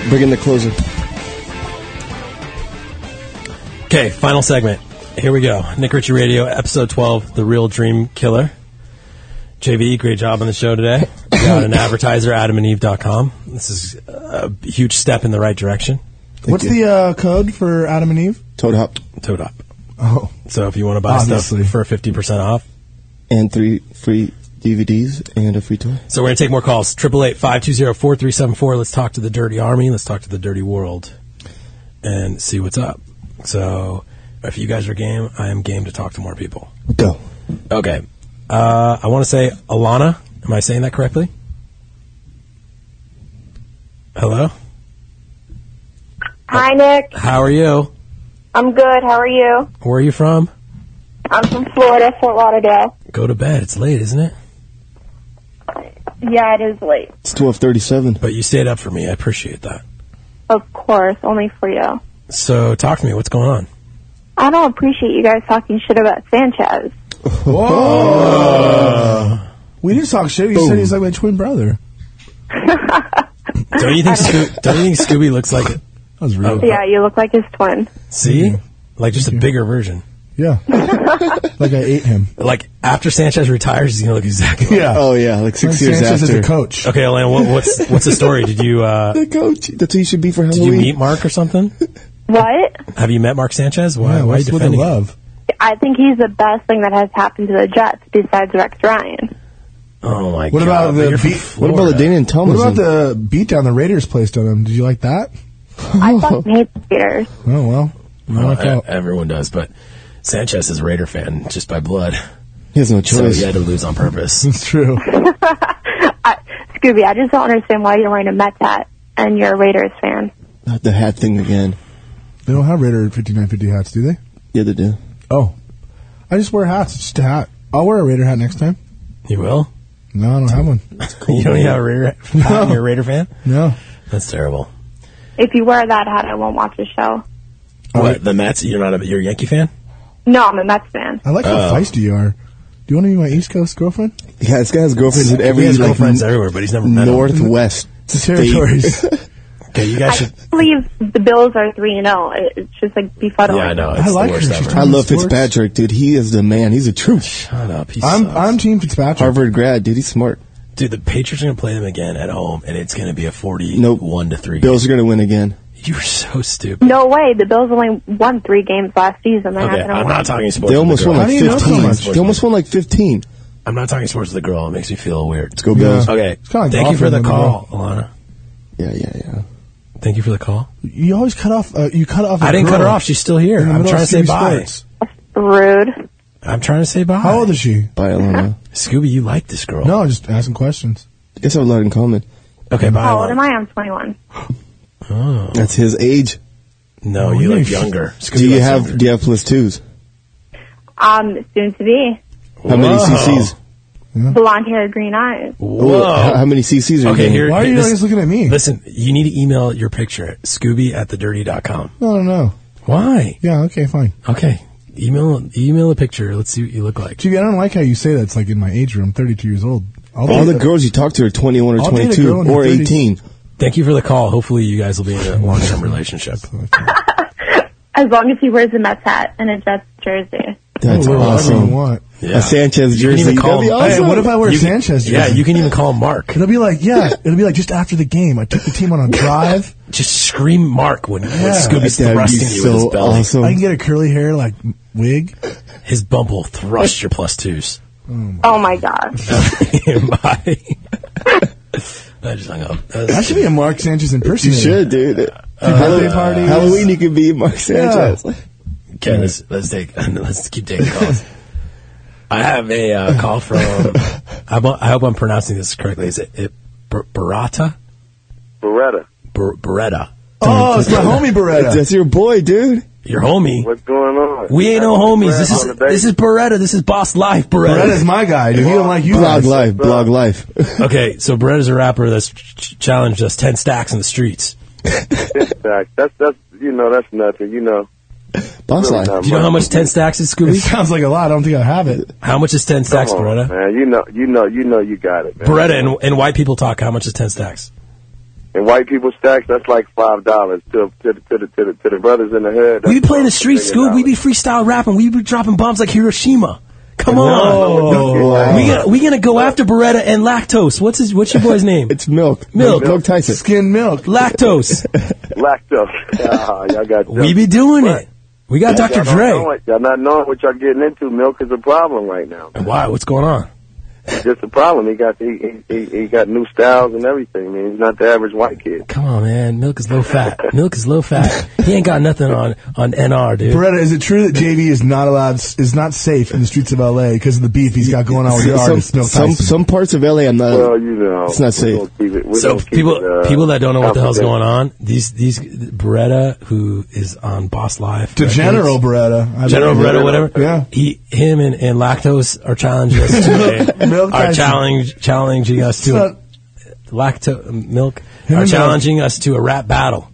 E: Bring in the closer.
C: Okay, final segment. Here we go. Nick Ritchie Radio, episode 12, The Real Dream Killer. JV, great job on the show today. We got an advertiser, adamandeve.com. This is a huge step in the right direction.
D: What's the uh, code for Adam and Eve?
E: Toad Hop.
C: Toad Hop.
D: Oh.
C: So if you want to buy
D: Obviously.
C: stuff for 50% off.
E: And three free DVDs and a free toy.
C: So we're going to take more calls. 888-520-4374. Let's talk to the dirty army. Let's talk to the dirty world and see what's up. So if you guys are game, I am game to talk to more people.
E: Go.
C: Okay. Uh, I want to say Alana. Am I saying that correctly? Hello?
R: Hi, Nick.
C: How are you?
R: I'm good. How are you?
C: Where are you from?
R: I'm from Florida, Fort Lauderdale.
C: Go to bed. It's late, isn't it?
R: Yeah, it is late.
E: It's 1237.
C: But you stayed up for me. I appreciate that.
R: Of course, only for you.
C: So talk to me. What's going on?
R: I don't appreciate you guys talking shit about Sanchez.
D: Whoa. We did talk shit. You
C: Boom.
D: said he's like my twin brother.
C: Don't you think Scoo- don't you think Scooby looks like it?
D: That was
C: real.
R: yeah, you look like his twin.
C: See? Like just a bigger version.
D: Yeah. like I ate him.
C: Like after Sanchez retires, he's gonna look exactly. Like
D: Yeah.
E: Oh yeah, like six
D: Frank
E: years
D: Sanchez is
E: after.
D: the coach.
C: Okay, Elena, what, what's what's the story? Did you uh,
E: The coach. That's who you should be for
C: did you
E: Halloween.
C: meet Mark or something?
R: What?
C: Have you met Mark Sanchez? Why? why are
D: Yeah,
C: you
D: what's with the
C: defending? him?
D: love?
R: I think he's the best thing that has happened to the Jets besides Rex Ryan.
C: Oh my
D: What
C: god!
D: about
C: but
D: the
C: you're from
D: beat-
E: what
C: Florida.
E: about the Daniel Thomas?
D: What about the beatdown the Raiders placed on him? Did you like that?
R: I fucking hate the Raiders.
D: Oh well.
C: Well,
D: Knock
C: e-
D: out.
C: everyone does, but Sanchez is a Raider fan just by blood.
E: He has no
C: So
E: choice.
C: he had to lose on purpose.
D: It's true.
R: I, Scooby, I just don't understand why you're wearing a Mets hat and you're a Raiders fan.
E: Not the hat thing again.
D: They don't have Raider 5950 hats, do they?
E: Yeah, they do.
D: Oh. I just wear hats. It's just a hat. I'll wear a Raider hat next time.
C: You will?
D: No, I don't have one.
C: you don't have a Raider hat?
D: No.
C: You're a Raider fan?
D: No.
C: That's terrible.
R: If you wear that hat, I won't watch the show.
C: What, the Mets? You're not a, you're a Yankee fan?
R: No, I'm a Mets fan.
D: I like how
C: Oh.
D: feisty you are. Do you want to be my East Coast girlfriend?
E: Yeah, this guy has girlfriends in
D: He
E: every
D: has
E: like,
D: girlfriends
E: n-
D: everywhere, but he's never met 'em.
E: northwest state.
D: Territories.
C: okay, you guys should.
R: I believe the Bills are three and zero. It- It's just like befuddling.
C: Uh,
E: I love Fitzpatrick, dude. He is the man. He's the truth. Shut
C: up.
E: I'm
D: I'm Team Fitzpatrick.
E: Harvard grad, dude. He's smart.
C: Dude, the Patriots are going to play them again at home, and it's going to be a 41
E: Nope.
C: to 3.
E: Bills are going to win again.
C: You're so stupid.
R: No way. The Bills only won three games last season. They're
C: Okay,
R: not gonna
C: I'm
R: win.
C: not talking sports.
E: They
C: with
E: almost
C: the girl.
E: won like 15. They almost won like 15.
C: I'm not talking sports with the girl. It makes me feel weird. Let's
E: go Bills.
C: Okay.
E: It's kinda like
C: Thank you for the
E: golfing
C: call,
E: with
C: Alana.
E: Yeah, yeah, yeah.
C: Thank you for the call.
D: You always cut off. Uh, you cut off. I
C: I didn't cut her off. She's still here. I'm trying to say bye.
R: Rude.
C: I'm trying to say bye.
D: How old is she?
E: Bye, Alana.
C: Scooby, you like this girl.
D: No, just asking questions.
E: Guess I have a lot in common.
C: Okay, bye.
R: How old am I? I'm 21.
C: Oh.
E: That's his age. Oh,
C: No, you look younger. Scooby
E: Do you
C: looks
E: have do you have plus twos?
R: Um, soon to be.
E: How many
C: Whoa.
E: CCs?
R: Blonde hair, green eyes.
E: Whoa. How, how many CCs are
C: Okay,
E: you
C: here.
E: getting?
C: here- listen- Listen, you need to email your picture, scooby at thedirty.com.
D: No, no, no.
C: Why?
D: Yeah. Okay. Fine.
C: Okay. Email email a picture. Let's see what you look like.
D: Gee, I don't like how you say that's like in my age room. 32 years old. I'll
E: All
D: date
E: the
D: a-
E: girls you talk to are 21 or
D: I'll date a
E: 22
D: girl in her
E: or
D: 30s.
E: 18.
C: Thank you for the call. Hopefully, you guys will be in a long term relationship.
R: As long as he wears a Mets hat and a Jets jersey.
E: That's
D: Whatever you
E: awesome.
D: want.
C: Yeah.
E: A Sanchez
C: You can
E: jersey.
C: even
E: That'd
C: call
E: be
C: him-
E: awesome.
D: Hey, what if I wear
C: You can-
D: Sanchez jersey?
C: Yeah, you can even call Mark.
D: It'll be like yeah. It'll be like just after the game. I took the team on a drive.
C: Just scream Mark when, when Scooby's
E: That'd be
C: thrusting you with his
E: so
C: belly.
E: awesome.
D: I can get a curly hair like wig.
C: His bump will thrust your plus twos.
R: Oh my god.
C: Bye. I just hung up. That was-
D: That should be a Mark Sanchez
E: You
D: impersonator.
E: should, dude. Uh, Halloween,
D: parties.
E: Halloween, you could be Mark Sanchez.
C: Okay, let's, let's take let's keep taking calls. I have a uh, call from. I'm, I hope I'm pronouncing this correctly. Is it, it Ber- Beretta?
S: Beretta.
C: Ber- Beretta,
D: Oh, it's my homie Beretta.
E: That's your boy, dude.
C: your homie.
S: What's going on?
C: We ain't no
S: That's Beretta
C: homies. This
S: on
C: is
S: the baby.
C: this is Beretta. This is Boss Life. Beretta.
D: Beretta's my guy. Dude. He don't like you.
E: Blog
D: guys.
E: life, blog life.
C: Okay, so Beretta's a rapper that's ch- challenged us ten stacks in the streets.
S: Fact. That's that's you know that's nothing. You know.
E: Boss
S: Really not
C: Do you know how much ten stacks is,
D: It
C: Scooby?
D: sounds like a lot. I don't think I have it.
C: How much is ten
S: Come
C: stacks,
S: on,
C: Beretta?
S: Man, you know, you know, you know, you got it, man.
C: Beretta and, and white people talk. How much is ten stacks?
S: and white people stacks. That's like five dollars to to the to the to the, to the brothers in the hood.
C: We
S: that's
C: be playing the
S: like
C: streets,
S: $1 million.
C: Scoob. We be freestyle rapping. We be dropping bombs like Hiroshima. Come on,
E: Whoa.
C: we gonna, we gonna go after Beretta and Lactose. What's his What's your boy's name?
E: It's milk.
C: Milk.
E: Milk Tyson.
D: Skin milk.
C: Lactose.
S: lactose. Ah, y'all got
C: We be doing it. We got
S: Y'all
C: Dr.
S: don't know
C: Dre.
S: it. Y'all not knowing what y'all getting into. Milk is a problem right now.
C: Why? What's going on?
S: It's just a problem. He got he, he, he, he got new styles and everything. Man, he's not the average white kid.
C: Come on, man. Milk is low fat. Milk is low fat. He ain't got nothing on on NR, dude.
D: Beretta, is it true that JV is not allowed is not safe in the streets of LA because of the beef he's got going on with your
E: Some,
D: artist? No,
E: some, some parts of LA, I'm not.
S: Well, you know,
E: It's not safe.
S: we gonna keep it- we
C: So
S: gonna keep
C: people
S: it, uh,
C: people that don't know what the hell's
S: confidential.
C: going on, these these Beretta who is on Boss Life,
D: to
C: Records-
D: General Beretta, I
C: General
D: believe.
C: Beretta, whatever.
D: Yeah,
C: He, him, and, and lactose are challenging us to
D: Milk
C: a, are
D: Tyson.
C: challenge, challenging us to a, lacto milk
D: and
C: are
D: milk.
C: challenging us to a rap battle.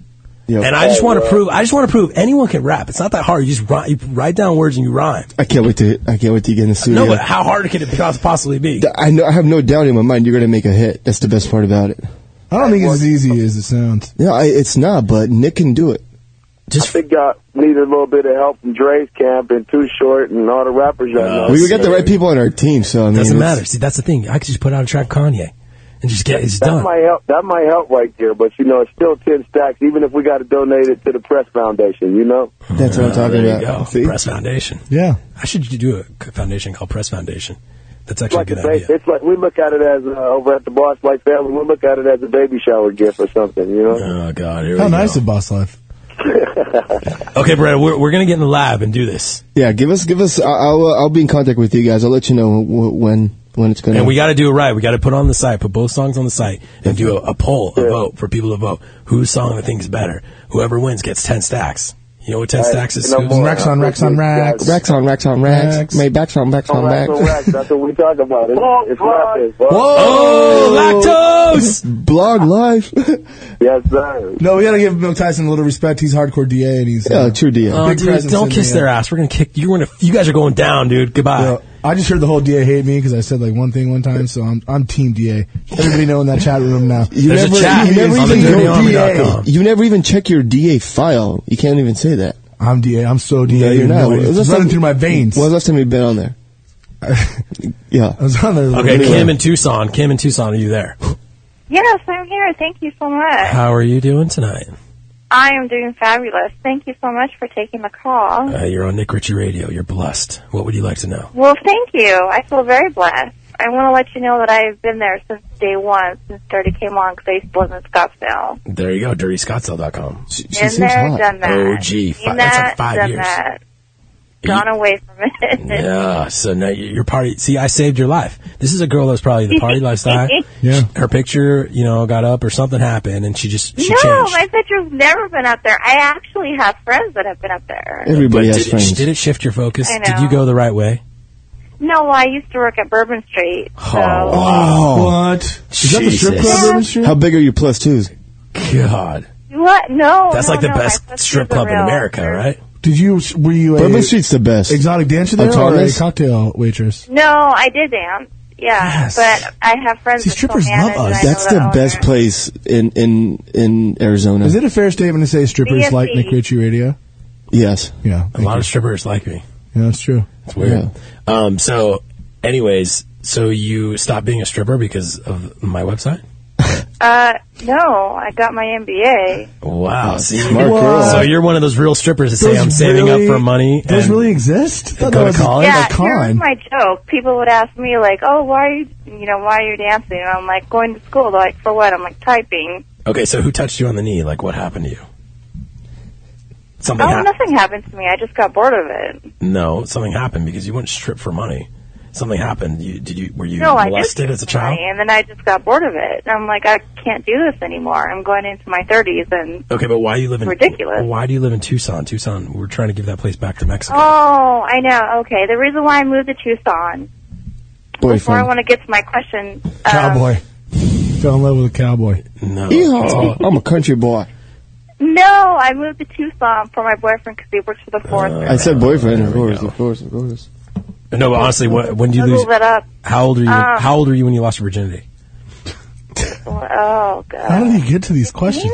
E: Yeah.
C: And I just
S: Oh,
C: want to prove, I just want to prove anyone can rap. It's not that hard. You just rhyme, you write down words and you rhyme.
E: I can't wait to. I can't wait to get in the studio.
C: No, but how hard can it pos- possibly be?
E: I know. I have no doubt in my mind you're going to make a hit. That's the best part about it.
D: I don't think it's as easy as it sounds.
E: Yeah, I, it's not. But Nick can do it.
S: I think y'all need a little bit of help from Dre's camp and Too Short and all the rappers y'all know.
E: we we got the right people on our team, so I mean,
C: Doesn't
E: it's-
C: matter. See, that's the thing. I could just put out a track Kanye and just get it's
S: That
C: done.
S: might help. That might help right there, but you know, it's still ten stacks. Even if we got to donate it to the Press Foundation, you know.
E: That's what I'm
C: Uh,
E: talking
C: there you go.
E: about. See?
C: Press Foundation.
D: Yeah,
C: I should do a foundation called Press Foundation.
S: It's
C: That's actually
S: like,
C: a
S: a
C: good idea.
S: ba- it's like we look at it as uh, over at the Boss Life family. We look at it as a baby shower gift or something, you know.
C: Oh God! Here
D: how
C: we go.
D: nice of Boss Life.
C: Okay, Brad, we're, we're gonna get in the lab and do this.
E: Yeah, give us, give us. I- I'll, uh, I'll be in contact with you guys. I'll let you know wh- when when it's going
C: And
E: to.
C: we got to do it right. We got to put on the site, put both songs on the site, and do a, a poll, a vote for people to vote whose song they think is better. Whoever wins gets ten stacks. You know what ten
D: Hey,
C: stacks is?
D: no more. Racks on
E: racks on
D: racks.
E: Racks on racks on racks.
D: Racks.
E: Maybe backs on backs on
D: Racks
E: backs.
D: on racks. That's what we talk about. It's, it's not this.
E: Oh, lactose! Blog life.
D: Yes, sir. No, we gotta give Bill Tyson a little respect. He's hardcore DA, and he's uh,
E: Yeah, true DA.
C: Oh, dude, don't kiss their ass. We're gonna kick you. Gonna you guys are going down, dude. Goodbye.
D: Yeah, I just heard the whole DA hate me because I said like one thing one time, so I'm I'm team DA. Everybody know in that chat room now.
E: You never, you never even go DA.
D: DA.
E: You never even check your DA file. You can't even say that.
D: I'm DA. I'm so DA.
E: No, you're
D: You
E: not.
D: know it.
E: When was
D: It's
E: the
D: running
E: time-
D: through my veins.
E: When was the last time you've been on there? yeah.
D: I was on there.
C: Okay, Kim in Tucson. Kim in Tucson, are you there?
T: Yes, I'm here. Thank you so much.
C: How are you doing tonight?
T: I am doing fabulous. Thank you so much for taking the call.
C: Uh, you're on Nick Ritchie Radio. You're blessed. What would you like to know?
T: Well, thank you. I feel very blessed. I want to let you know that I've been there since day one, since Dirty came on, because I used to live in Scottsdale.
C: There you go. DirtyScottsdale.com. She,
T: Been there, done that.
C: Oh, gee,
T: Seen
C: fi- that's like
T: that,
C: five
T: done
C: years.
T: that. Gone away from it.
C: Yeah. So now you- your party. See, I saved your life. This is a girl that was probably the party lifestyle.
D: Yeah.
C: Her picture, you know, got up or something happened, and she just she
T: no,
C: changed.
T: my picture's never been up there. I actually have friends that have been up there.
E: Everybody
C: But
E: has
C: did,
E: friends.
C: Did it shift your focus?
T: I
C: Did
T: know.
C: you go the right way?
T: No, I used to work at Bourbon Street. So
E: Oh, What?
D: Oh, Is that the strip club, Urban Street?
E: How big are your plus twos?
C: God.
T: What? No.
E: That's
T: no,
E: like the
O: Oh,
T: no,
E: best
T: my
E: strip
T: sister's a
E: club in
T: real-
E: America,
C: right?
D: Did you? Were you a
E: Bourbon Street's the best.
D: exotic dancer there, or a
E: Autonomous?
D: cocktail waitress?
T: No, I did dance. Yeah, but I have friends. that still manage, and I know
E: That's the best place in in in Arizona.
D: Is it a fair statement to say strippers
T: BFE.
D: like Nick Ritchie Radio?
E: Yes.
D: Yeah.
C: A lot of strippers like me.
D: Yeah, that's true.
C: It's weird. Um. So, anyways, so you stopped being a stripper because of my website.
T: Uh, no, I got my MBA.
C: Wow. See,
E: Smart girl.
C: So you're one of those real strippers that say
D: Those
C: I'm saving
D: really-
C: up for money.
D: Those
C: and
D: really exist? I thought
C: go
D: that
C: to
D: was
C: college.
T: yeah, here's my joke. People would ask me like, "Oh, why are you, you know, why are you dancing?" And I'm like, "Going to school." They're like, "For what?" I'm like, "Typing."
C: Okay, so who touched you on the knee? Like, what happened to you? Something
T: oh,
C: happened.
T: nothing happened to me. I just got bored of it.
C: No, something happened because you wouldn't strip for money. Something happened. You did you were you
T: no, I did
C: molested as a
T: something,
C: child?
T: and then I just got bored of it. And I'm like, I can't do this anymore. I'm going into my 30s, and
C: Okay, but why do you live in
T: Ridiculous.
C: Why do you live in Tucson? Tucson, we're trying to give that place back to Mexico.
T: oh, I know. Okay, the reason why I moved to Tucson. Oh, Before I
C: Boyfriend.
T: want to get to my question,
D: Cowboy. Fell in love with a cowboy.
C: Uh, No.
E: Yeehaw. I'm a country boy.
T: No, I moved to Tucson for my boyfriend because he works for
C: Uh,
T: the Forest.
E: I said boyfriend, of course, of course, of course.
C: No, but honestly, what, when do you
T: I'll
C: lose?
T: move it up.
C: How old are you?
T: Um,
C: how old are you when you lost your virginity?
T: Oh God.
D: How did you get to these questions?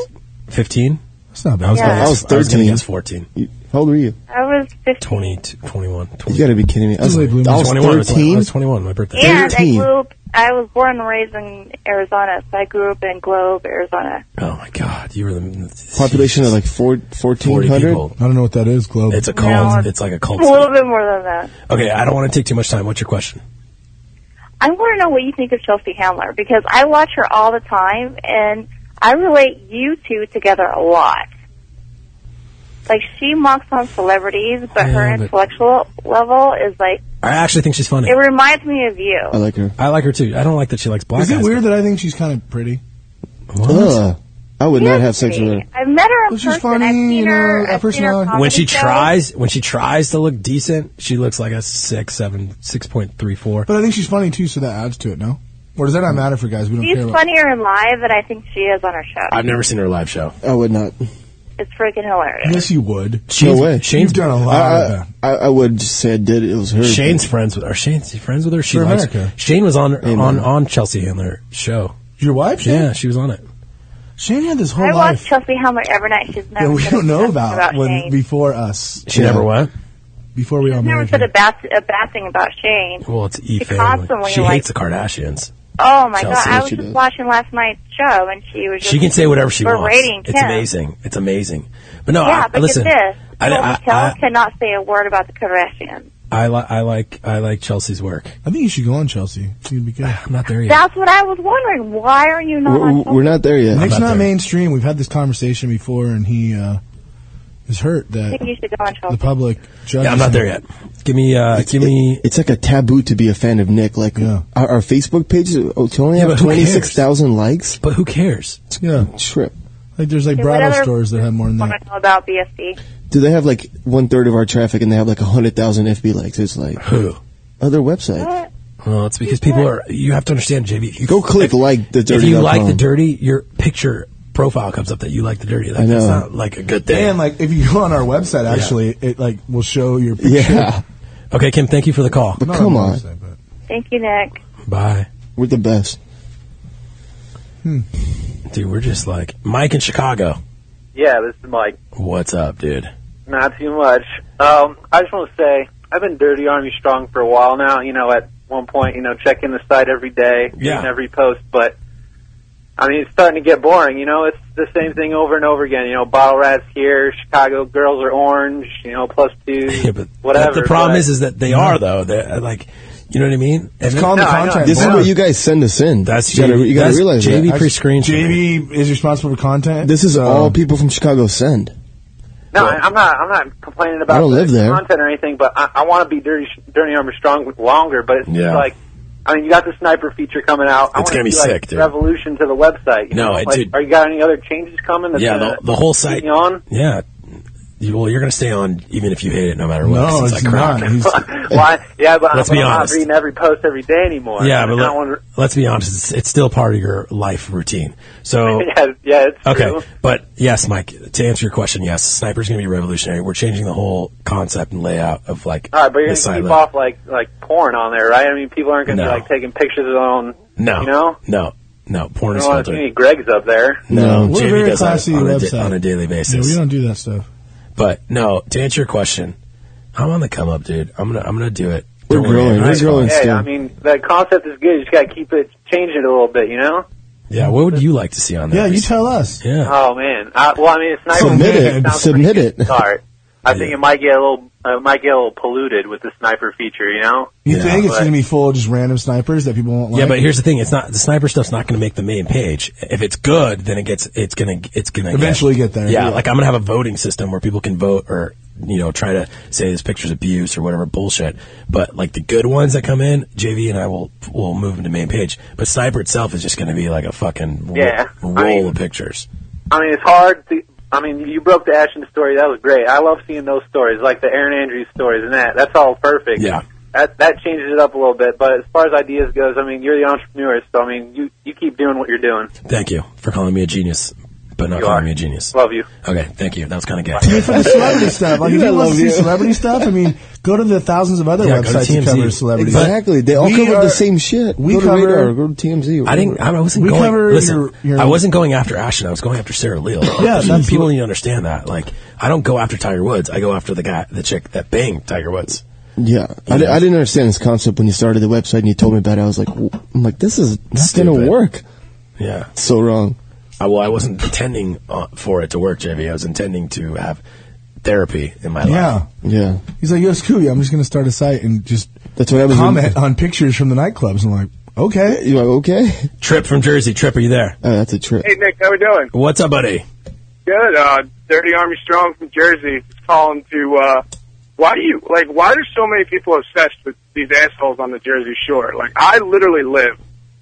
C: Fifteen.
D: That's not bad.
C: I was,
T: Yeah.
C: gonna,
T: I
E: was
C: I was gonna
E: 13.
C: guess fourteen.
E: How old were you?
T: I was 15.
C: 20, 21, 20.
E: You gotta be kidding me. I was, I
C: Early bloomers.
E: was
C: 21, I was
E: 13.
C: I was 21, my birthday.
T: And I
E: 13.
T: grew up, I was born and raised in Arizona, so I grew up in Globe, Arizona.
C: Oh my God, you were the
E: Population of like four, 1,400?
C: people.
D: I don't know what that is, Globe.
C: It's a cult. It's like a
T: A
C: cult.
T: little bit more than that.
C: Okay, I don't want to take too much time. What's your question?
T: I want to know what you think of Chelsea Handler because I watch her all the time and I relate you two together a lot. Like she mocks on celebrities, but her
C: Yeah, but-
T: intellectual level is like
C: I actually think she's funny.
T: it reminds me of you.
E: like her.
C: I like her too. I don't like that she likes black
D: Is it
C: guys.
D: weird that I think she's kind of pretty?
E: Ugh. I would not have sex with her.
T: I've met her in
D: Well, she's
T: person.
D: funny,
T: I've seen
D: you
T: her.
D: know, her
T: I've seen her
D: personality.
T: comedy
C: when she
T: shows.
C: tries, when she tries to look decent, she looks like a six, seven, six point three four.
D: But I think she's funny too, so that adds to it, no? Or does that not matter for guys? We don't
T: She's
D: care about
T: funnier in live than I think she is on her show.
C: I've never seen her live show.
E: I would not.
T: It's freaking hilarious.
D: Yes, you would.
C: Shane's,
E: no way.
C: Shane's
D: done a lot of
E: I, I, I would just say I did. It was her.
C: Shane's friends with. Are Shane's friends with her? She
D: For
C: likes.
D: America.
C: Shane was on
E: Amen.
C: on on Chelsea Handler show.
D: Your wife, Shane?
C: Yeah, she was on it.
D: Shane had
C: Oh,
D: this whole
T: I watch
D: life
T: Chelsea Handler every night. She's never
D: that we
T: said
D: don't
T: a
D: know
T: bad
D: about,
T: thing about
D: when
T: Shane.
D: before us.
C: She never what?
D: Before we all
T: never
D: married.
T: said
D: her.
T: a bad, a bad thing about Shane.
C: Well, it's E
T: She
C: family.
T: constantly
C: She hates
T: likes-
C: the Kardashians.
T: Oh my god!
C: Chelsea, what
T: I was
C: she
T: just
C: does.
T: watching last night's show, and she was. Just
C: She can say whatever she wants.
T: berating Kim.
C: It's amazing. It's amazing. But no,
T: yeah,
C: I,
T: but
C: listen.
T: get this.
C: I-
T: Kim
C: I- I-
T: cannot say a word about the Kardashians.
C: I, li- I like I like Chelsea's work.
D: I think you should go on Chelsea. You'd be good.
C: I'm not there yet.
T: That's what I was wondering. Why are you not?
E: We're,
T: on
E: we're not there yet.
D: Nick's
C: not
D: not,
C: there.
D: mainstream. We've had this conversation before, and he uh, is hurt
T: I
D: that
T: think you should go on
D: the
T: Chelsea.
D: public judges.
C: Yeah, I'm not there yet. Give me, uh, give me.
E: It's like a taboo to be a fan of Nick. Like our, our Facebook pages, oh, to only
D: Yeah,
E: have
D: but who
E: twenty six thousand likes.
C: But who cares?
D: Yeah,
E: trip.
D: Like there's like
T: Okay, what
D: bridal
T: other-
D: stores that have more than
T: want
D: that.
T: to know about BSC.
E: Do they have like one third of our traffic and they have like hundred thousand FB likes? It's like
C: who
E: other websites.
C: Well, it's because people are. You have to understand, JB. If you
E: Go click like the
C: if
E: dirty.
C: you like the dirty, your picture profile comes up that you like the dirty. Like,
E: I know.
C: That's not like a good thing.
D: And like if you go on our website, actually, it like will show your picture.
E: Yeah.
C: Okay, Kim. Thank you for the call.
D: But Not come on on.
T: Thank you, Nick.
C: Bye.
E: We're the best.
D: Hmm.
C: Dude, we're just like Mike in Chicago.
M: Yeah, this is Mike.
C: What's up, dude?
M: Not too much. Um, I just want to say I've been Dirty Army Strong for a while now. You know, at one point, you know, checking the site every day,
C: Yeah.
M: reading every post, but I mean, it's starting to get boring. You know, it's the same thing over and over again. You know, bottle rats here, Chicago girls are orange. You know, plus two, whatever.
C: The problem
M: but-
C: is, is that they are though. They're uh, like, you know what I mean? It's
D: call them No, the I know. contract.
E: This is
D: Yeah.
E: what you guys send us in.
C: That's
E: you gotta,
C: JB
E: you gotta
C: that's
E: realize that.
C: JB pre-screens.
D: JB is responsible for content.
E: This is
D: so-
E: all people from Chicago send.
M: No, I I'm not. I'm not complaining about
E: I don't
M: the
E: live there.
M: content or anything, but I, I want to be dirty, dirty armor strong longer. But it's just
C: Yeah.
M: like, I mean, you got the sniper feature coming out. I
C: It's
M: wanna
C: gonna be
M: see,
C: sick,
M: like,
C: dude.
M: Revolution to the website. You
C: No,
M: know?
C: I-
M: like,
C: dude.
M: Are you got any other changes coming? That's
C: Yeah,
M: gonna
C: the- the whole
M: keep
C: site-
M: me on.
C: Yeah. You- Well, you're gonna stay on even if you hate it, no matter what.
D: No,
C: since
D: it's
C: I crack.
D: not. He's-
M: Why? Yeah, but
C: Let's
M: I'm,
C: be
M: I'm
C: honest.
M: not reading every post every day anymore.
C: Yeah,
M: I
C: but
M: mean, I
C: let,
M: don't wanna-
C: us be honest. It's, it's still part of your life routine. So
M: yeah, yeah, it's
C: okay,
M: true.
C: but yes, Mike. To answer your question, yes, sniper's going to be revolutionary. We're changing the whole concept and layout of like.
M: All right, but you're
C: the
M: gonna
C: site
M: keep
C: layout.
M: off like like porn on there, right? I mean, people aren't gonna
C: No.
M: be like taking pictures of their own.
C: No,
M: you know,
C: no, no.
M: I
C: Porn
M: don't
C: is
M: want to see
C: filtered.
M: any Greg's up there.
C: No,
D: We're a
C: Jamie
D: very
C: does that
D: classy
C: on a,
D: website.
C: da- on a daily
D: Yeah,
C: basis.
D: we don't do that stuff.
C: But no, to answer your question, I'm on the come up, dude. I'm gonna I'm gonna do it.
E: We're
C: Don't worry,
E: growing.
C: man.
E: We're
C: It's
E: growing
C: fine.
M: Hey, I mean, the concept is good. You just got to keep it, change it a little bit, you know?
C: Yeah, what would you like to see on there?
D: Yeah, you tell us.
C: Yeah.
M: Oh, man. I, well, I mean, it's nice.
E: Submit it.
M: sounds
E: Submit
M: pretty
E: it.
M: good to Start. I think it might get a little, uh, it might get a little polluted with the sniper feature, you know?
D: You
C: Yeah.
D: think it's
C: But-
D: going to be full of just random snipers that people won't like?
C: Yeah, but here's the thing: it's not the sniper stuff's not going to make the main page. If it's good, then it gets it's gonna it's gonna
D: Eventually get there,
C: Yeah,
D: yeah.
C: like I'm gonna have a voting system where people can vote or you know try to say this picture's abuse or whatever bullshit. But like the good ones that come in, JV and I will will move them to main page. But sniper itself is just gonna be like a fucking ro-
M: Yeah.
C: roll
M: I mean-
C: of pictures.
M: I mean, it's hard to, I mean, you broke the Ashton story. That was great. I love seeing those stories, like the Aaron Andrews stories and that. That's all perfect.
C: Yeah.
M: That, that changes it up a little bit, but as far as ideas goes, I mean, you're the entrepreneur, so I mean, you, you keep doing what you're doing.
C: Thank you for calling me a genius, but not
M: You
C: calling
M: are.
C: me a genius.
M: Love you.
C: Okay, thank you. That was kind of gay.
D: Do it for the celebrity stuff. Like, if
E: Yeah, I
D: you want to
E: love
D: see
E: you.
D: celebrity stuff, I mean, go to the thousands of other
C: Yeah, go to
D: websites that
C: TMZ.
D: cover celebrities.
E: Exactly. They all
D: We
E: cover
D: are-
E: the same shit.
D: we
E: go to
D: cover-
E: Radar, go to TMZ.
C: I didn't. I wasn't
D: We
C: going.
D: cover
C: listen,
D: your- your-
C: I wasn't going after Ashton. I was going after Sarah Leal.
D: Yeah,
C: people
D: that's
C: need to understand that. Like, I don't go after Tiger Woods. I go after the guy, the chick that banged Tiger Woods.
E: Yeah, I, di- I didn't understand this concept when you started the website and you told me about it. I was like, w- I'm like, this is this is gonna
C: Stupid.
E: work.
C: Yeah.
E: So wrong.
C: I, well, I wasn't intending uh, for it to work, JV. I was intending to have therapy in my life.
D: Yeah.
E: Yeah.
D: He's like, yo, Scooby, I'm just going to start a site and just
E: That's what I was.
D: comment on pictures from the nightclubs. I'm like, okay.
E: You're like, okay.
C: Trip from Jersey. Trip, are you there?
E: Oh, that's a trip.
U: Hey Nick, how we doing?
C: What's up, buddy?
U: Good. Uh, Dirty Army Strong from Jersey is calling to. Uh, why do you like? Why are so many people obsessed with these assholes on the Jersey Shore? Like, I literally live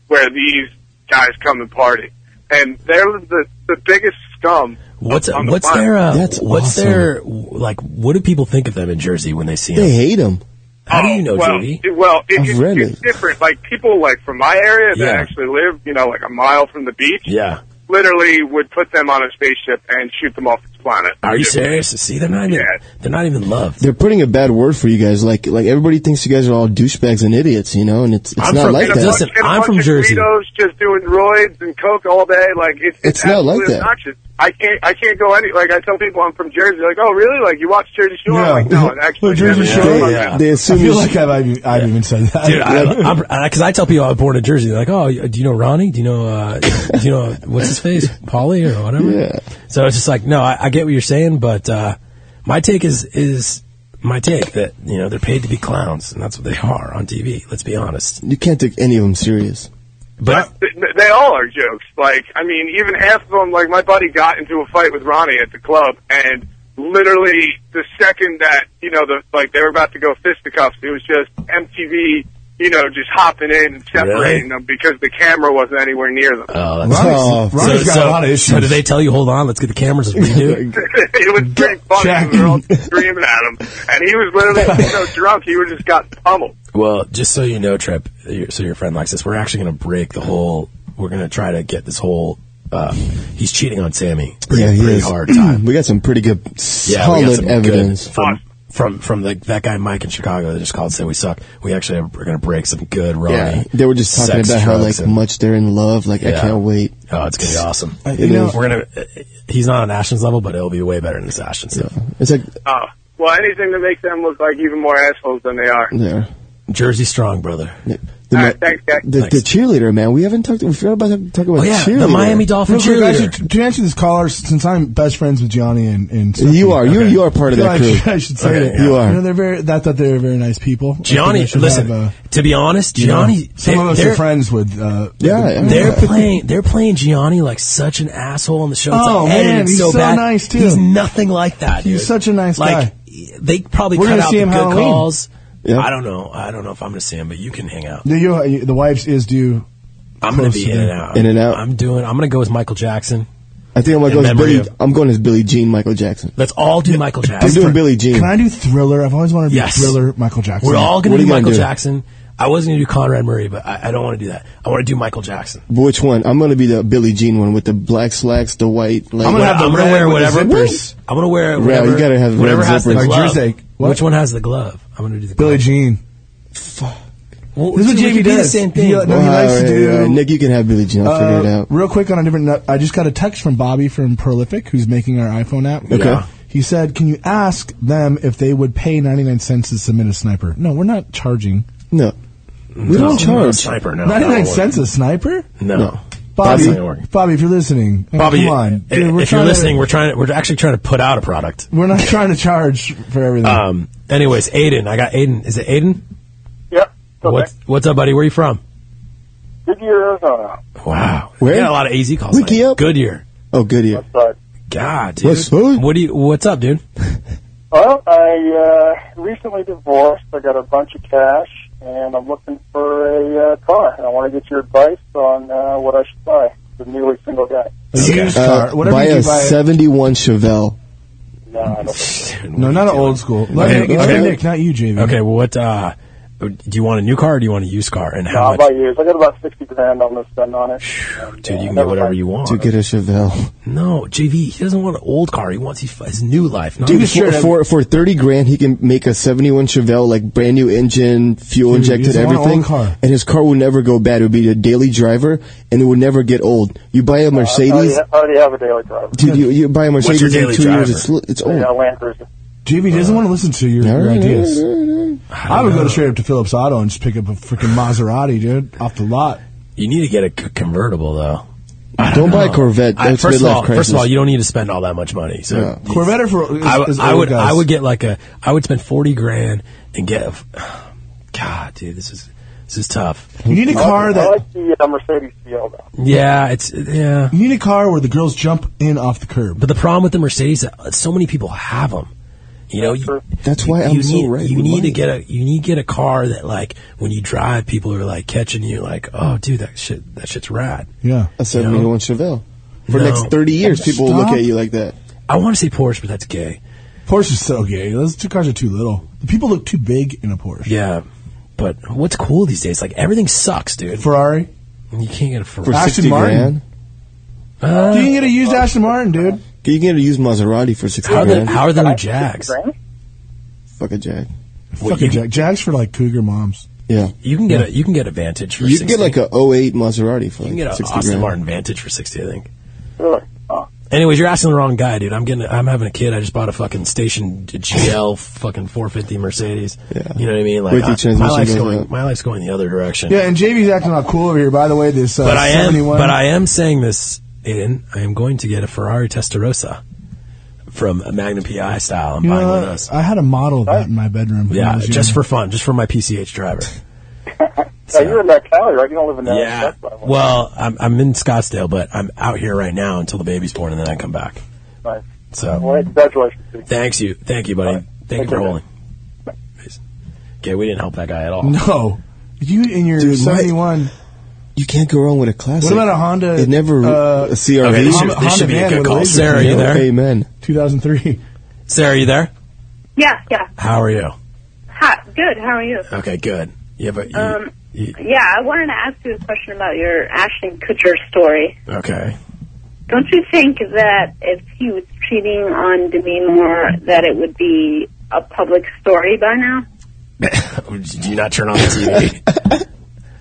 U: where these guys come and party, and they're the the biggest scum.
C: What's
U: on the
C: what's
U: planet.
C: their uh,
E: That's
C: what's
E: awesome.
C: their like? What do people think of them in Jersey when they see them?
E: They hate him.
C: How do you know,
U: Oh, well,
C: JV?
U: it- well, it,
E: I've
U: it,
E: read
U: it's different. Like people like from my area that
C: Yeah.
U: actually live, you know, like a mile from the beach,
C: Yeah.
U: literally would put them on a spaceship and shoot them off this planet.
C: Are you serious? See, they're not even.
U: Yeah.
C: They're not even loved.
E: They're putting a bad word for you guys. Like like everybody thinks you guys are all douchebags and idiots, you know. And it's it's
C: I'm
E: not
C: from-
E: like
U: And a
E: that.
U: bunch-
C: Listen,
U: and a
C: I'm
U: bunch
C: from
U: of
C: Jersey.
U: Greedos just doing roids and coke all day. Like it's
E: It's not like
U: absolutely
E: that.
U: obnoxious. I can't I can't go any. Like I tell people I'm from Jersey. Like oh really? Like you watch Jersey Shore? I'm like no, it actually.
D: Well, Jersey
U: never-
D: Shore.
E: They-
C: Yeah.
E: They
D: I
E: assume
D: feel
E: you're
D: like I've, I've, I've even said that.
C: Dude, I, because I tell people I was born in Jersey. They're like, oh, you- do you know Ronnie? Do you know, uh, do you know what's his face, Polly or whatever?
E: Yeah.
C: So it's just like, no, I, I get what you're saying, but uh, my take is is my take that you know they're paid to be clowns, and that's what they are on TV. Let's be honest.
E: you can't take any of them serious.
C: But
U: They- They all are jokes. Like I mean, even half of them. Like my buddy got into a fight with Ronnie at the club, and literally the second that you know the like they were about to go fisticuffs, it was just MTV, you know, just hopping in and separating them because the camera wasn't anywhere near them.
C: Oh,
U: that's-
D: Ronnie's- Ronnie's got a lot of
C: So did they tell you, hold on, let's get the cameras and redo?
U: it was pretty funny. We were all screaming at him, and he was literally so drunk he would just got pummeled.
C: Well, just so you know, Trip, your- so your friend likes this, we're actually going to break the whole. We're going to try to get this whole. Uh, he's cheating on Sammy. Pretty,
E: yeah, he
C: pretty
E: is.
C: hard time.
E: we got some pretty good,
C: Yeah, we got
E: solid
C: some
E: evidence.
C: good from from from the, that guy Mike in Chicago that just called and said we suck. We actually have, we're going to break some good Ronnie.
E: Yeah, they were just talking
C: sex
E: about how
C: drugs
E: like
C: and-
E: much they're in love. Like I
C: Yeah.
E: can't wait.
C: Oh, it's gonna be awesome.
E: Uh,
C: It
E: you know-
C: is. we're gonna. uh, He's not on Ashton's level, but it'll be way better than this Ashton stuff.
E: It's like
U: Oh, well, anything to make them look like even more assholes than they are.
E: yeah.
C: Jersey strong, brother.
E: The,
U: All right, thanks, guys.
E: Uh, the, the cheerleader man, we haven't talked. We forgot about talking
C: Oh,
E: about Oh, cheerleader.
D: Real quick, actually, to answer this caller, since I'm best friends with Johnny and, and Stephanie,
E: You are you you are part of
D: I
E: that
D: feel
E: crew.
D: like I should say
E: Okay,
D: that.
E: You are.
D: You know, they're very. I thought they were very nice people. I think
C: Johnny,
D: they should
C: listen.
D: have, uh,
C: to be honest,
D: you know,
C: Gianni,
D: some of us
C: they're-
D: are friends with. Uh,
C: they're, playing. They're playing Gianni like such an asshole on the show. It's
D: Oh,
C: like, edited
D: man, he's
C: so,
D: so
C: bad.
D: nice, too.
C: He's nothing like that.
D: He's
C: dude.
D: such a nice
C: like, They probably
D: We're
C: cut
D: gonna
C: out
D: see
C: the
D: him
C: good
D: Halloween.
C: calls.
D: Yep.
C: I don't know. I don't know if I'm gonna see him, but you can hang out.
D: No, you, the wife's is due.
C: I'm gonna
D: close
C: be
D: to
C: in and
D: the-
C: out. I'm doing. I'm gonna go with Michael Jackson.
E: I think I'm
C: In
E: going to go as
C: memory
E: Billy.
C: of-
E: I'm going as Billy Jean Michael Jackson.
C: Let's all do Michael Jackson.
E: I'm doing Billy Jean.
D: Can I do Thriller? I've always wanted to be
C: Yes.
D: Thriller, Michael Jackson.
C: We're all gonna
E: What are
C: do
E: you gonna
C: Michael
E: do?
C: Jackson. I was gonna do Conrad Murray, but I, I don't want to do that. I want to do Michael Jackson.
E: But which one? I'm going to be the Billy Jean one with the black slacks, the white. Like,
C: I'm gonna, have the
E: red
C: wear
E: with
C: whatever.
E: the zippers.
C: I'm gonna wear
E: Yeah,
C: whatever.
E: you gotta have red
C: whatever has the
E: zippers. Like
C: glove.
E: Jersey. What?
C: Which one has the glove? I'm gonna do the
D: Billy
C: glove.
D: Jean.
C: Well,
D: This is what
C: we
D: Jamie
C: could do the
D: does.
C: same thing.
D: He, uh, no, he likes
E: All
D: to do-
E: all Nick, you can have Billy Jean. I'll
D: Uh,
E: figure it out.
D: Real quick on a different note, I just got a text from Bobby from Prolific, who's making our iPhone app.
E: Okay. Yeah.
D: He said, "Can you ask them if they would pay 99 cents to submit a sniper?" No, we're not charging.
E: No, we
D: No,
E: don't charge
C: sniper. No,
D: 99
C: no.
D: cents a sniper?
C: No. That's not gonna
D: Bobby,
C: work.
D: Bobby, if you're listening, I mean,
C: Bobby,
D: come on.
C: i-
D: Dude, we're
C: if you're
D: trying to-
C: listening, we're trying. We're actually trying to put out a product.
D: we're not trying to charge for everything.
C: Um. Anyways, Aiden, I got Aiden. Is it Aiden?
B: Yep.
C: What's What's up, buddy? Where you from?
B: Goodyear, Arizona.
C: Wow.
E: Where?
C: We got a lot of AZ calls.
E: Wiki
C: tonight.
E: up.
C: Goodyear.
E: Oh, Goodyear.
C: God, dude.
E: What's
C: What do you? What's up, dude?
B: Well, I uh, recently divorced. I got a bunch of cash, and I'm looking for a uh, car. And I want to get your advice on uh, what I should buy. The newly single guy.
D: A used
E: Uh,
D: car, whatever
E: buy
D: you
E: a
D: do, buy it.
E: '71 Chevelle.
B: No, I don't
D: No, not an old school. Let
C: Okay,
D: Nick, let
C: okay.
D: Nick, not you, JV.
C: Okay. Well, what? Uh, do you want a new car or do you want a used car? And
B: no,
C: how
B: I'll
C: much?
B: buy yours. I got about sixty grand I'm gonna spend on uh, it.
C: Dude, you can get whatever you want.
E: to get a Chevelle.
C: No, JV, he doesn't want an old car. He wants his, his new life. Not
E: Dude,
C: his-
E: for, for for thirty grand, he can make a '71 Chevelle, like brand new engine, fuel
D: Dude,
E: injected,
D: he's the one
E: everything,
D: old car.
E: and his car will never go bad. It would be a daily driver, and it would never get old. You buy
C: Oh,
E: a
B: I already,
E: Mercedes,
B: I already have Oh, a daily driver.
E: dude. You, you buy a
C: your
E: Mercedes in
C: daily
E: two
C: driver?
E: years, it's li- it's
B: I
E: old.
B: got a Land Cruiser.
E: Uh,
D: JV doesn't want to listen to your, your ideas. I, would go to straight up to Phillips Auto and just pick up a freaking Maserati, dude, off the lot.
C: You need to get a c- convertible though. I
E: Don't buy a
C: know.
E: Corvette.
C: I-
E: That's
C: first of
E: midlife
C: all,
E: crisis.
C: first of all, you don't need to spend all that much money. So
E: Yeah.
C: you-
D: Corvette or for, is,
C: I,
D: is
C: I
D: old
C: would
D: guys.
C: I would get like a I would spend forty grand and get a f- God, dude, this is this is tough.
D: You need a car
B: I
D: that
B: like the uh, Mercedes Fielder.
C: Yeah, it's yeah.
D: you need a car where the girls jump in off the curb.
C: But the problem with the Mercedes, uh, so many people have them. You know, you,
E: That's why
C: you
E: I'm
C: need,
E: so right.
C: You
E: with
C: need to
E: mine.
C: get a you need to get a car that like when you drive, people are like catching you, like, oh, dude, that shit that shit's rad.
D: Yeah,
E: a '71 Chevelle. For the
C: No.
E: next thirty years, people will look
D: Stop.
E: at you like that.
C: I want to say Porsche, but that's gay.
D: Porsche is so gay. Those two cars are too little. The people look too big in a Porsche.
C: Yeah, but what's cool these days? Like everything sucks, dude.
D: Ferrari,
C: You can't get a Ferrari.
E: For
D: Aston
E: sixty
D: Martin.
E: grand,
C: Uh,
D: you can get a used Aston Martin, dude.
E: you can get a used Maserati for sixty
C: how, are the,
E: grand.
C: how are the new Jags?
E: Fuck a jag.
C: What,
D: Fucking
C: you-
D: Jag- Jags for like cougar moms.
E: Yeah,
C: You can get a you can get a Vantage. For
E: you can get
C: 60.
E: like a 08 Oh, Maserati for
C: you can get
E: like
C: an
E: sixty
C: Austin
E: grand.
C: Martin Vantage for sixty. I think.
B: Really? Oh.
C: Anyways, you're asking the wrong guy, dude. I'm getting. I'm having a kid. I just bought a fucking station GL fucking 450 Mercedes.
E: Yeah.
C: You know what I mean? Like
E: With your
C: I- my
E: transmission
C: life's
E: goes
C: going.
E: up.
C: My life's going the other direction.
D: Yeah, and JV's acting all cool over here. By the way, this uh,
C: but I am.
D: 71
C: But I am saying this, Aiden. I am going to get a Ferrari Testarossa from a Magnum PI style. I'm
D: You
C: buying
D: know,
C: one of those.
D: I had a model of that in my bedroom. when I
C: Yeah,
D: was
C: just
D: young.
C: for fun, just for my PCH driver.
B: Now you're in that Cali, right? You don't live in that.
C: yeah.
B: That's what I want.
C: Well, I'm I'm in Scottsdale, but I'm out here right now until the baby's born, and then I come back.
B: Nice.
C: So
B: Well, hey, congratulations.
C: thanks you, thank you, buddy. Thank you for holding. Peace. Okay, we didn't help that guy at all.
D: No, you in your
C: Dude, my-
D: seventy one.
E: You can't go wrong with a classic.
D: What about a Honda?
E: It never
D: uh,
E: a CRV.
D: Okay, this should- this Honda should be a van good with a call. laser
C: Sarah, you there?
E: Amen.
D: Two thousand three.
C: Sarah, you there?
F: Yeah, yeah.
C: How are you?
F: Hi, good. How are you?
C: Okay, good. Yeah, but
H: Uh,
C: you,
F: Um,
C: you-
F: yeah, I wanted to ask you a question about your Ashton Kutcher story.
C: okay.
F: Don't you think that if he was cheating on Demi Moore, that it would be a public story by now?
C: Do you not turn on the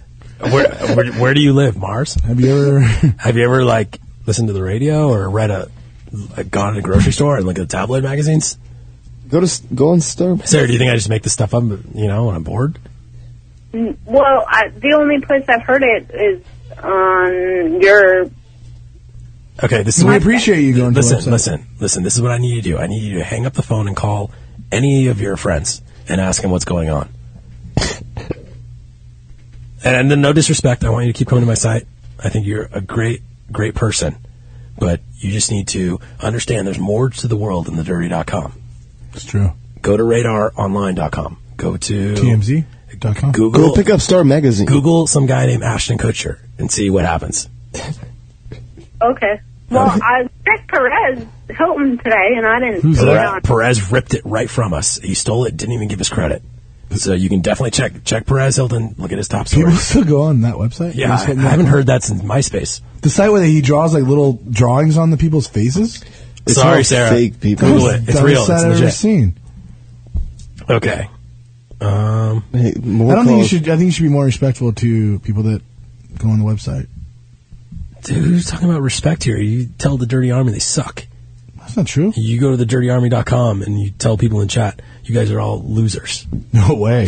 C: TV? where, where where do you live, Mars?
D: Have you ever
C: have you ever like listened to the radio or read a like, gone to the grocery store and looked at the tabloid magazines?
E: Go to go on Starbucks.
C: Sarah, do you think I just make this stuff up? You know, when I'm bored.
F: Mm, Well, I, the only place I've heard it is on your.
C: Okay, this is
D: We appreciate you going to the
C: Listen,
D: website.
C: listen, listen. This is what I need you to do. I need you to hang up the phone and call any of your friends and ask them what's going on. and then, no disrespect, I want you to keep coming to my site. I think you're a great, great person, but you just need to understand there's more to the world than the dirty.com.
D: It's true.
C: Go to radaronline.com. Go to
D: TMZ.
C: Google.
E: Go pick up Star Magazine.
C: Google some guy named Ashton Kutcher and see what happens.
F: Okay. Well, I checked Perez Hilton today, and I didn't see it on.
C: Perez, Perez ripped it right from us. He stole it. Didn't even give us credit. So you can definitely check check Perez Hilton. Look at his top
D: People
C: stories.
D: still go on that website.
C: Yeah, I, I haven't heard that since MySpace.
D: The site where he draws like little drawings on the people's faces.
C: Sorry, Sarah. Google it. It's
D: Dumbest
C: real.
D: site
C: It's
D: I've ever
C: legit.
D: seen.
C: Okay. Um,
D: I don't think you should. I think you should be more respectful to people that go on the website.
C: Dude, who's talking about respect here? You tell the Dirty Army they suck.
D: That's not true.
C: You go to thedirtyarmy.com and you tell people in chat, you guys are all losers.
D: No way.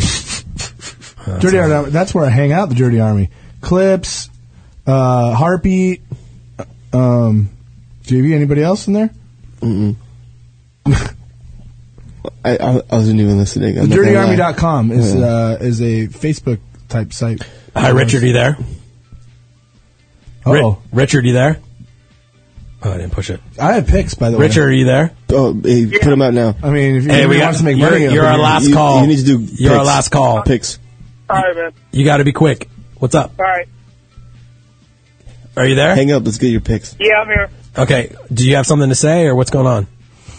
E: Oh,
D: Dirty
C: all-
D: Army. That's where I hang out. The Dirty Army clips, uh, heartbeat. Um, JV. Anybody else in there?
E: Mm-mm. I, I, I wasn't even listening.
D: The
E: I'm not gonna lie.
D: DirtyArmy.com is
E: Yeah.
D: uh, is a Facebook type site.
C: Hi, Richard. Are you there?
D: Oh,
C: Ri- Richard, you there? Oh, I didn't push it.
D: I have pics by the way.
C: Richard, are you there?
E: Oh, hey, put them out now.
D: I mean, if you
C: Hey,
D: anybody
C: we got-
D: wants to make
C: you're-
D: money,
C: you're our last
E: you,
C: call.
E: You need to do.
C: You're our
E: picks.
C: last call.
E: Picks.
U: Sorry, man.
C: You got to be quick. What's up?
U: Sorry.
C: Are you there?
E: Hang up. Let's get your picks.
U: Yeah, I'm here.
C: Okay. Do you have something to say, or what's going on?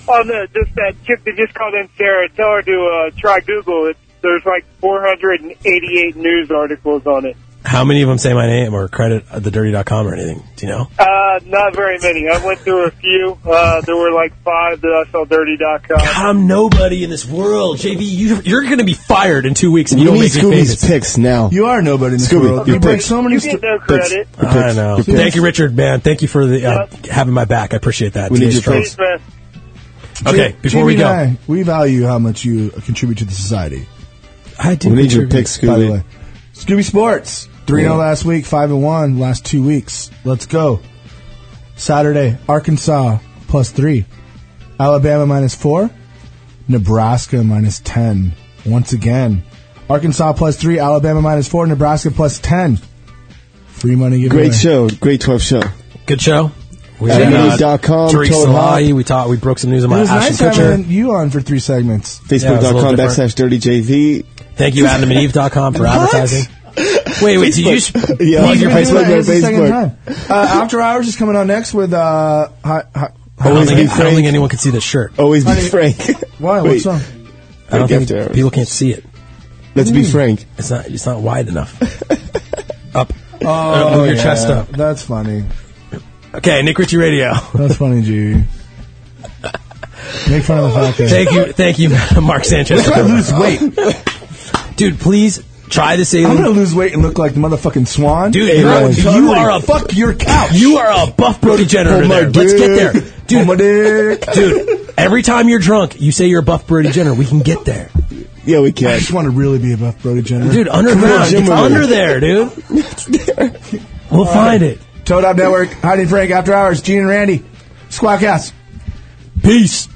U: Oh, no, just that chick that just called in, Sarah. Tell her to uh, try Google. It's, there's like 488 news articles on it.
C: How many of them say my name or credit uh, thedirty.com or anything? Do you know?
U: Uh, not very many. I went through a few. Uh, there were like five that I saw dirty.com.
C: I'm nobody in this world, JB. You, you're going to be fired in two weeks, and you
E: we
C: don't
E: need
C: make me
E: Scooby's
C: famous.
E: picks now.
D: You are nobody in this
E: Scooby,
D: world.
E: your
D: You make
E: picks.
D: so many.
U: You get no credit.
C: I know.
E: Your picks.
C: Oh. Thank you, Richard, man. Thank you for the, uh, having my back. I appreciate that.
E: We need
C: Today's
E: your
C: trends.
E: picks.
C: Okay, before we go,
D: I, we value how much you contribute to the society.
C: I do
E: We need your
C: contribute.
E: picks,
D: By the
E: Scooby.
D: way, Scooby Sports three zero
E: Yeah.
D: last week, five and one last two weeks. Let's go. Saturday, Arkansas plus three, Alabama minus four, Nebraska minus ten. Once again, Arkansas plus three, Alabama minus four, Nebraska plus ten. Free money giveaway.
E: Great show. E Great 12 show.
C: Good show. We uh,
E: Yeah.
C: had,
E: News.com,
C: Tariq
E: Toad
C: Salahi. We taught. We broke some news
D: It
C: about
D: was
C: Ashton
D: nice
C: Kutcher.
D: having you on for three segments.
E: Facebook.com backslash dirty JV.
C: Thank you, AdamandEve.com, for advertising. Wait, wait. Did you just
E: Yeah,
C: plug
E: on
C: your
E: your
D: We've been doing
E: Facebook.
D: that
E: on
D: this is the second
E: Facebook.
D: time. Uh, After Hours is coming on next with uh, hi, hi,
C: I don't,
E: Always
C: think,
E: be
C: I don't
E: frank.
C: think anyone could see this shirt.
E: Always be
D: Honey.
E: frank.
D: why?
E: Wait.
D: What's on?
C: I don't
E: Frank
C: think
E: after hours.
C: people can't see it. Hmm.
E: Let's be frank.
C: It's not. It's not wide enough. up.
D: Oh,
C: Uh, move your chest
D: yeah.
C: up.
D: That's funny.
C: Okay, Nick Ritchie Radio.
D: That's funny, G. Make fun of the podcast.
C: Thank you, thank you, Mark Sanchez.
D: I'm gonna lose weight.
C: Dude, please try this
D: I'm gonna
C: alien.
D: lose weight and look like the motherfucking swan.
C: Dude,
E: Hey,
C: you're a-
E: man.
C: you are a
D: fuck your couch.
C: you are a buff Brody Jenner.
E: Oh, my
C: there. Let's get there,
E: dick.
D: Oh,
C: dude.
D: my dick.
C: dude, every time you're drunk, you say you're a buff Brody Jenner. We can get there,
E: Yeah, we
D: I
E: can.
D: just want to really be above Brody Jenner.
C: dude. Underground,
E: Jim
C: it's
E: Murray.
C: under there, dude. We'll find it.
D: Toad Hop Network, Heidi and Frank, After Hours, Gene and Randy, Squawk House.
C: Peace.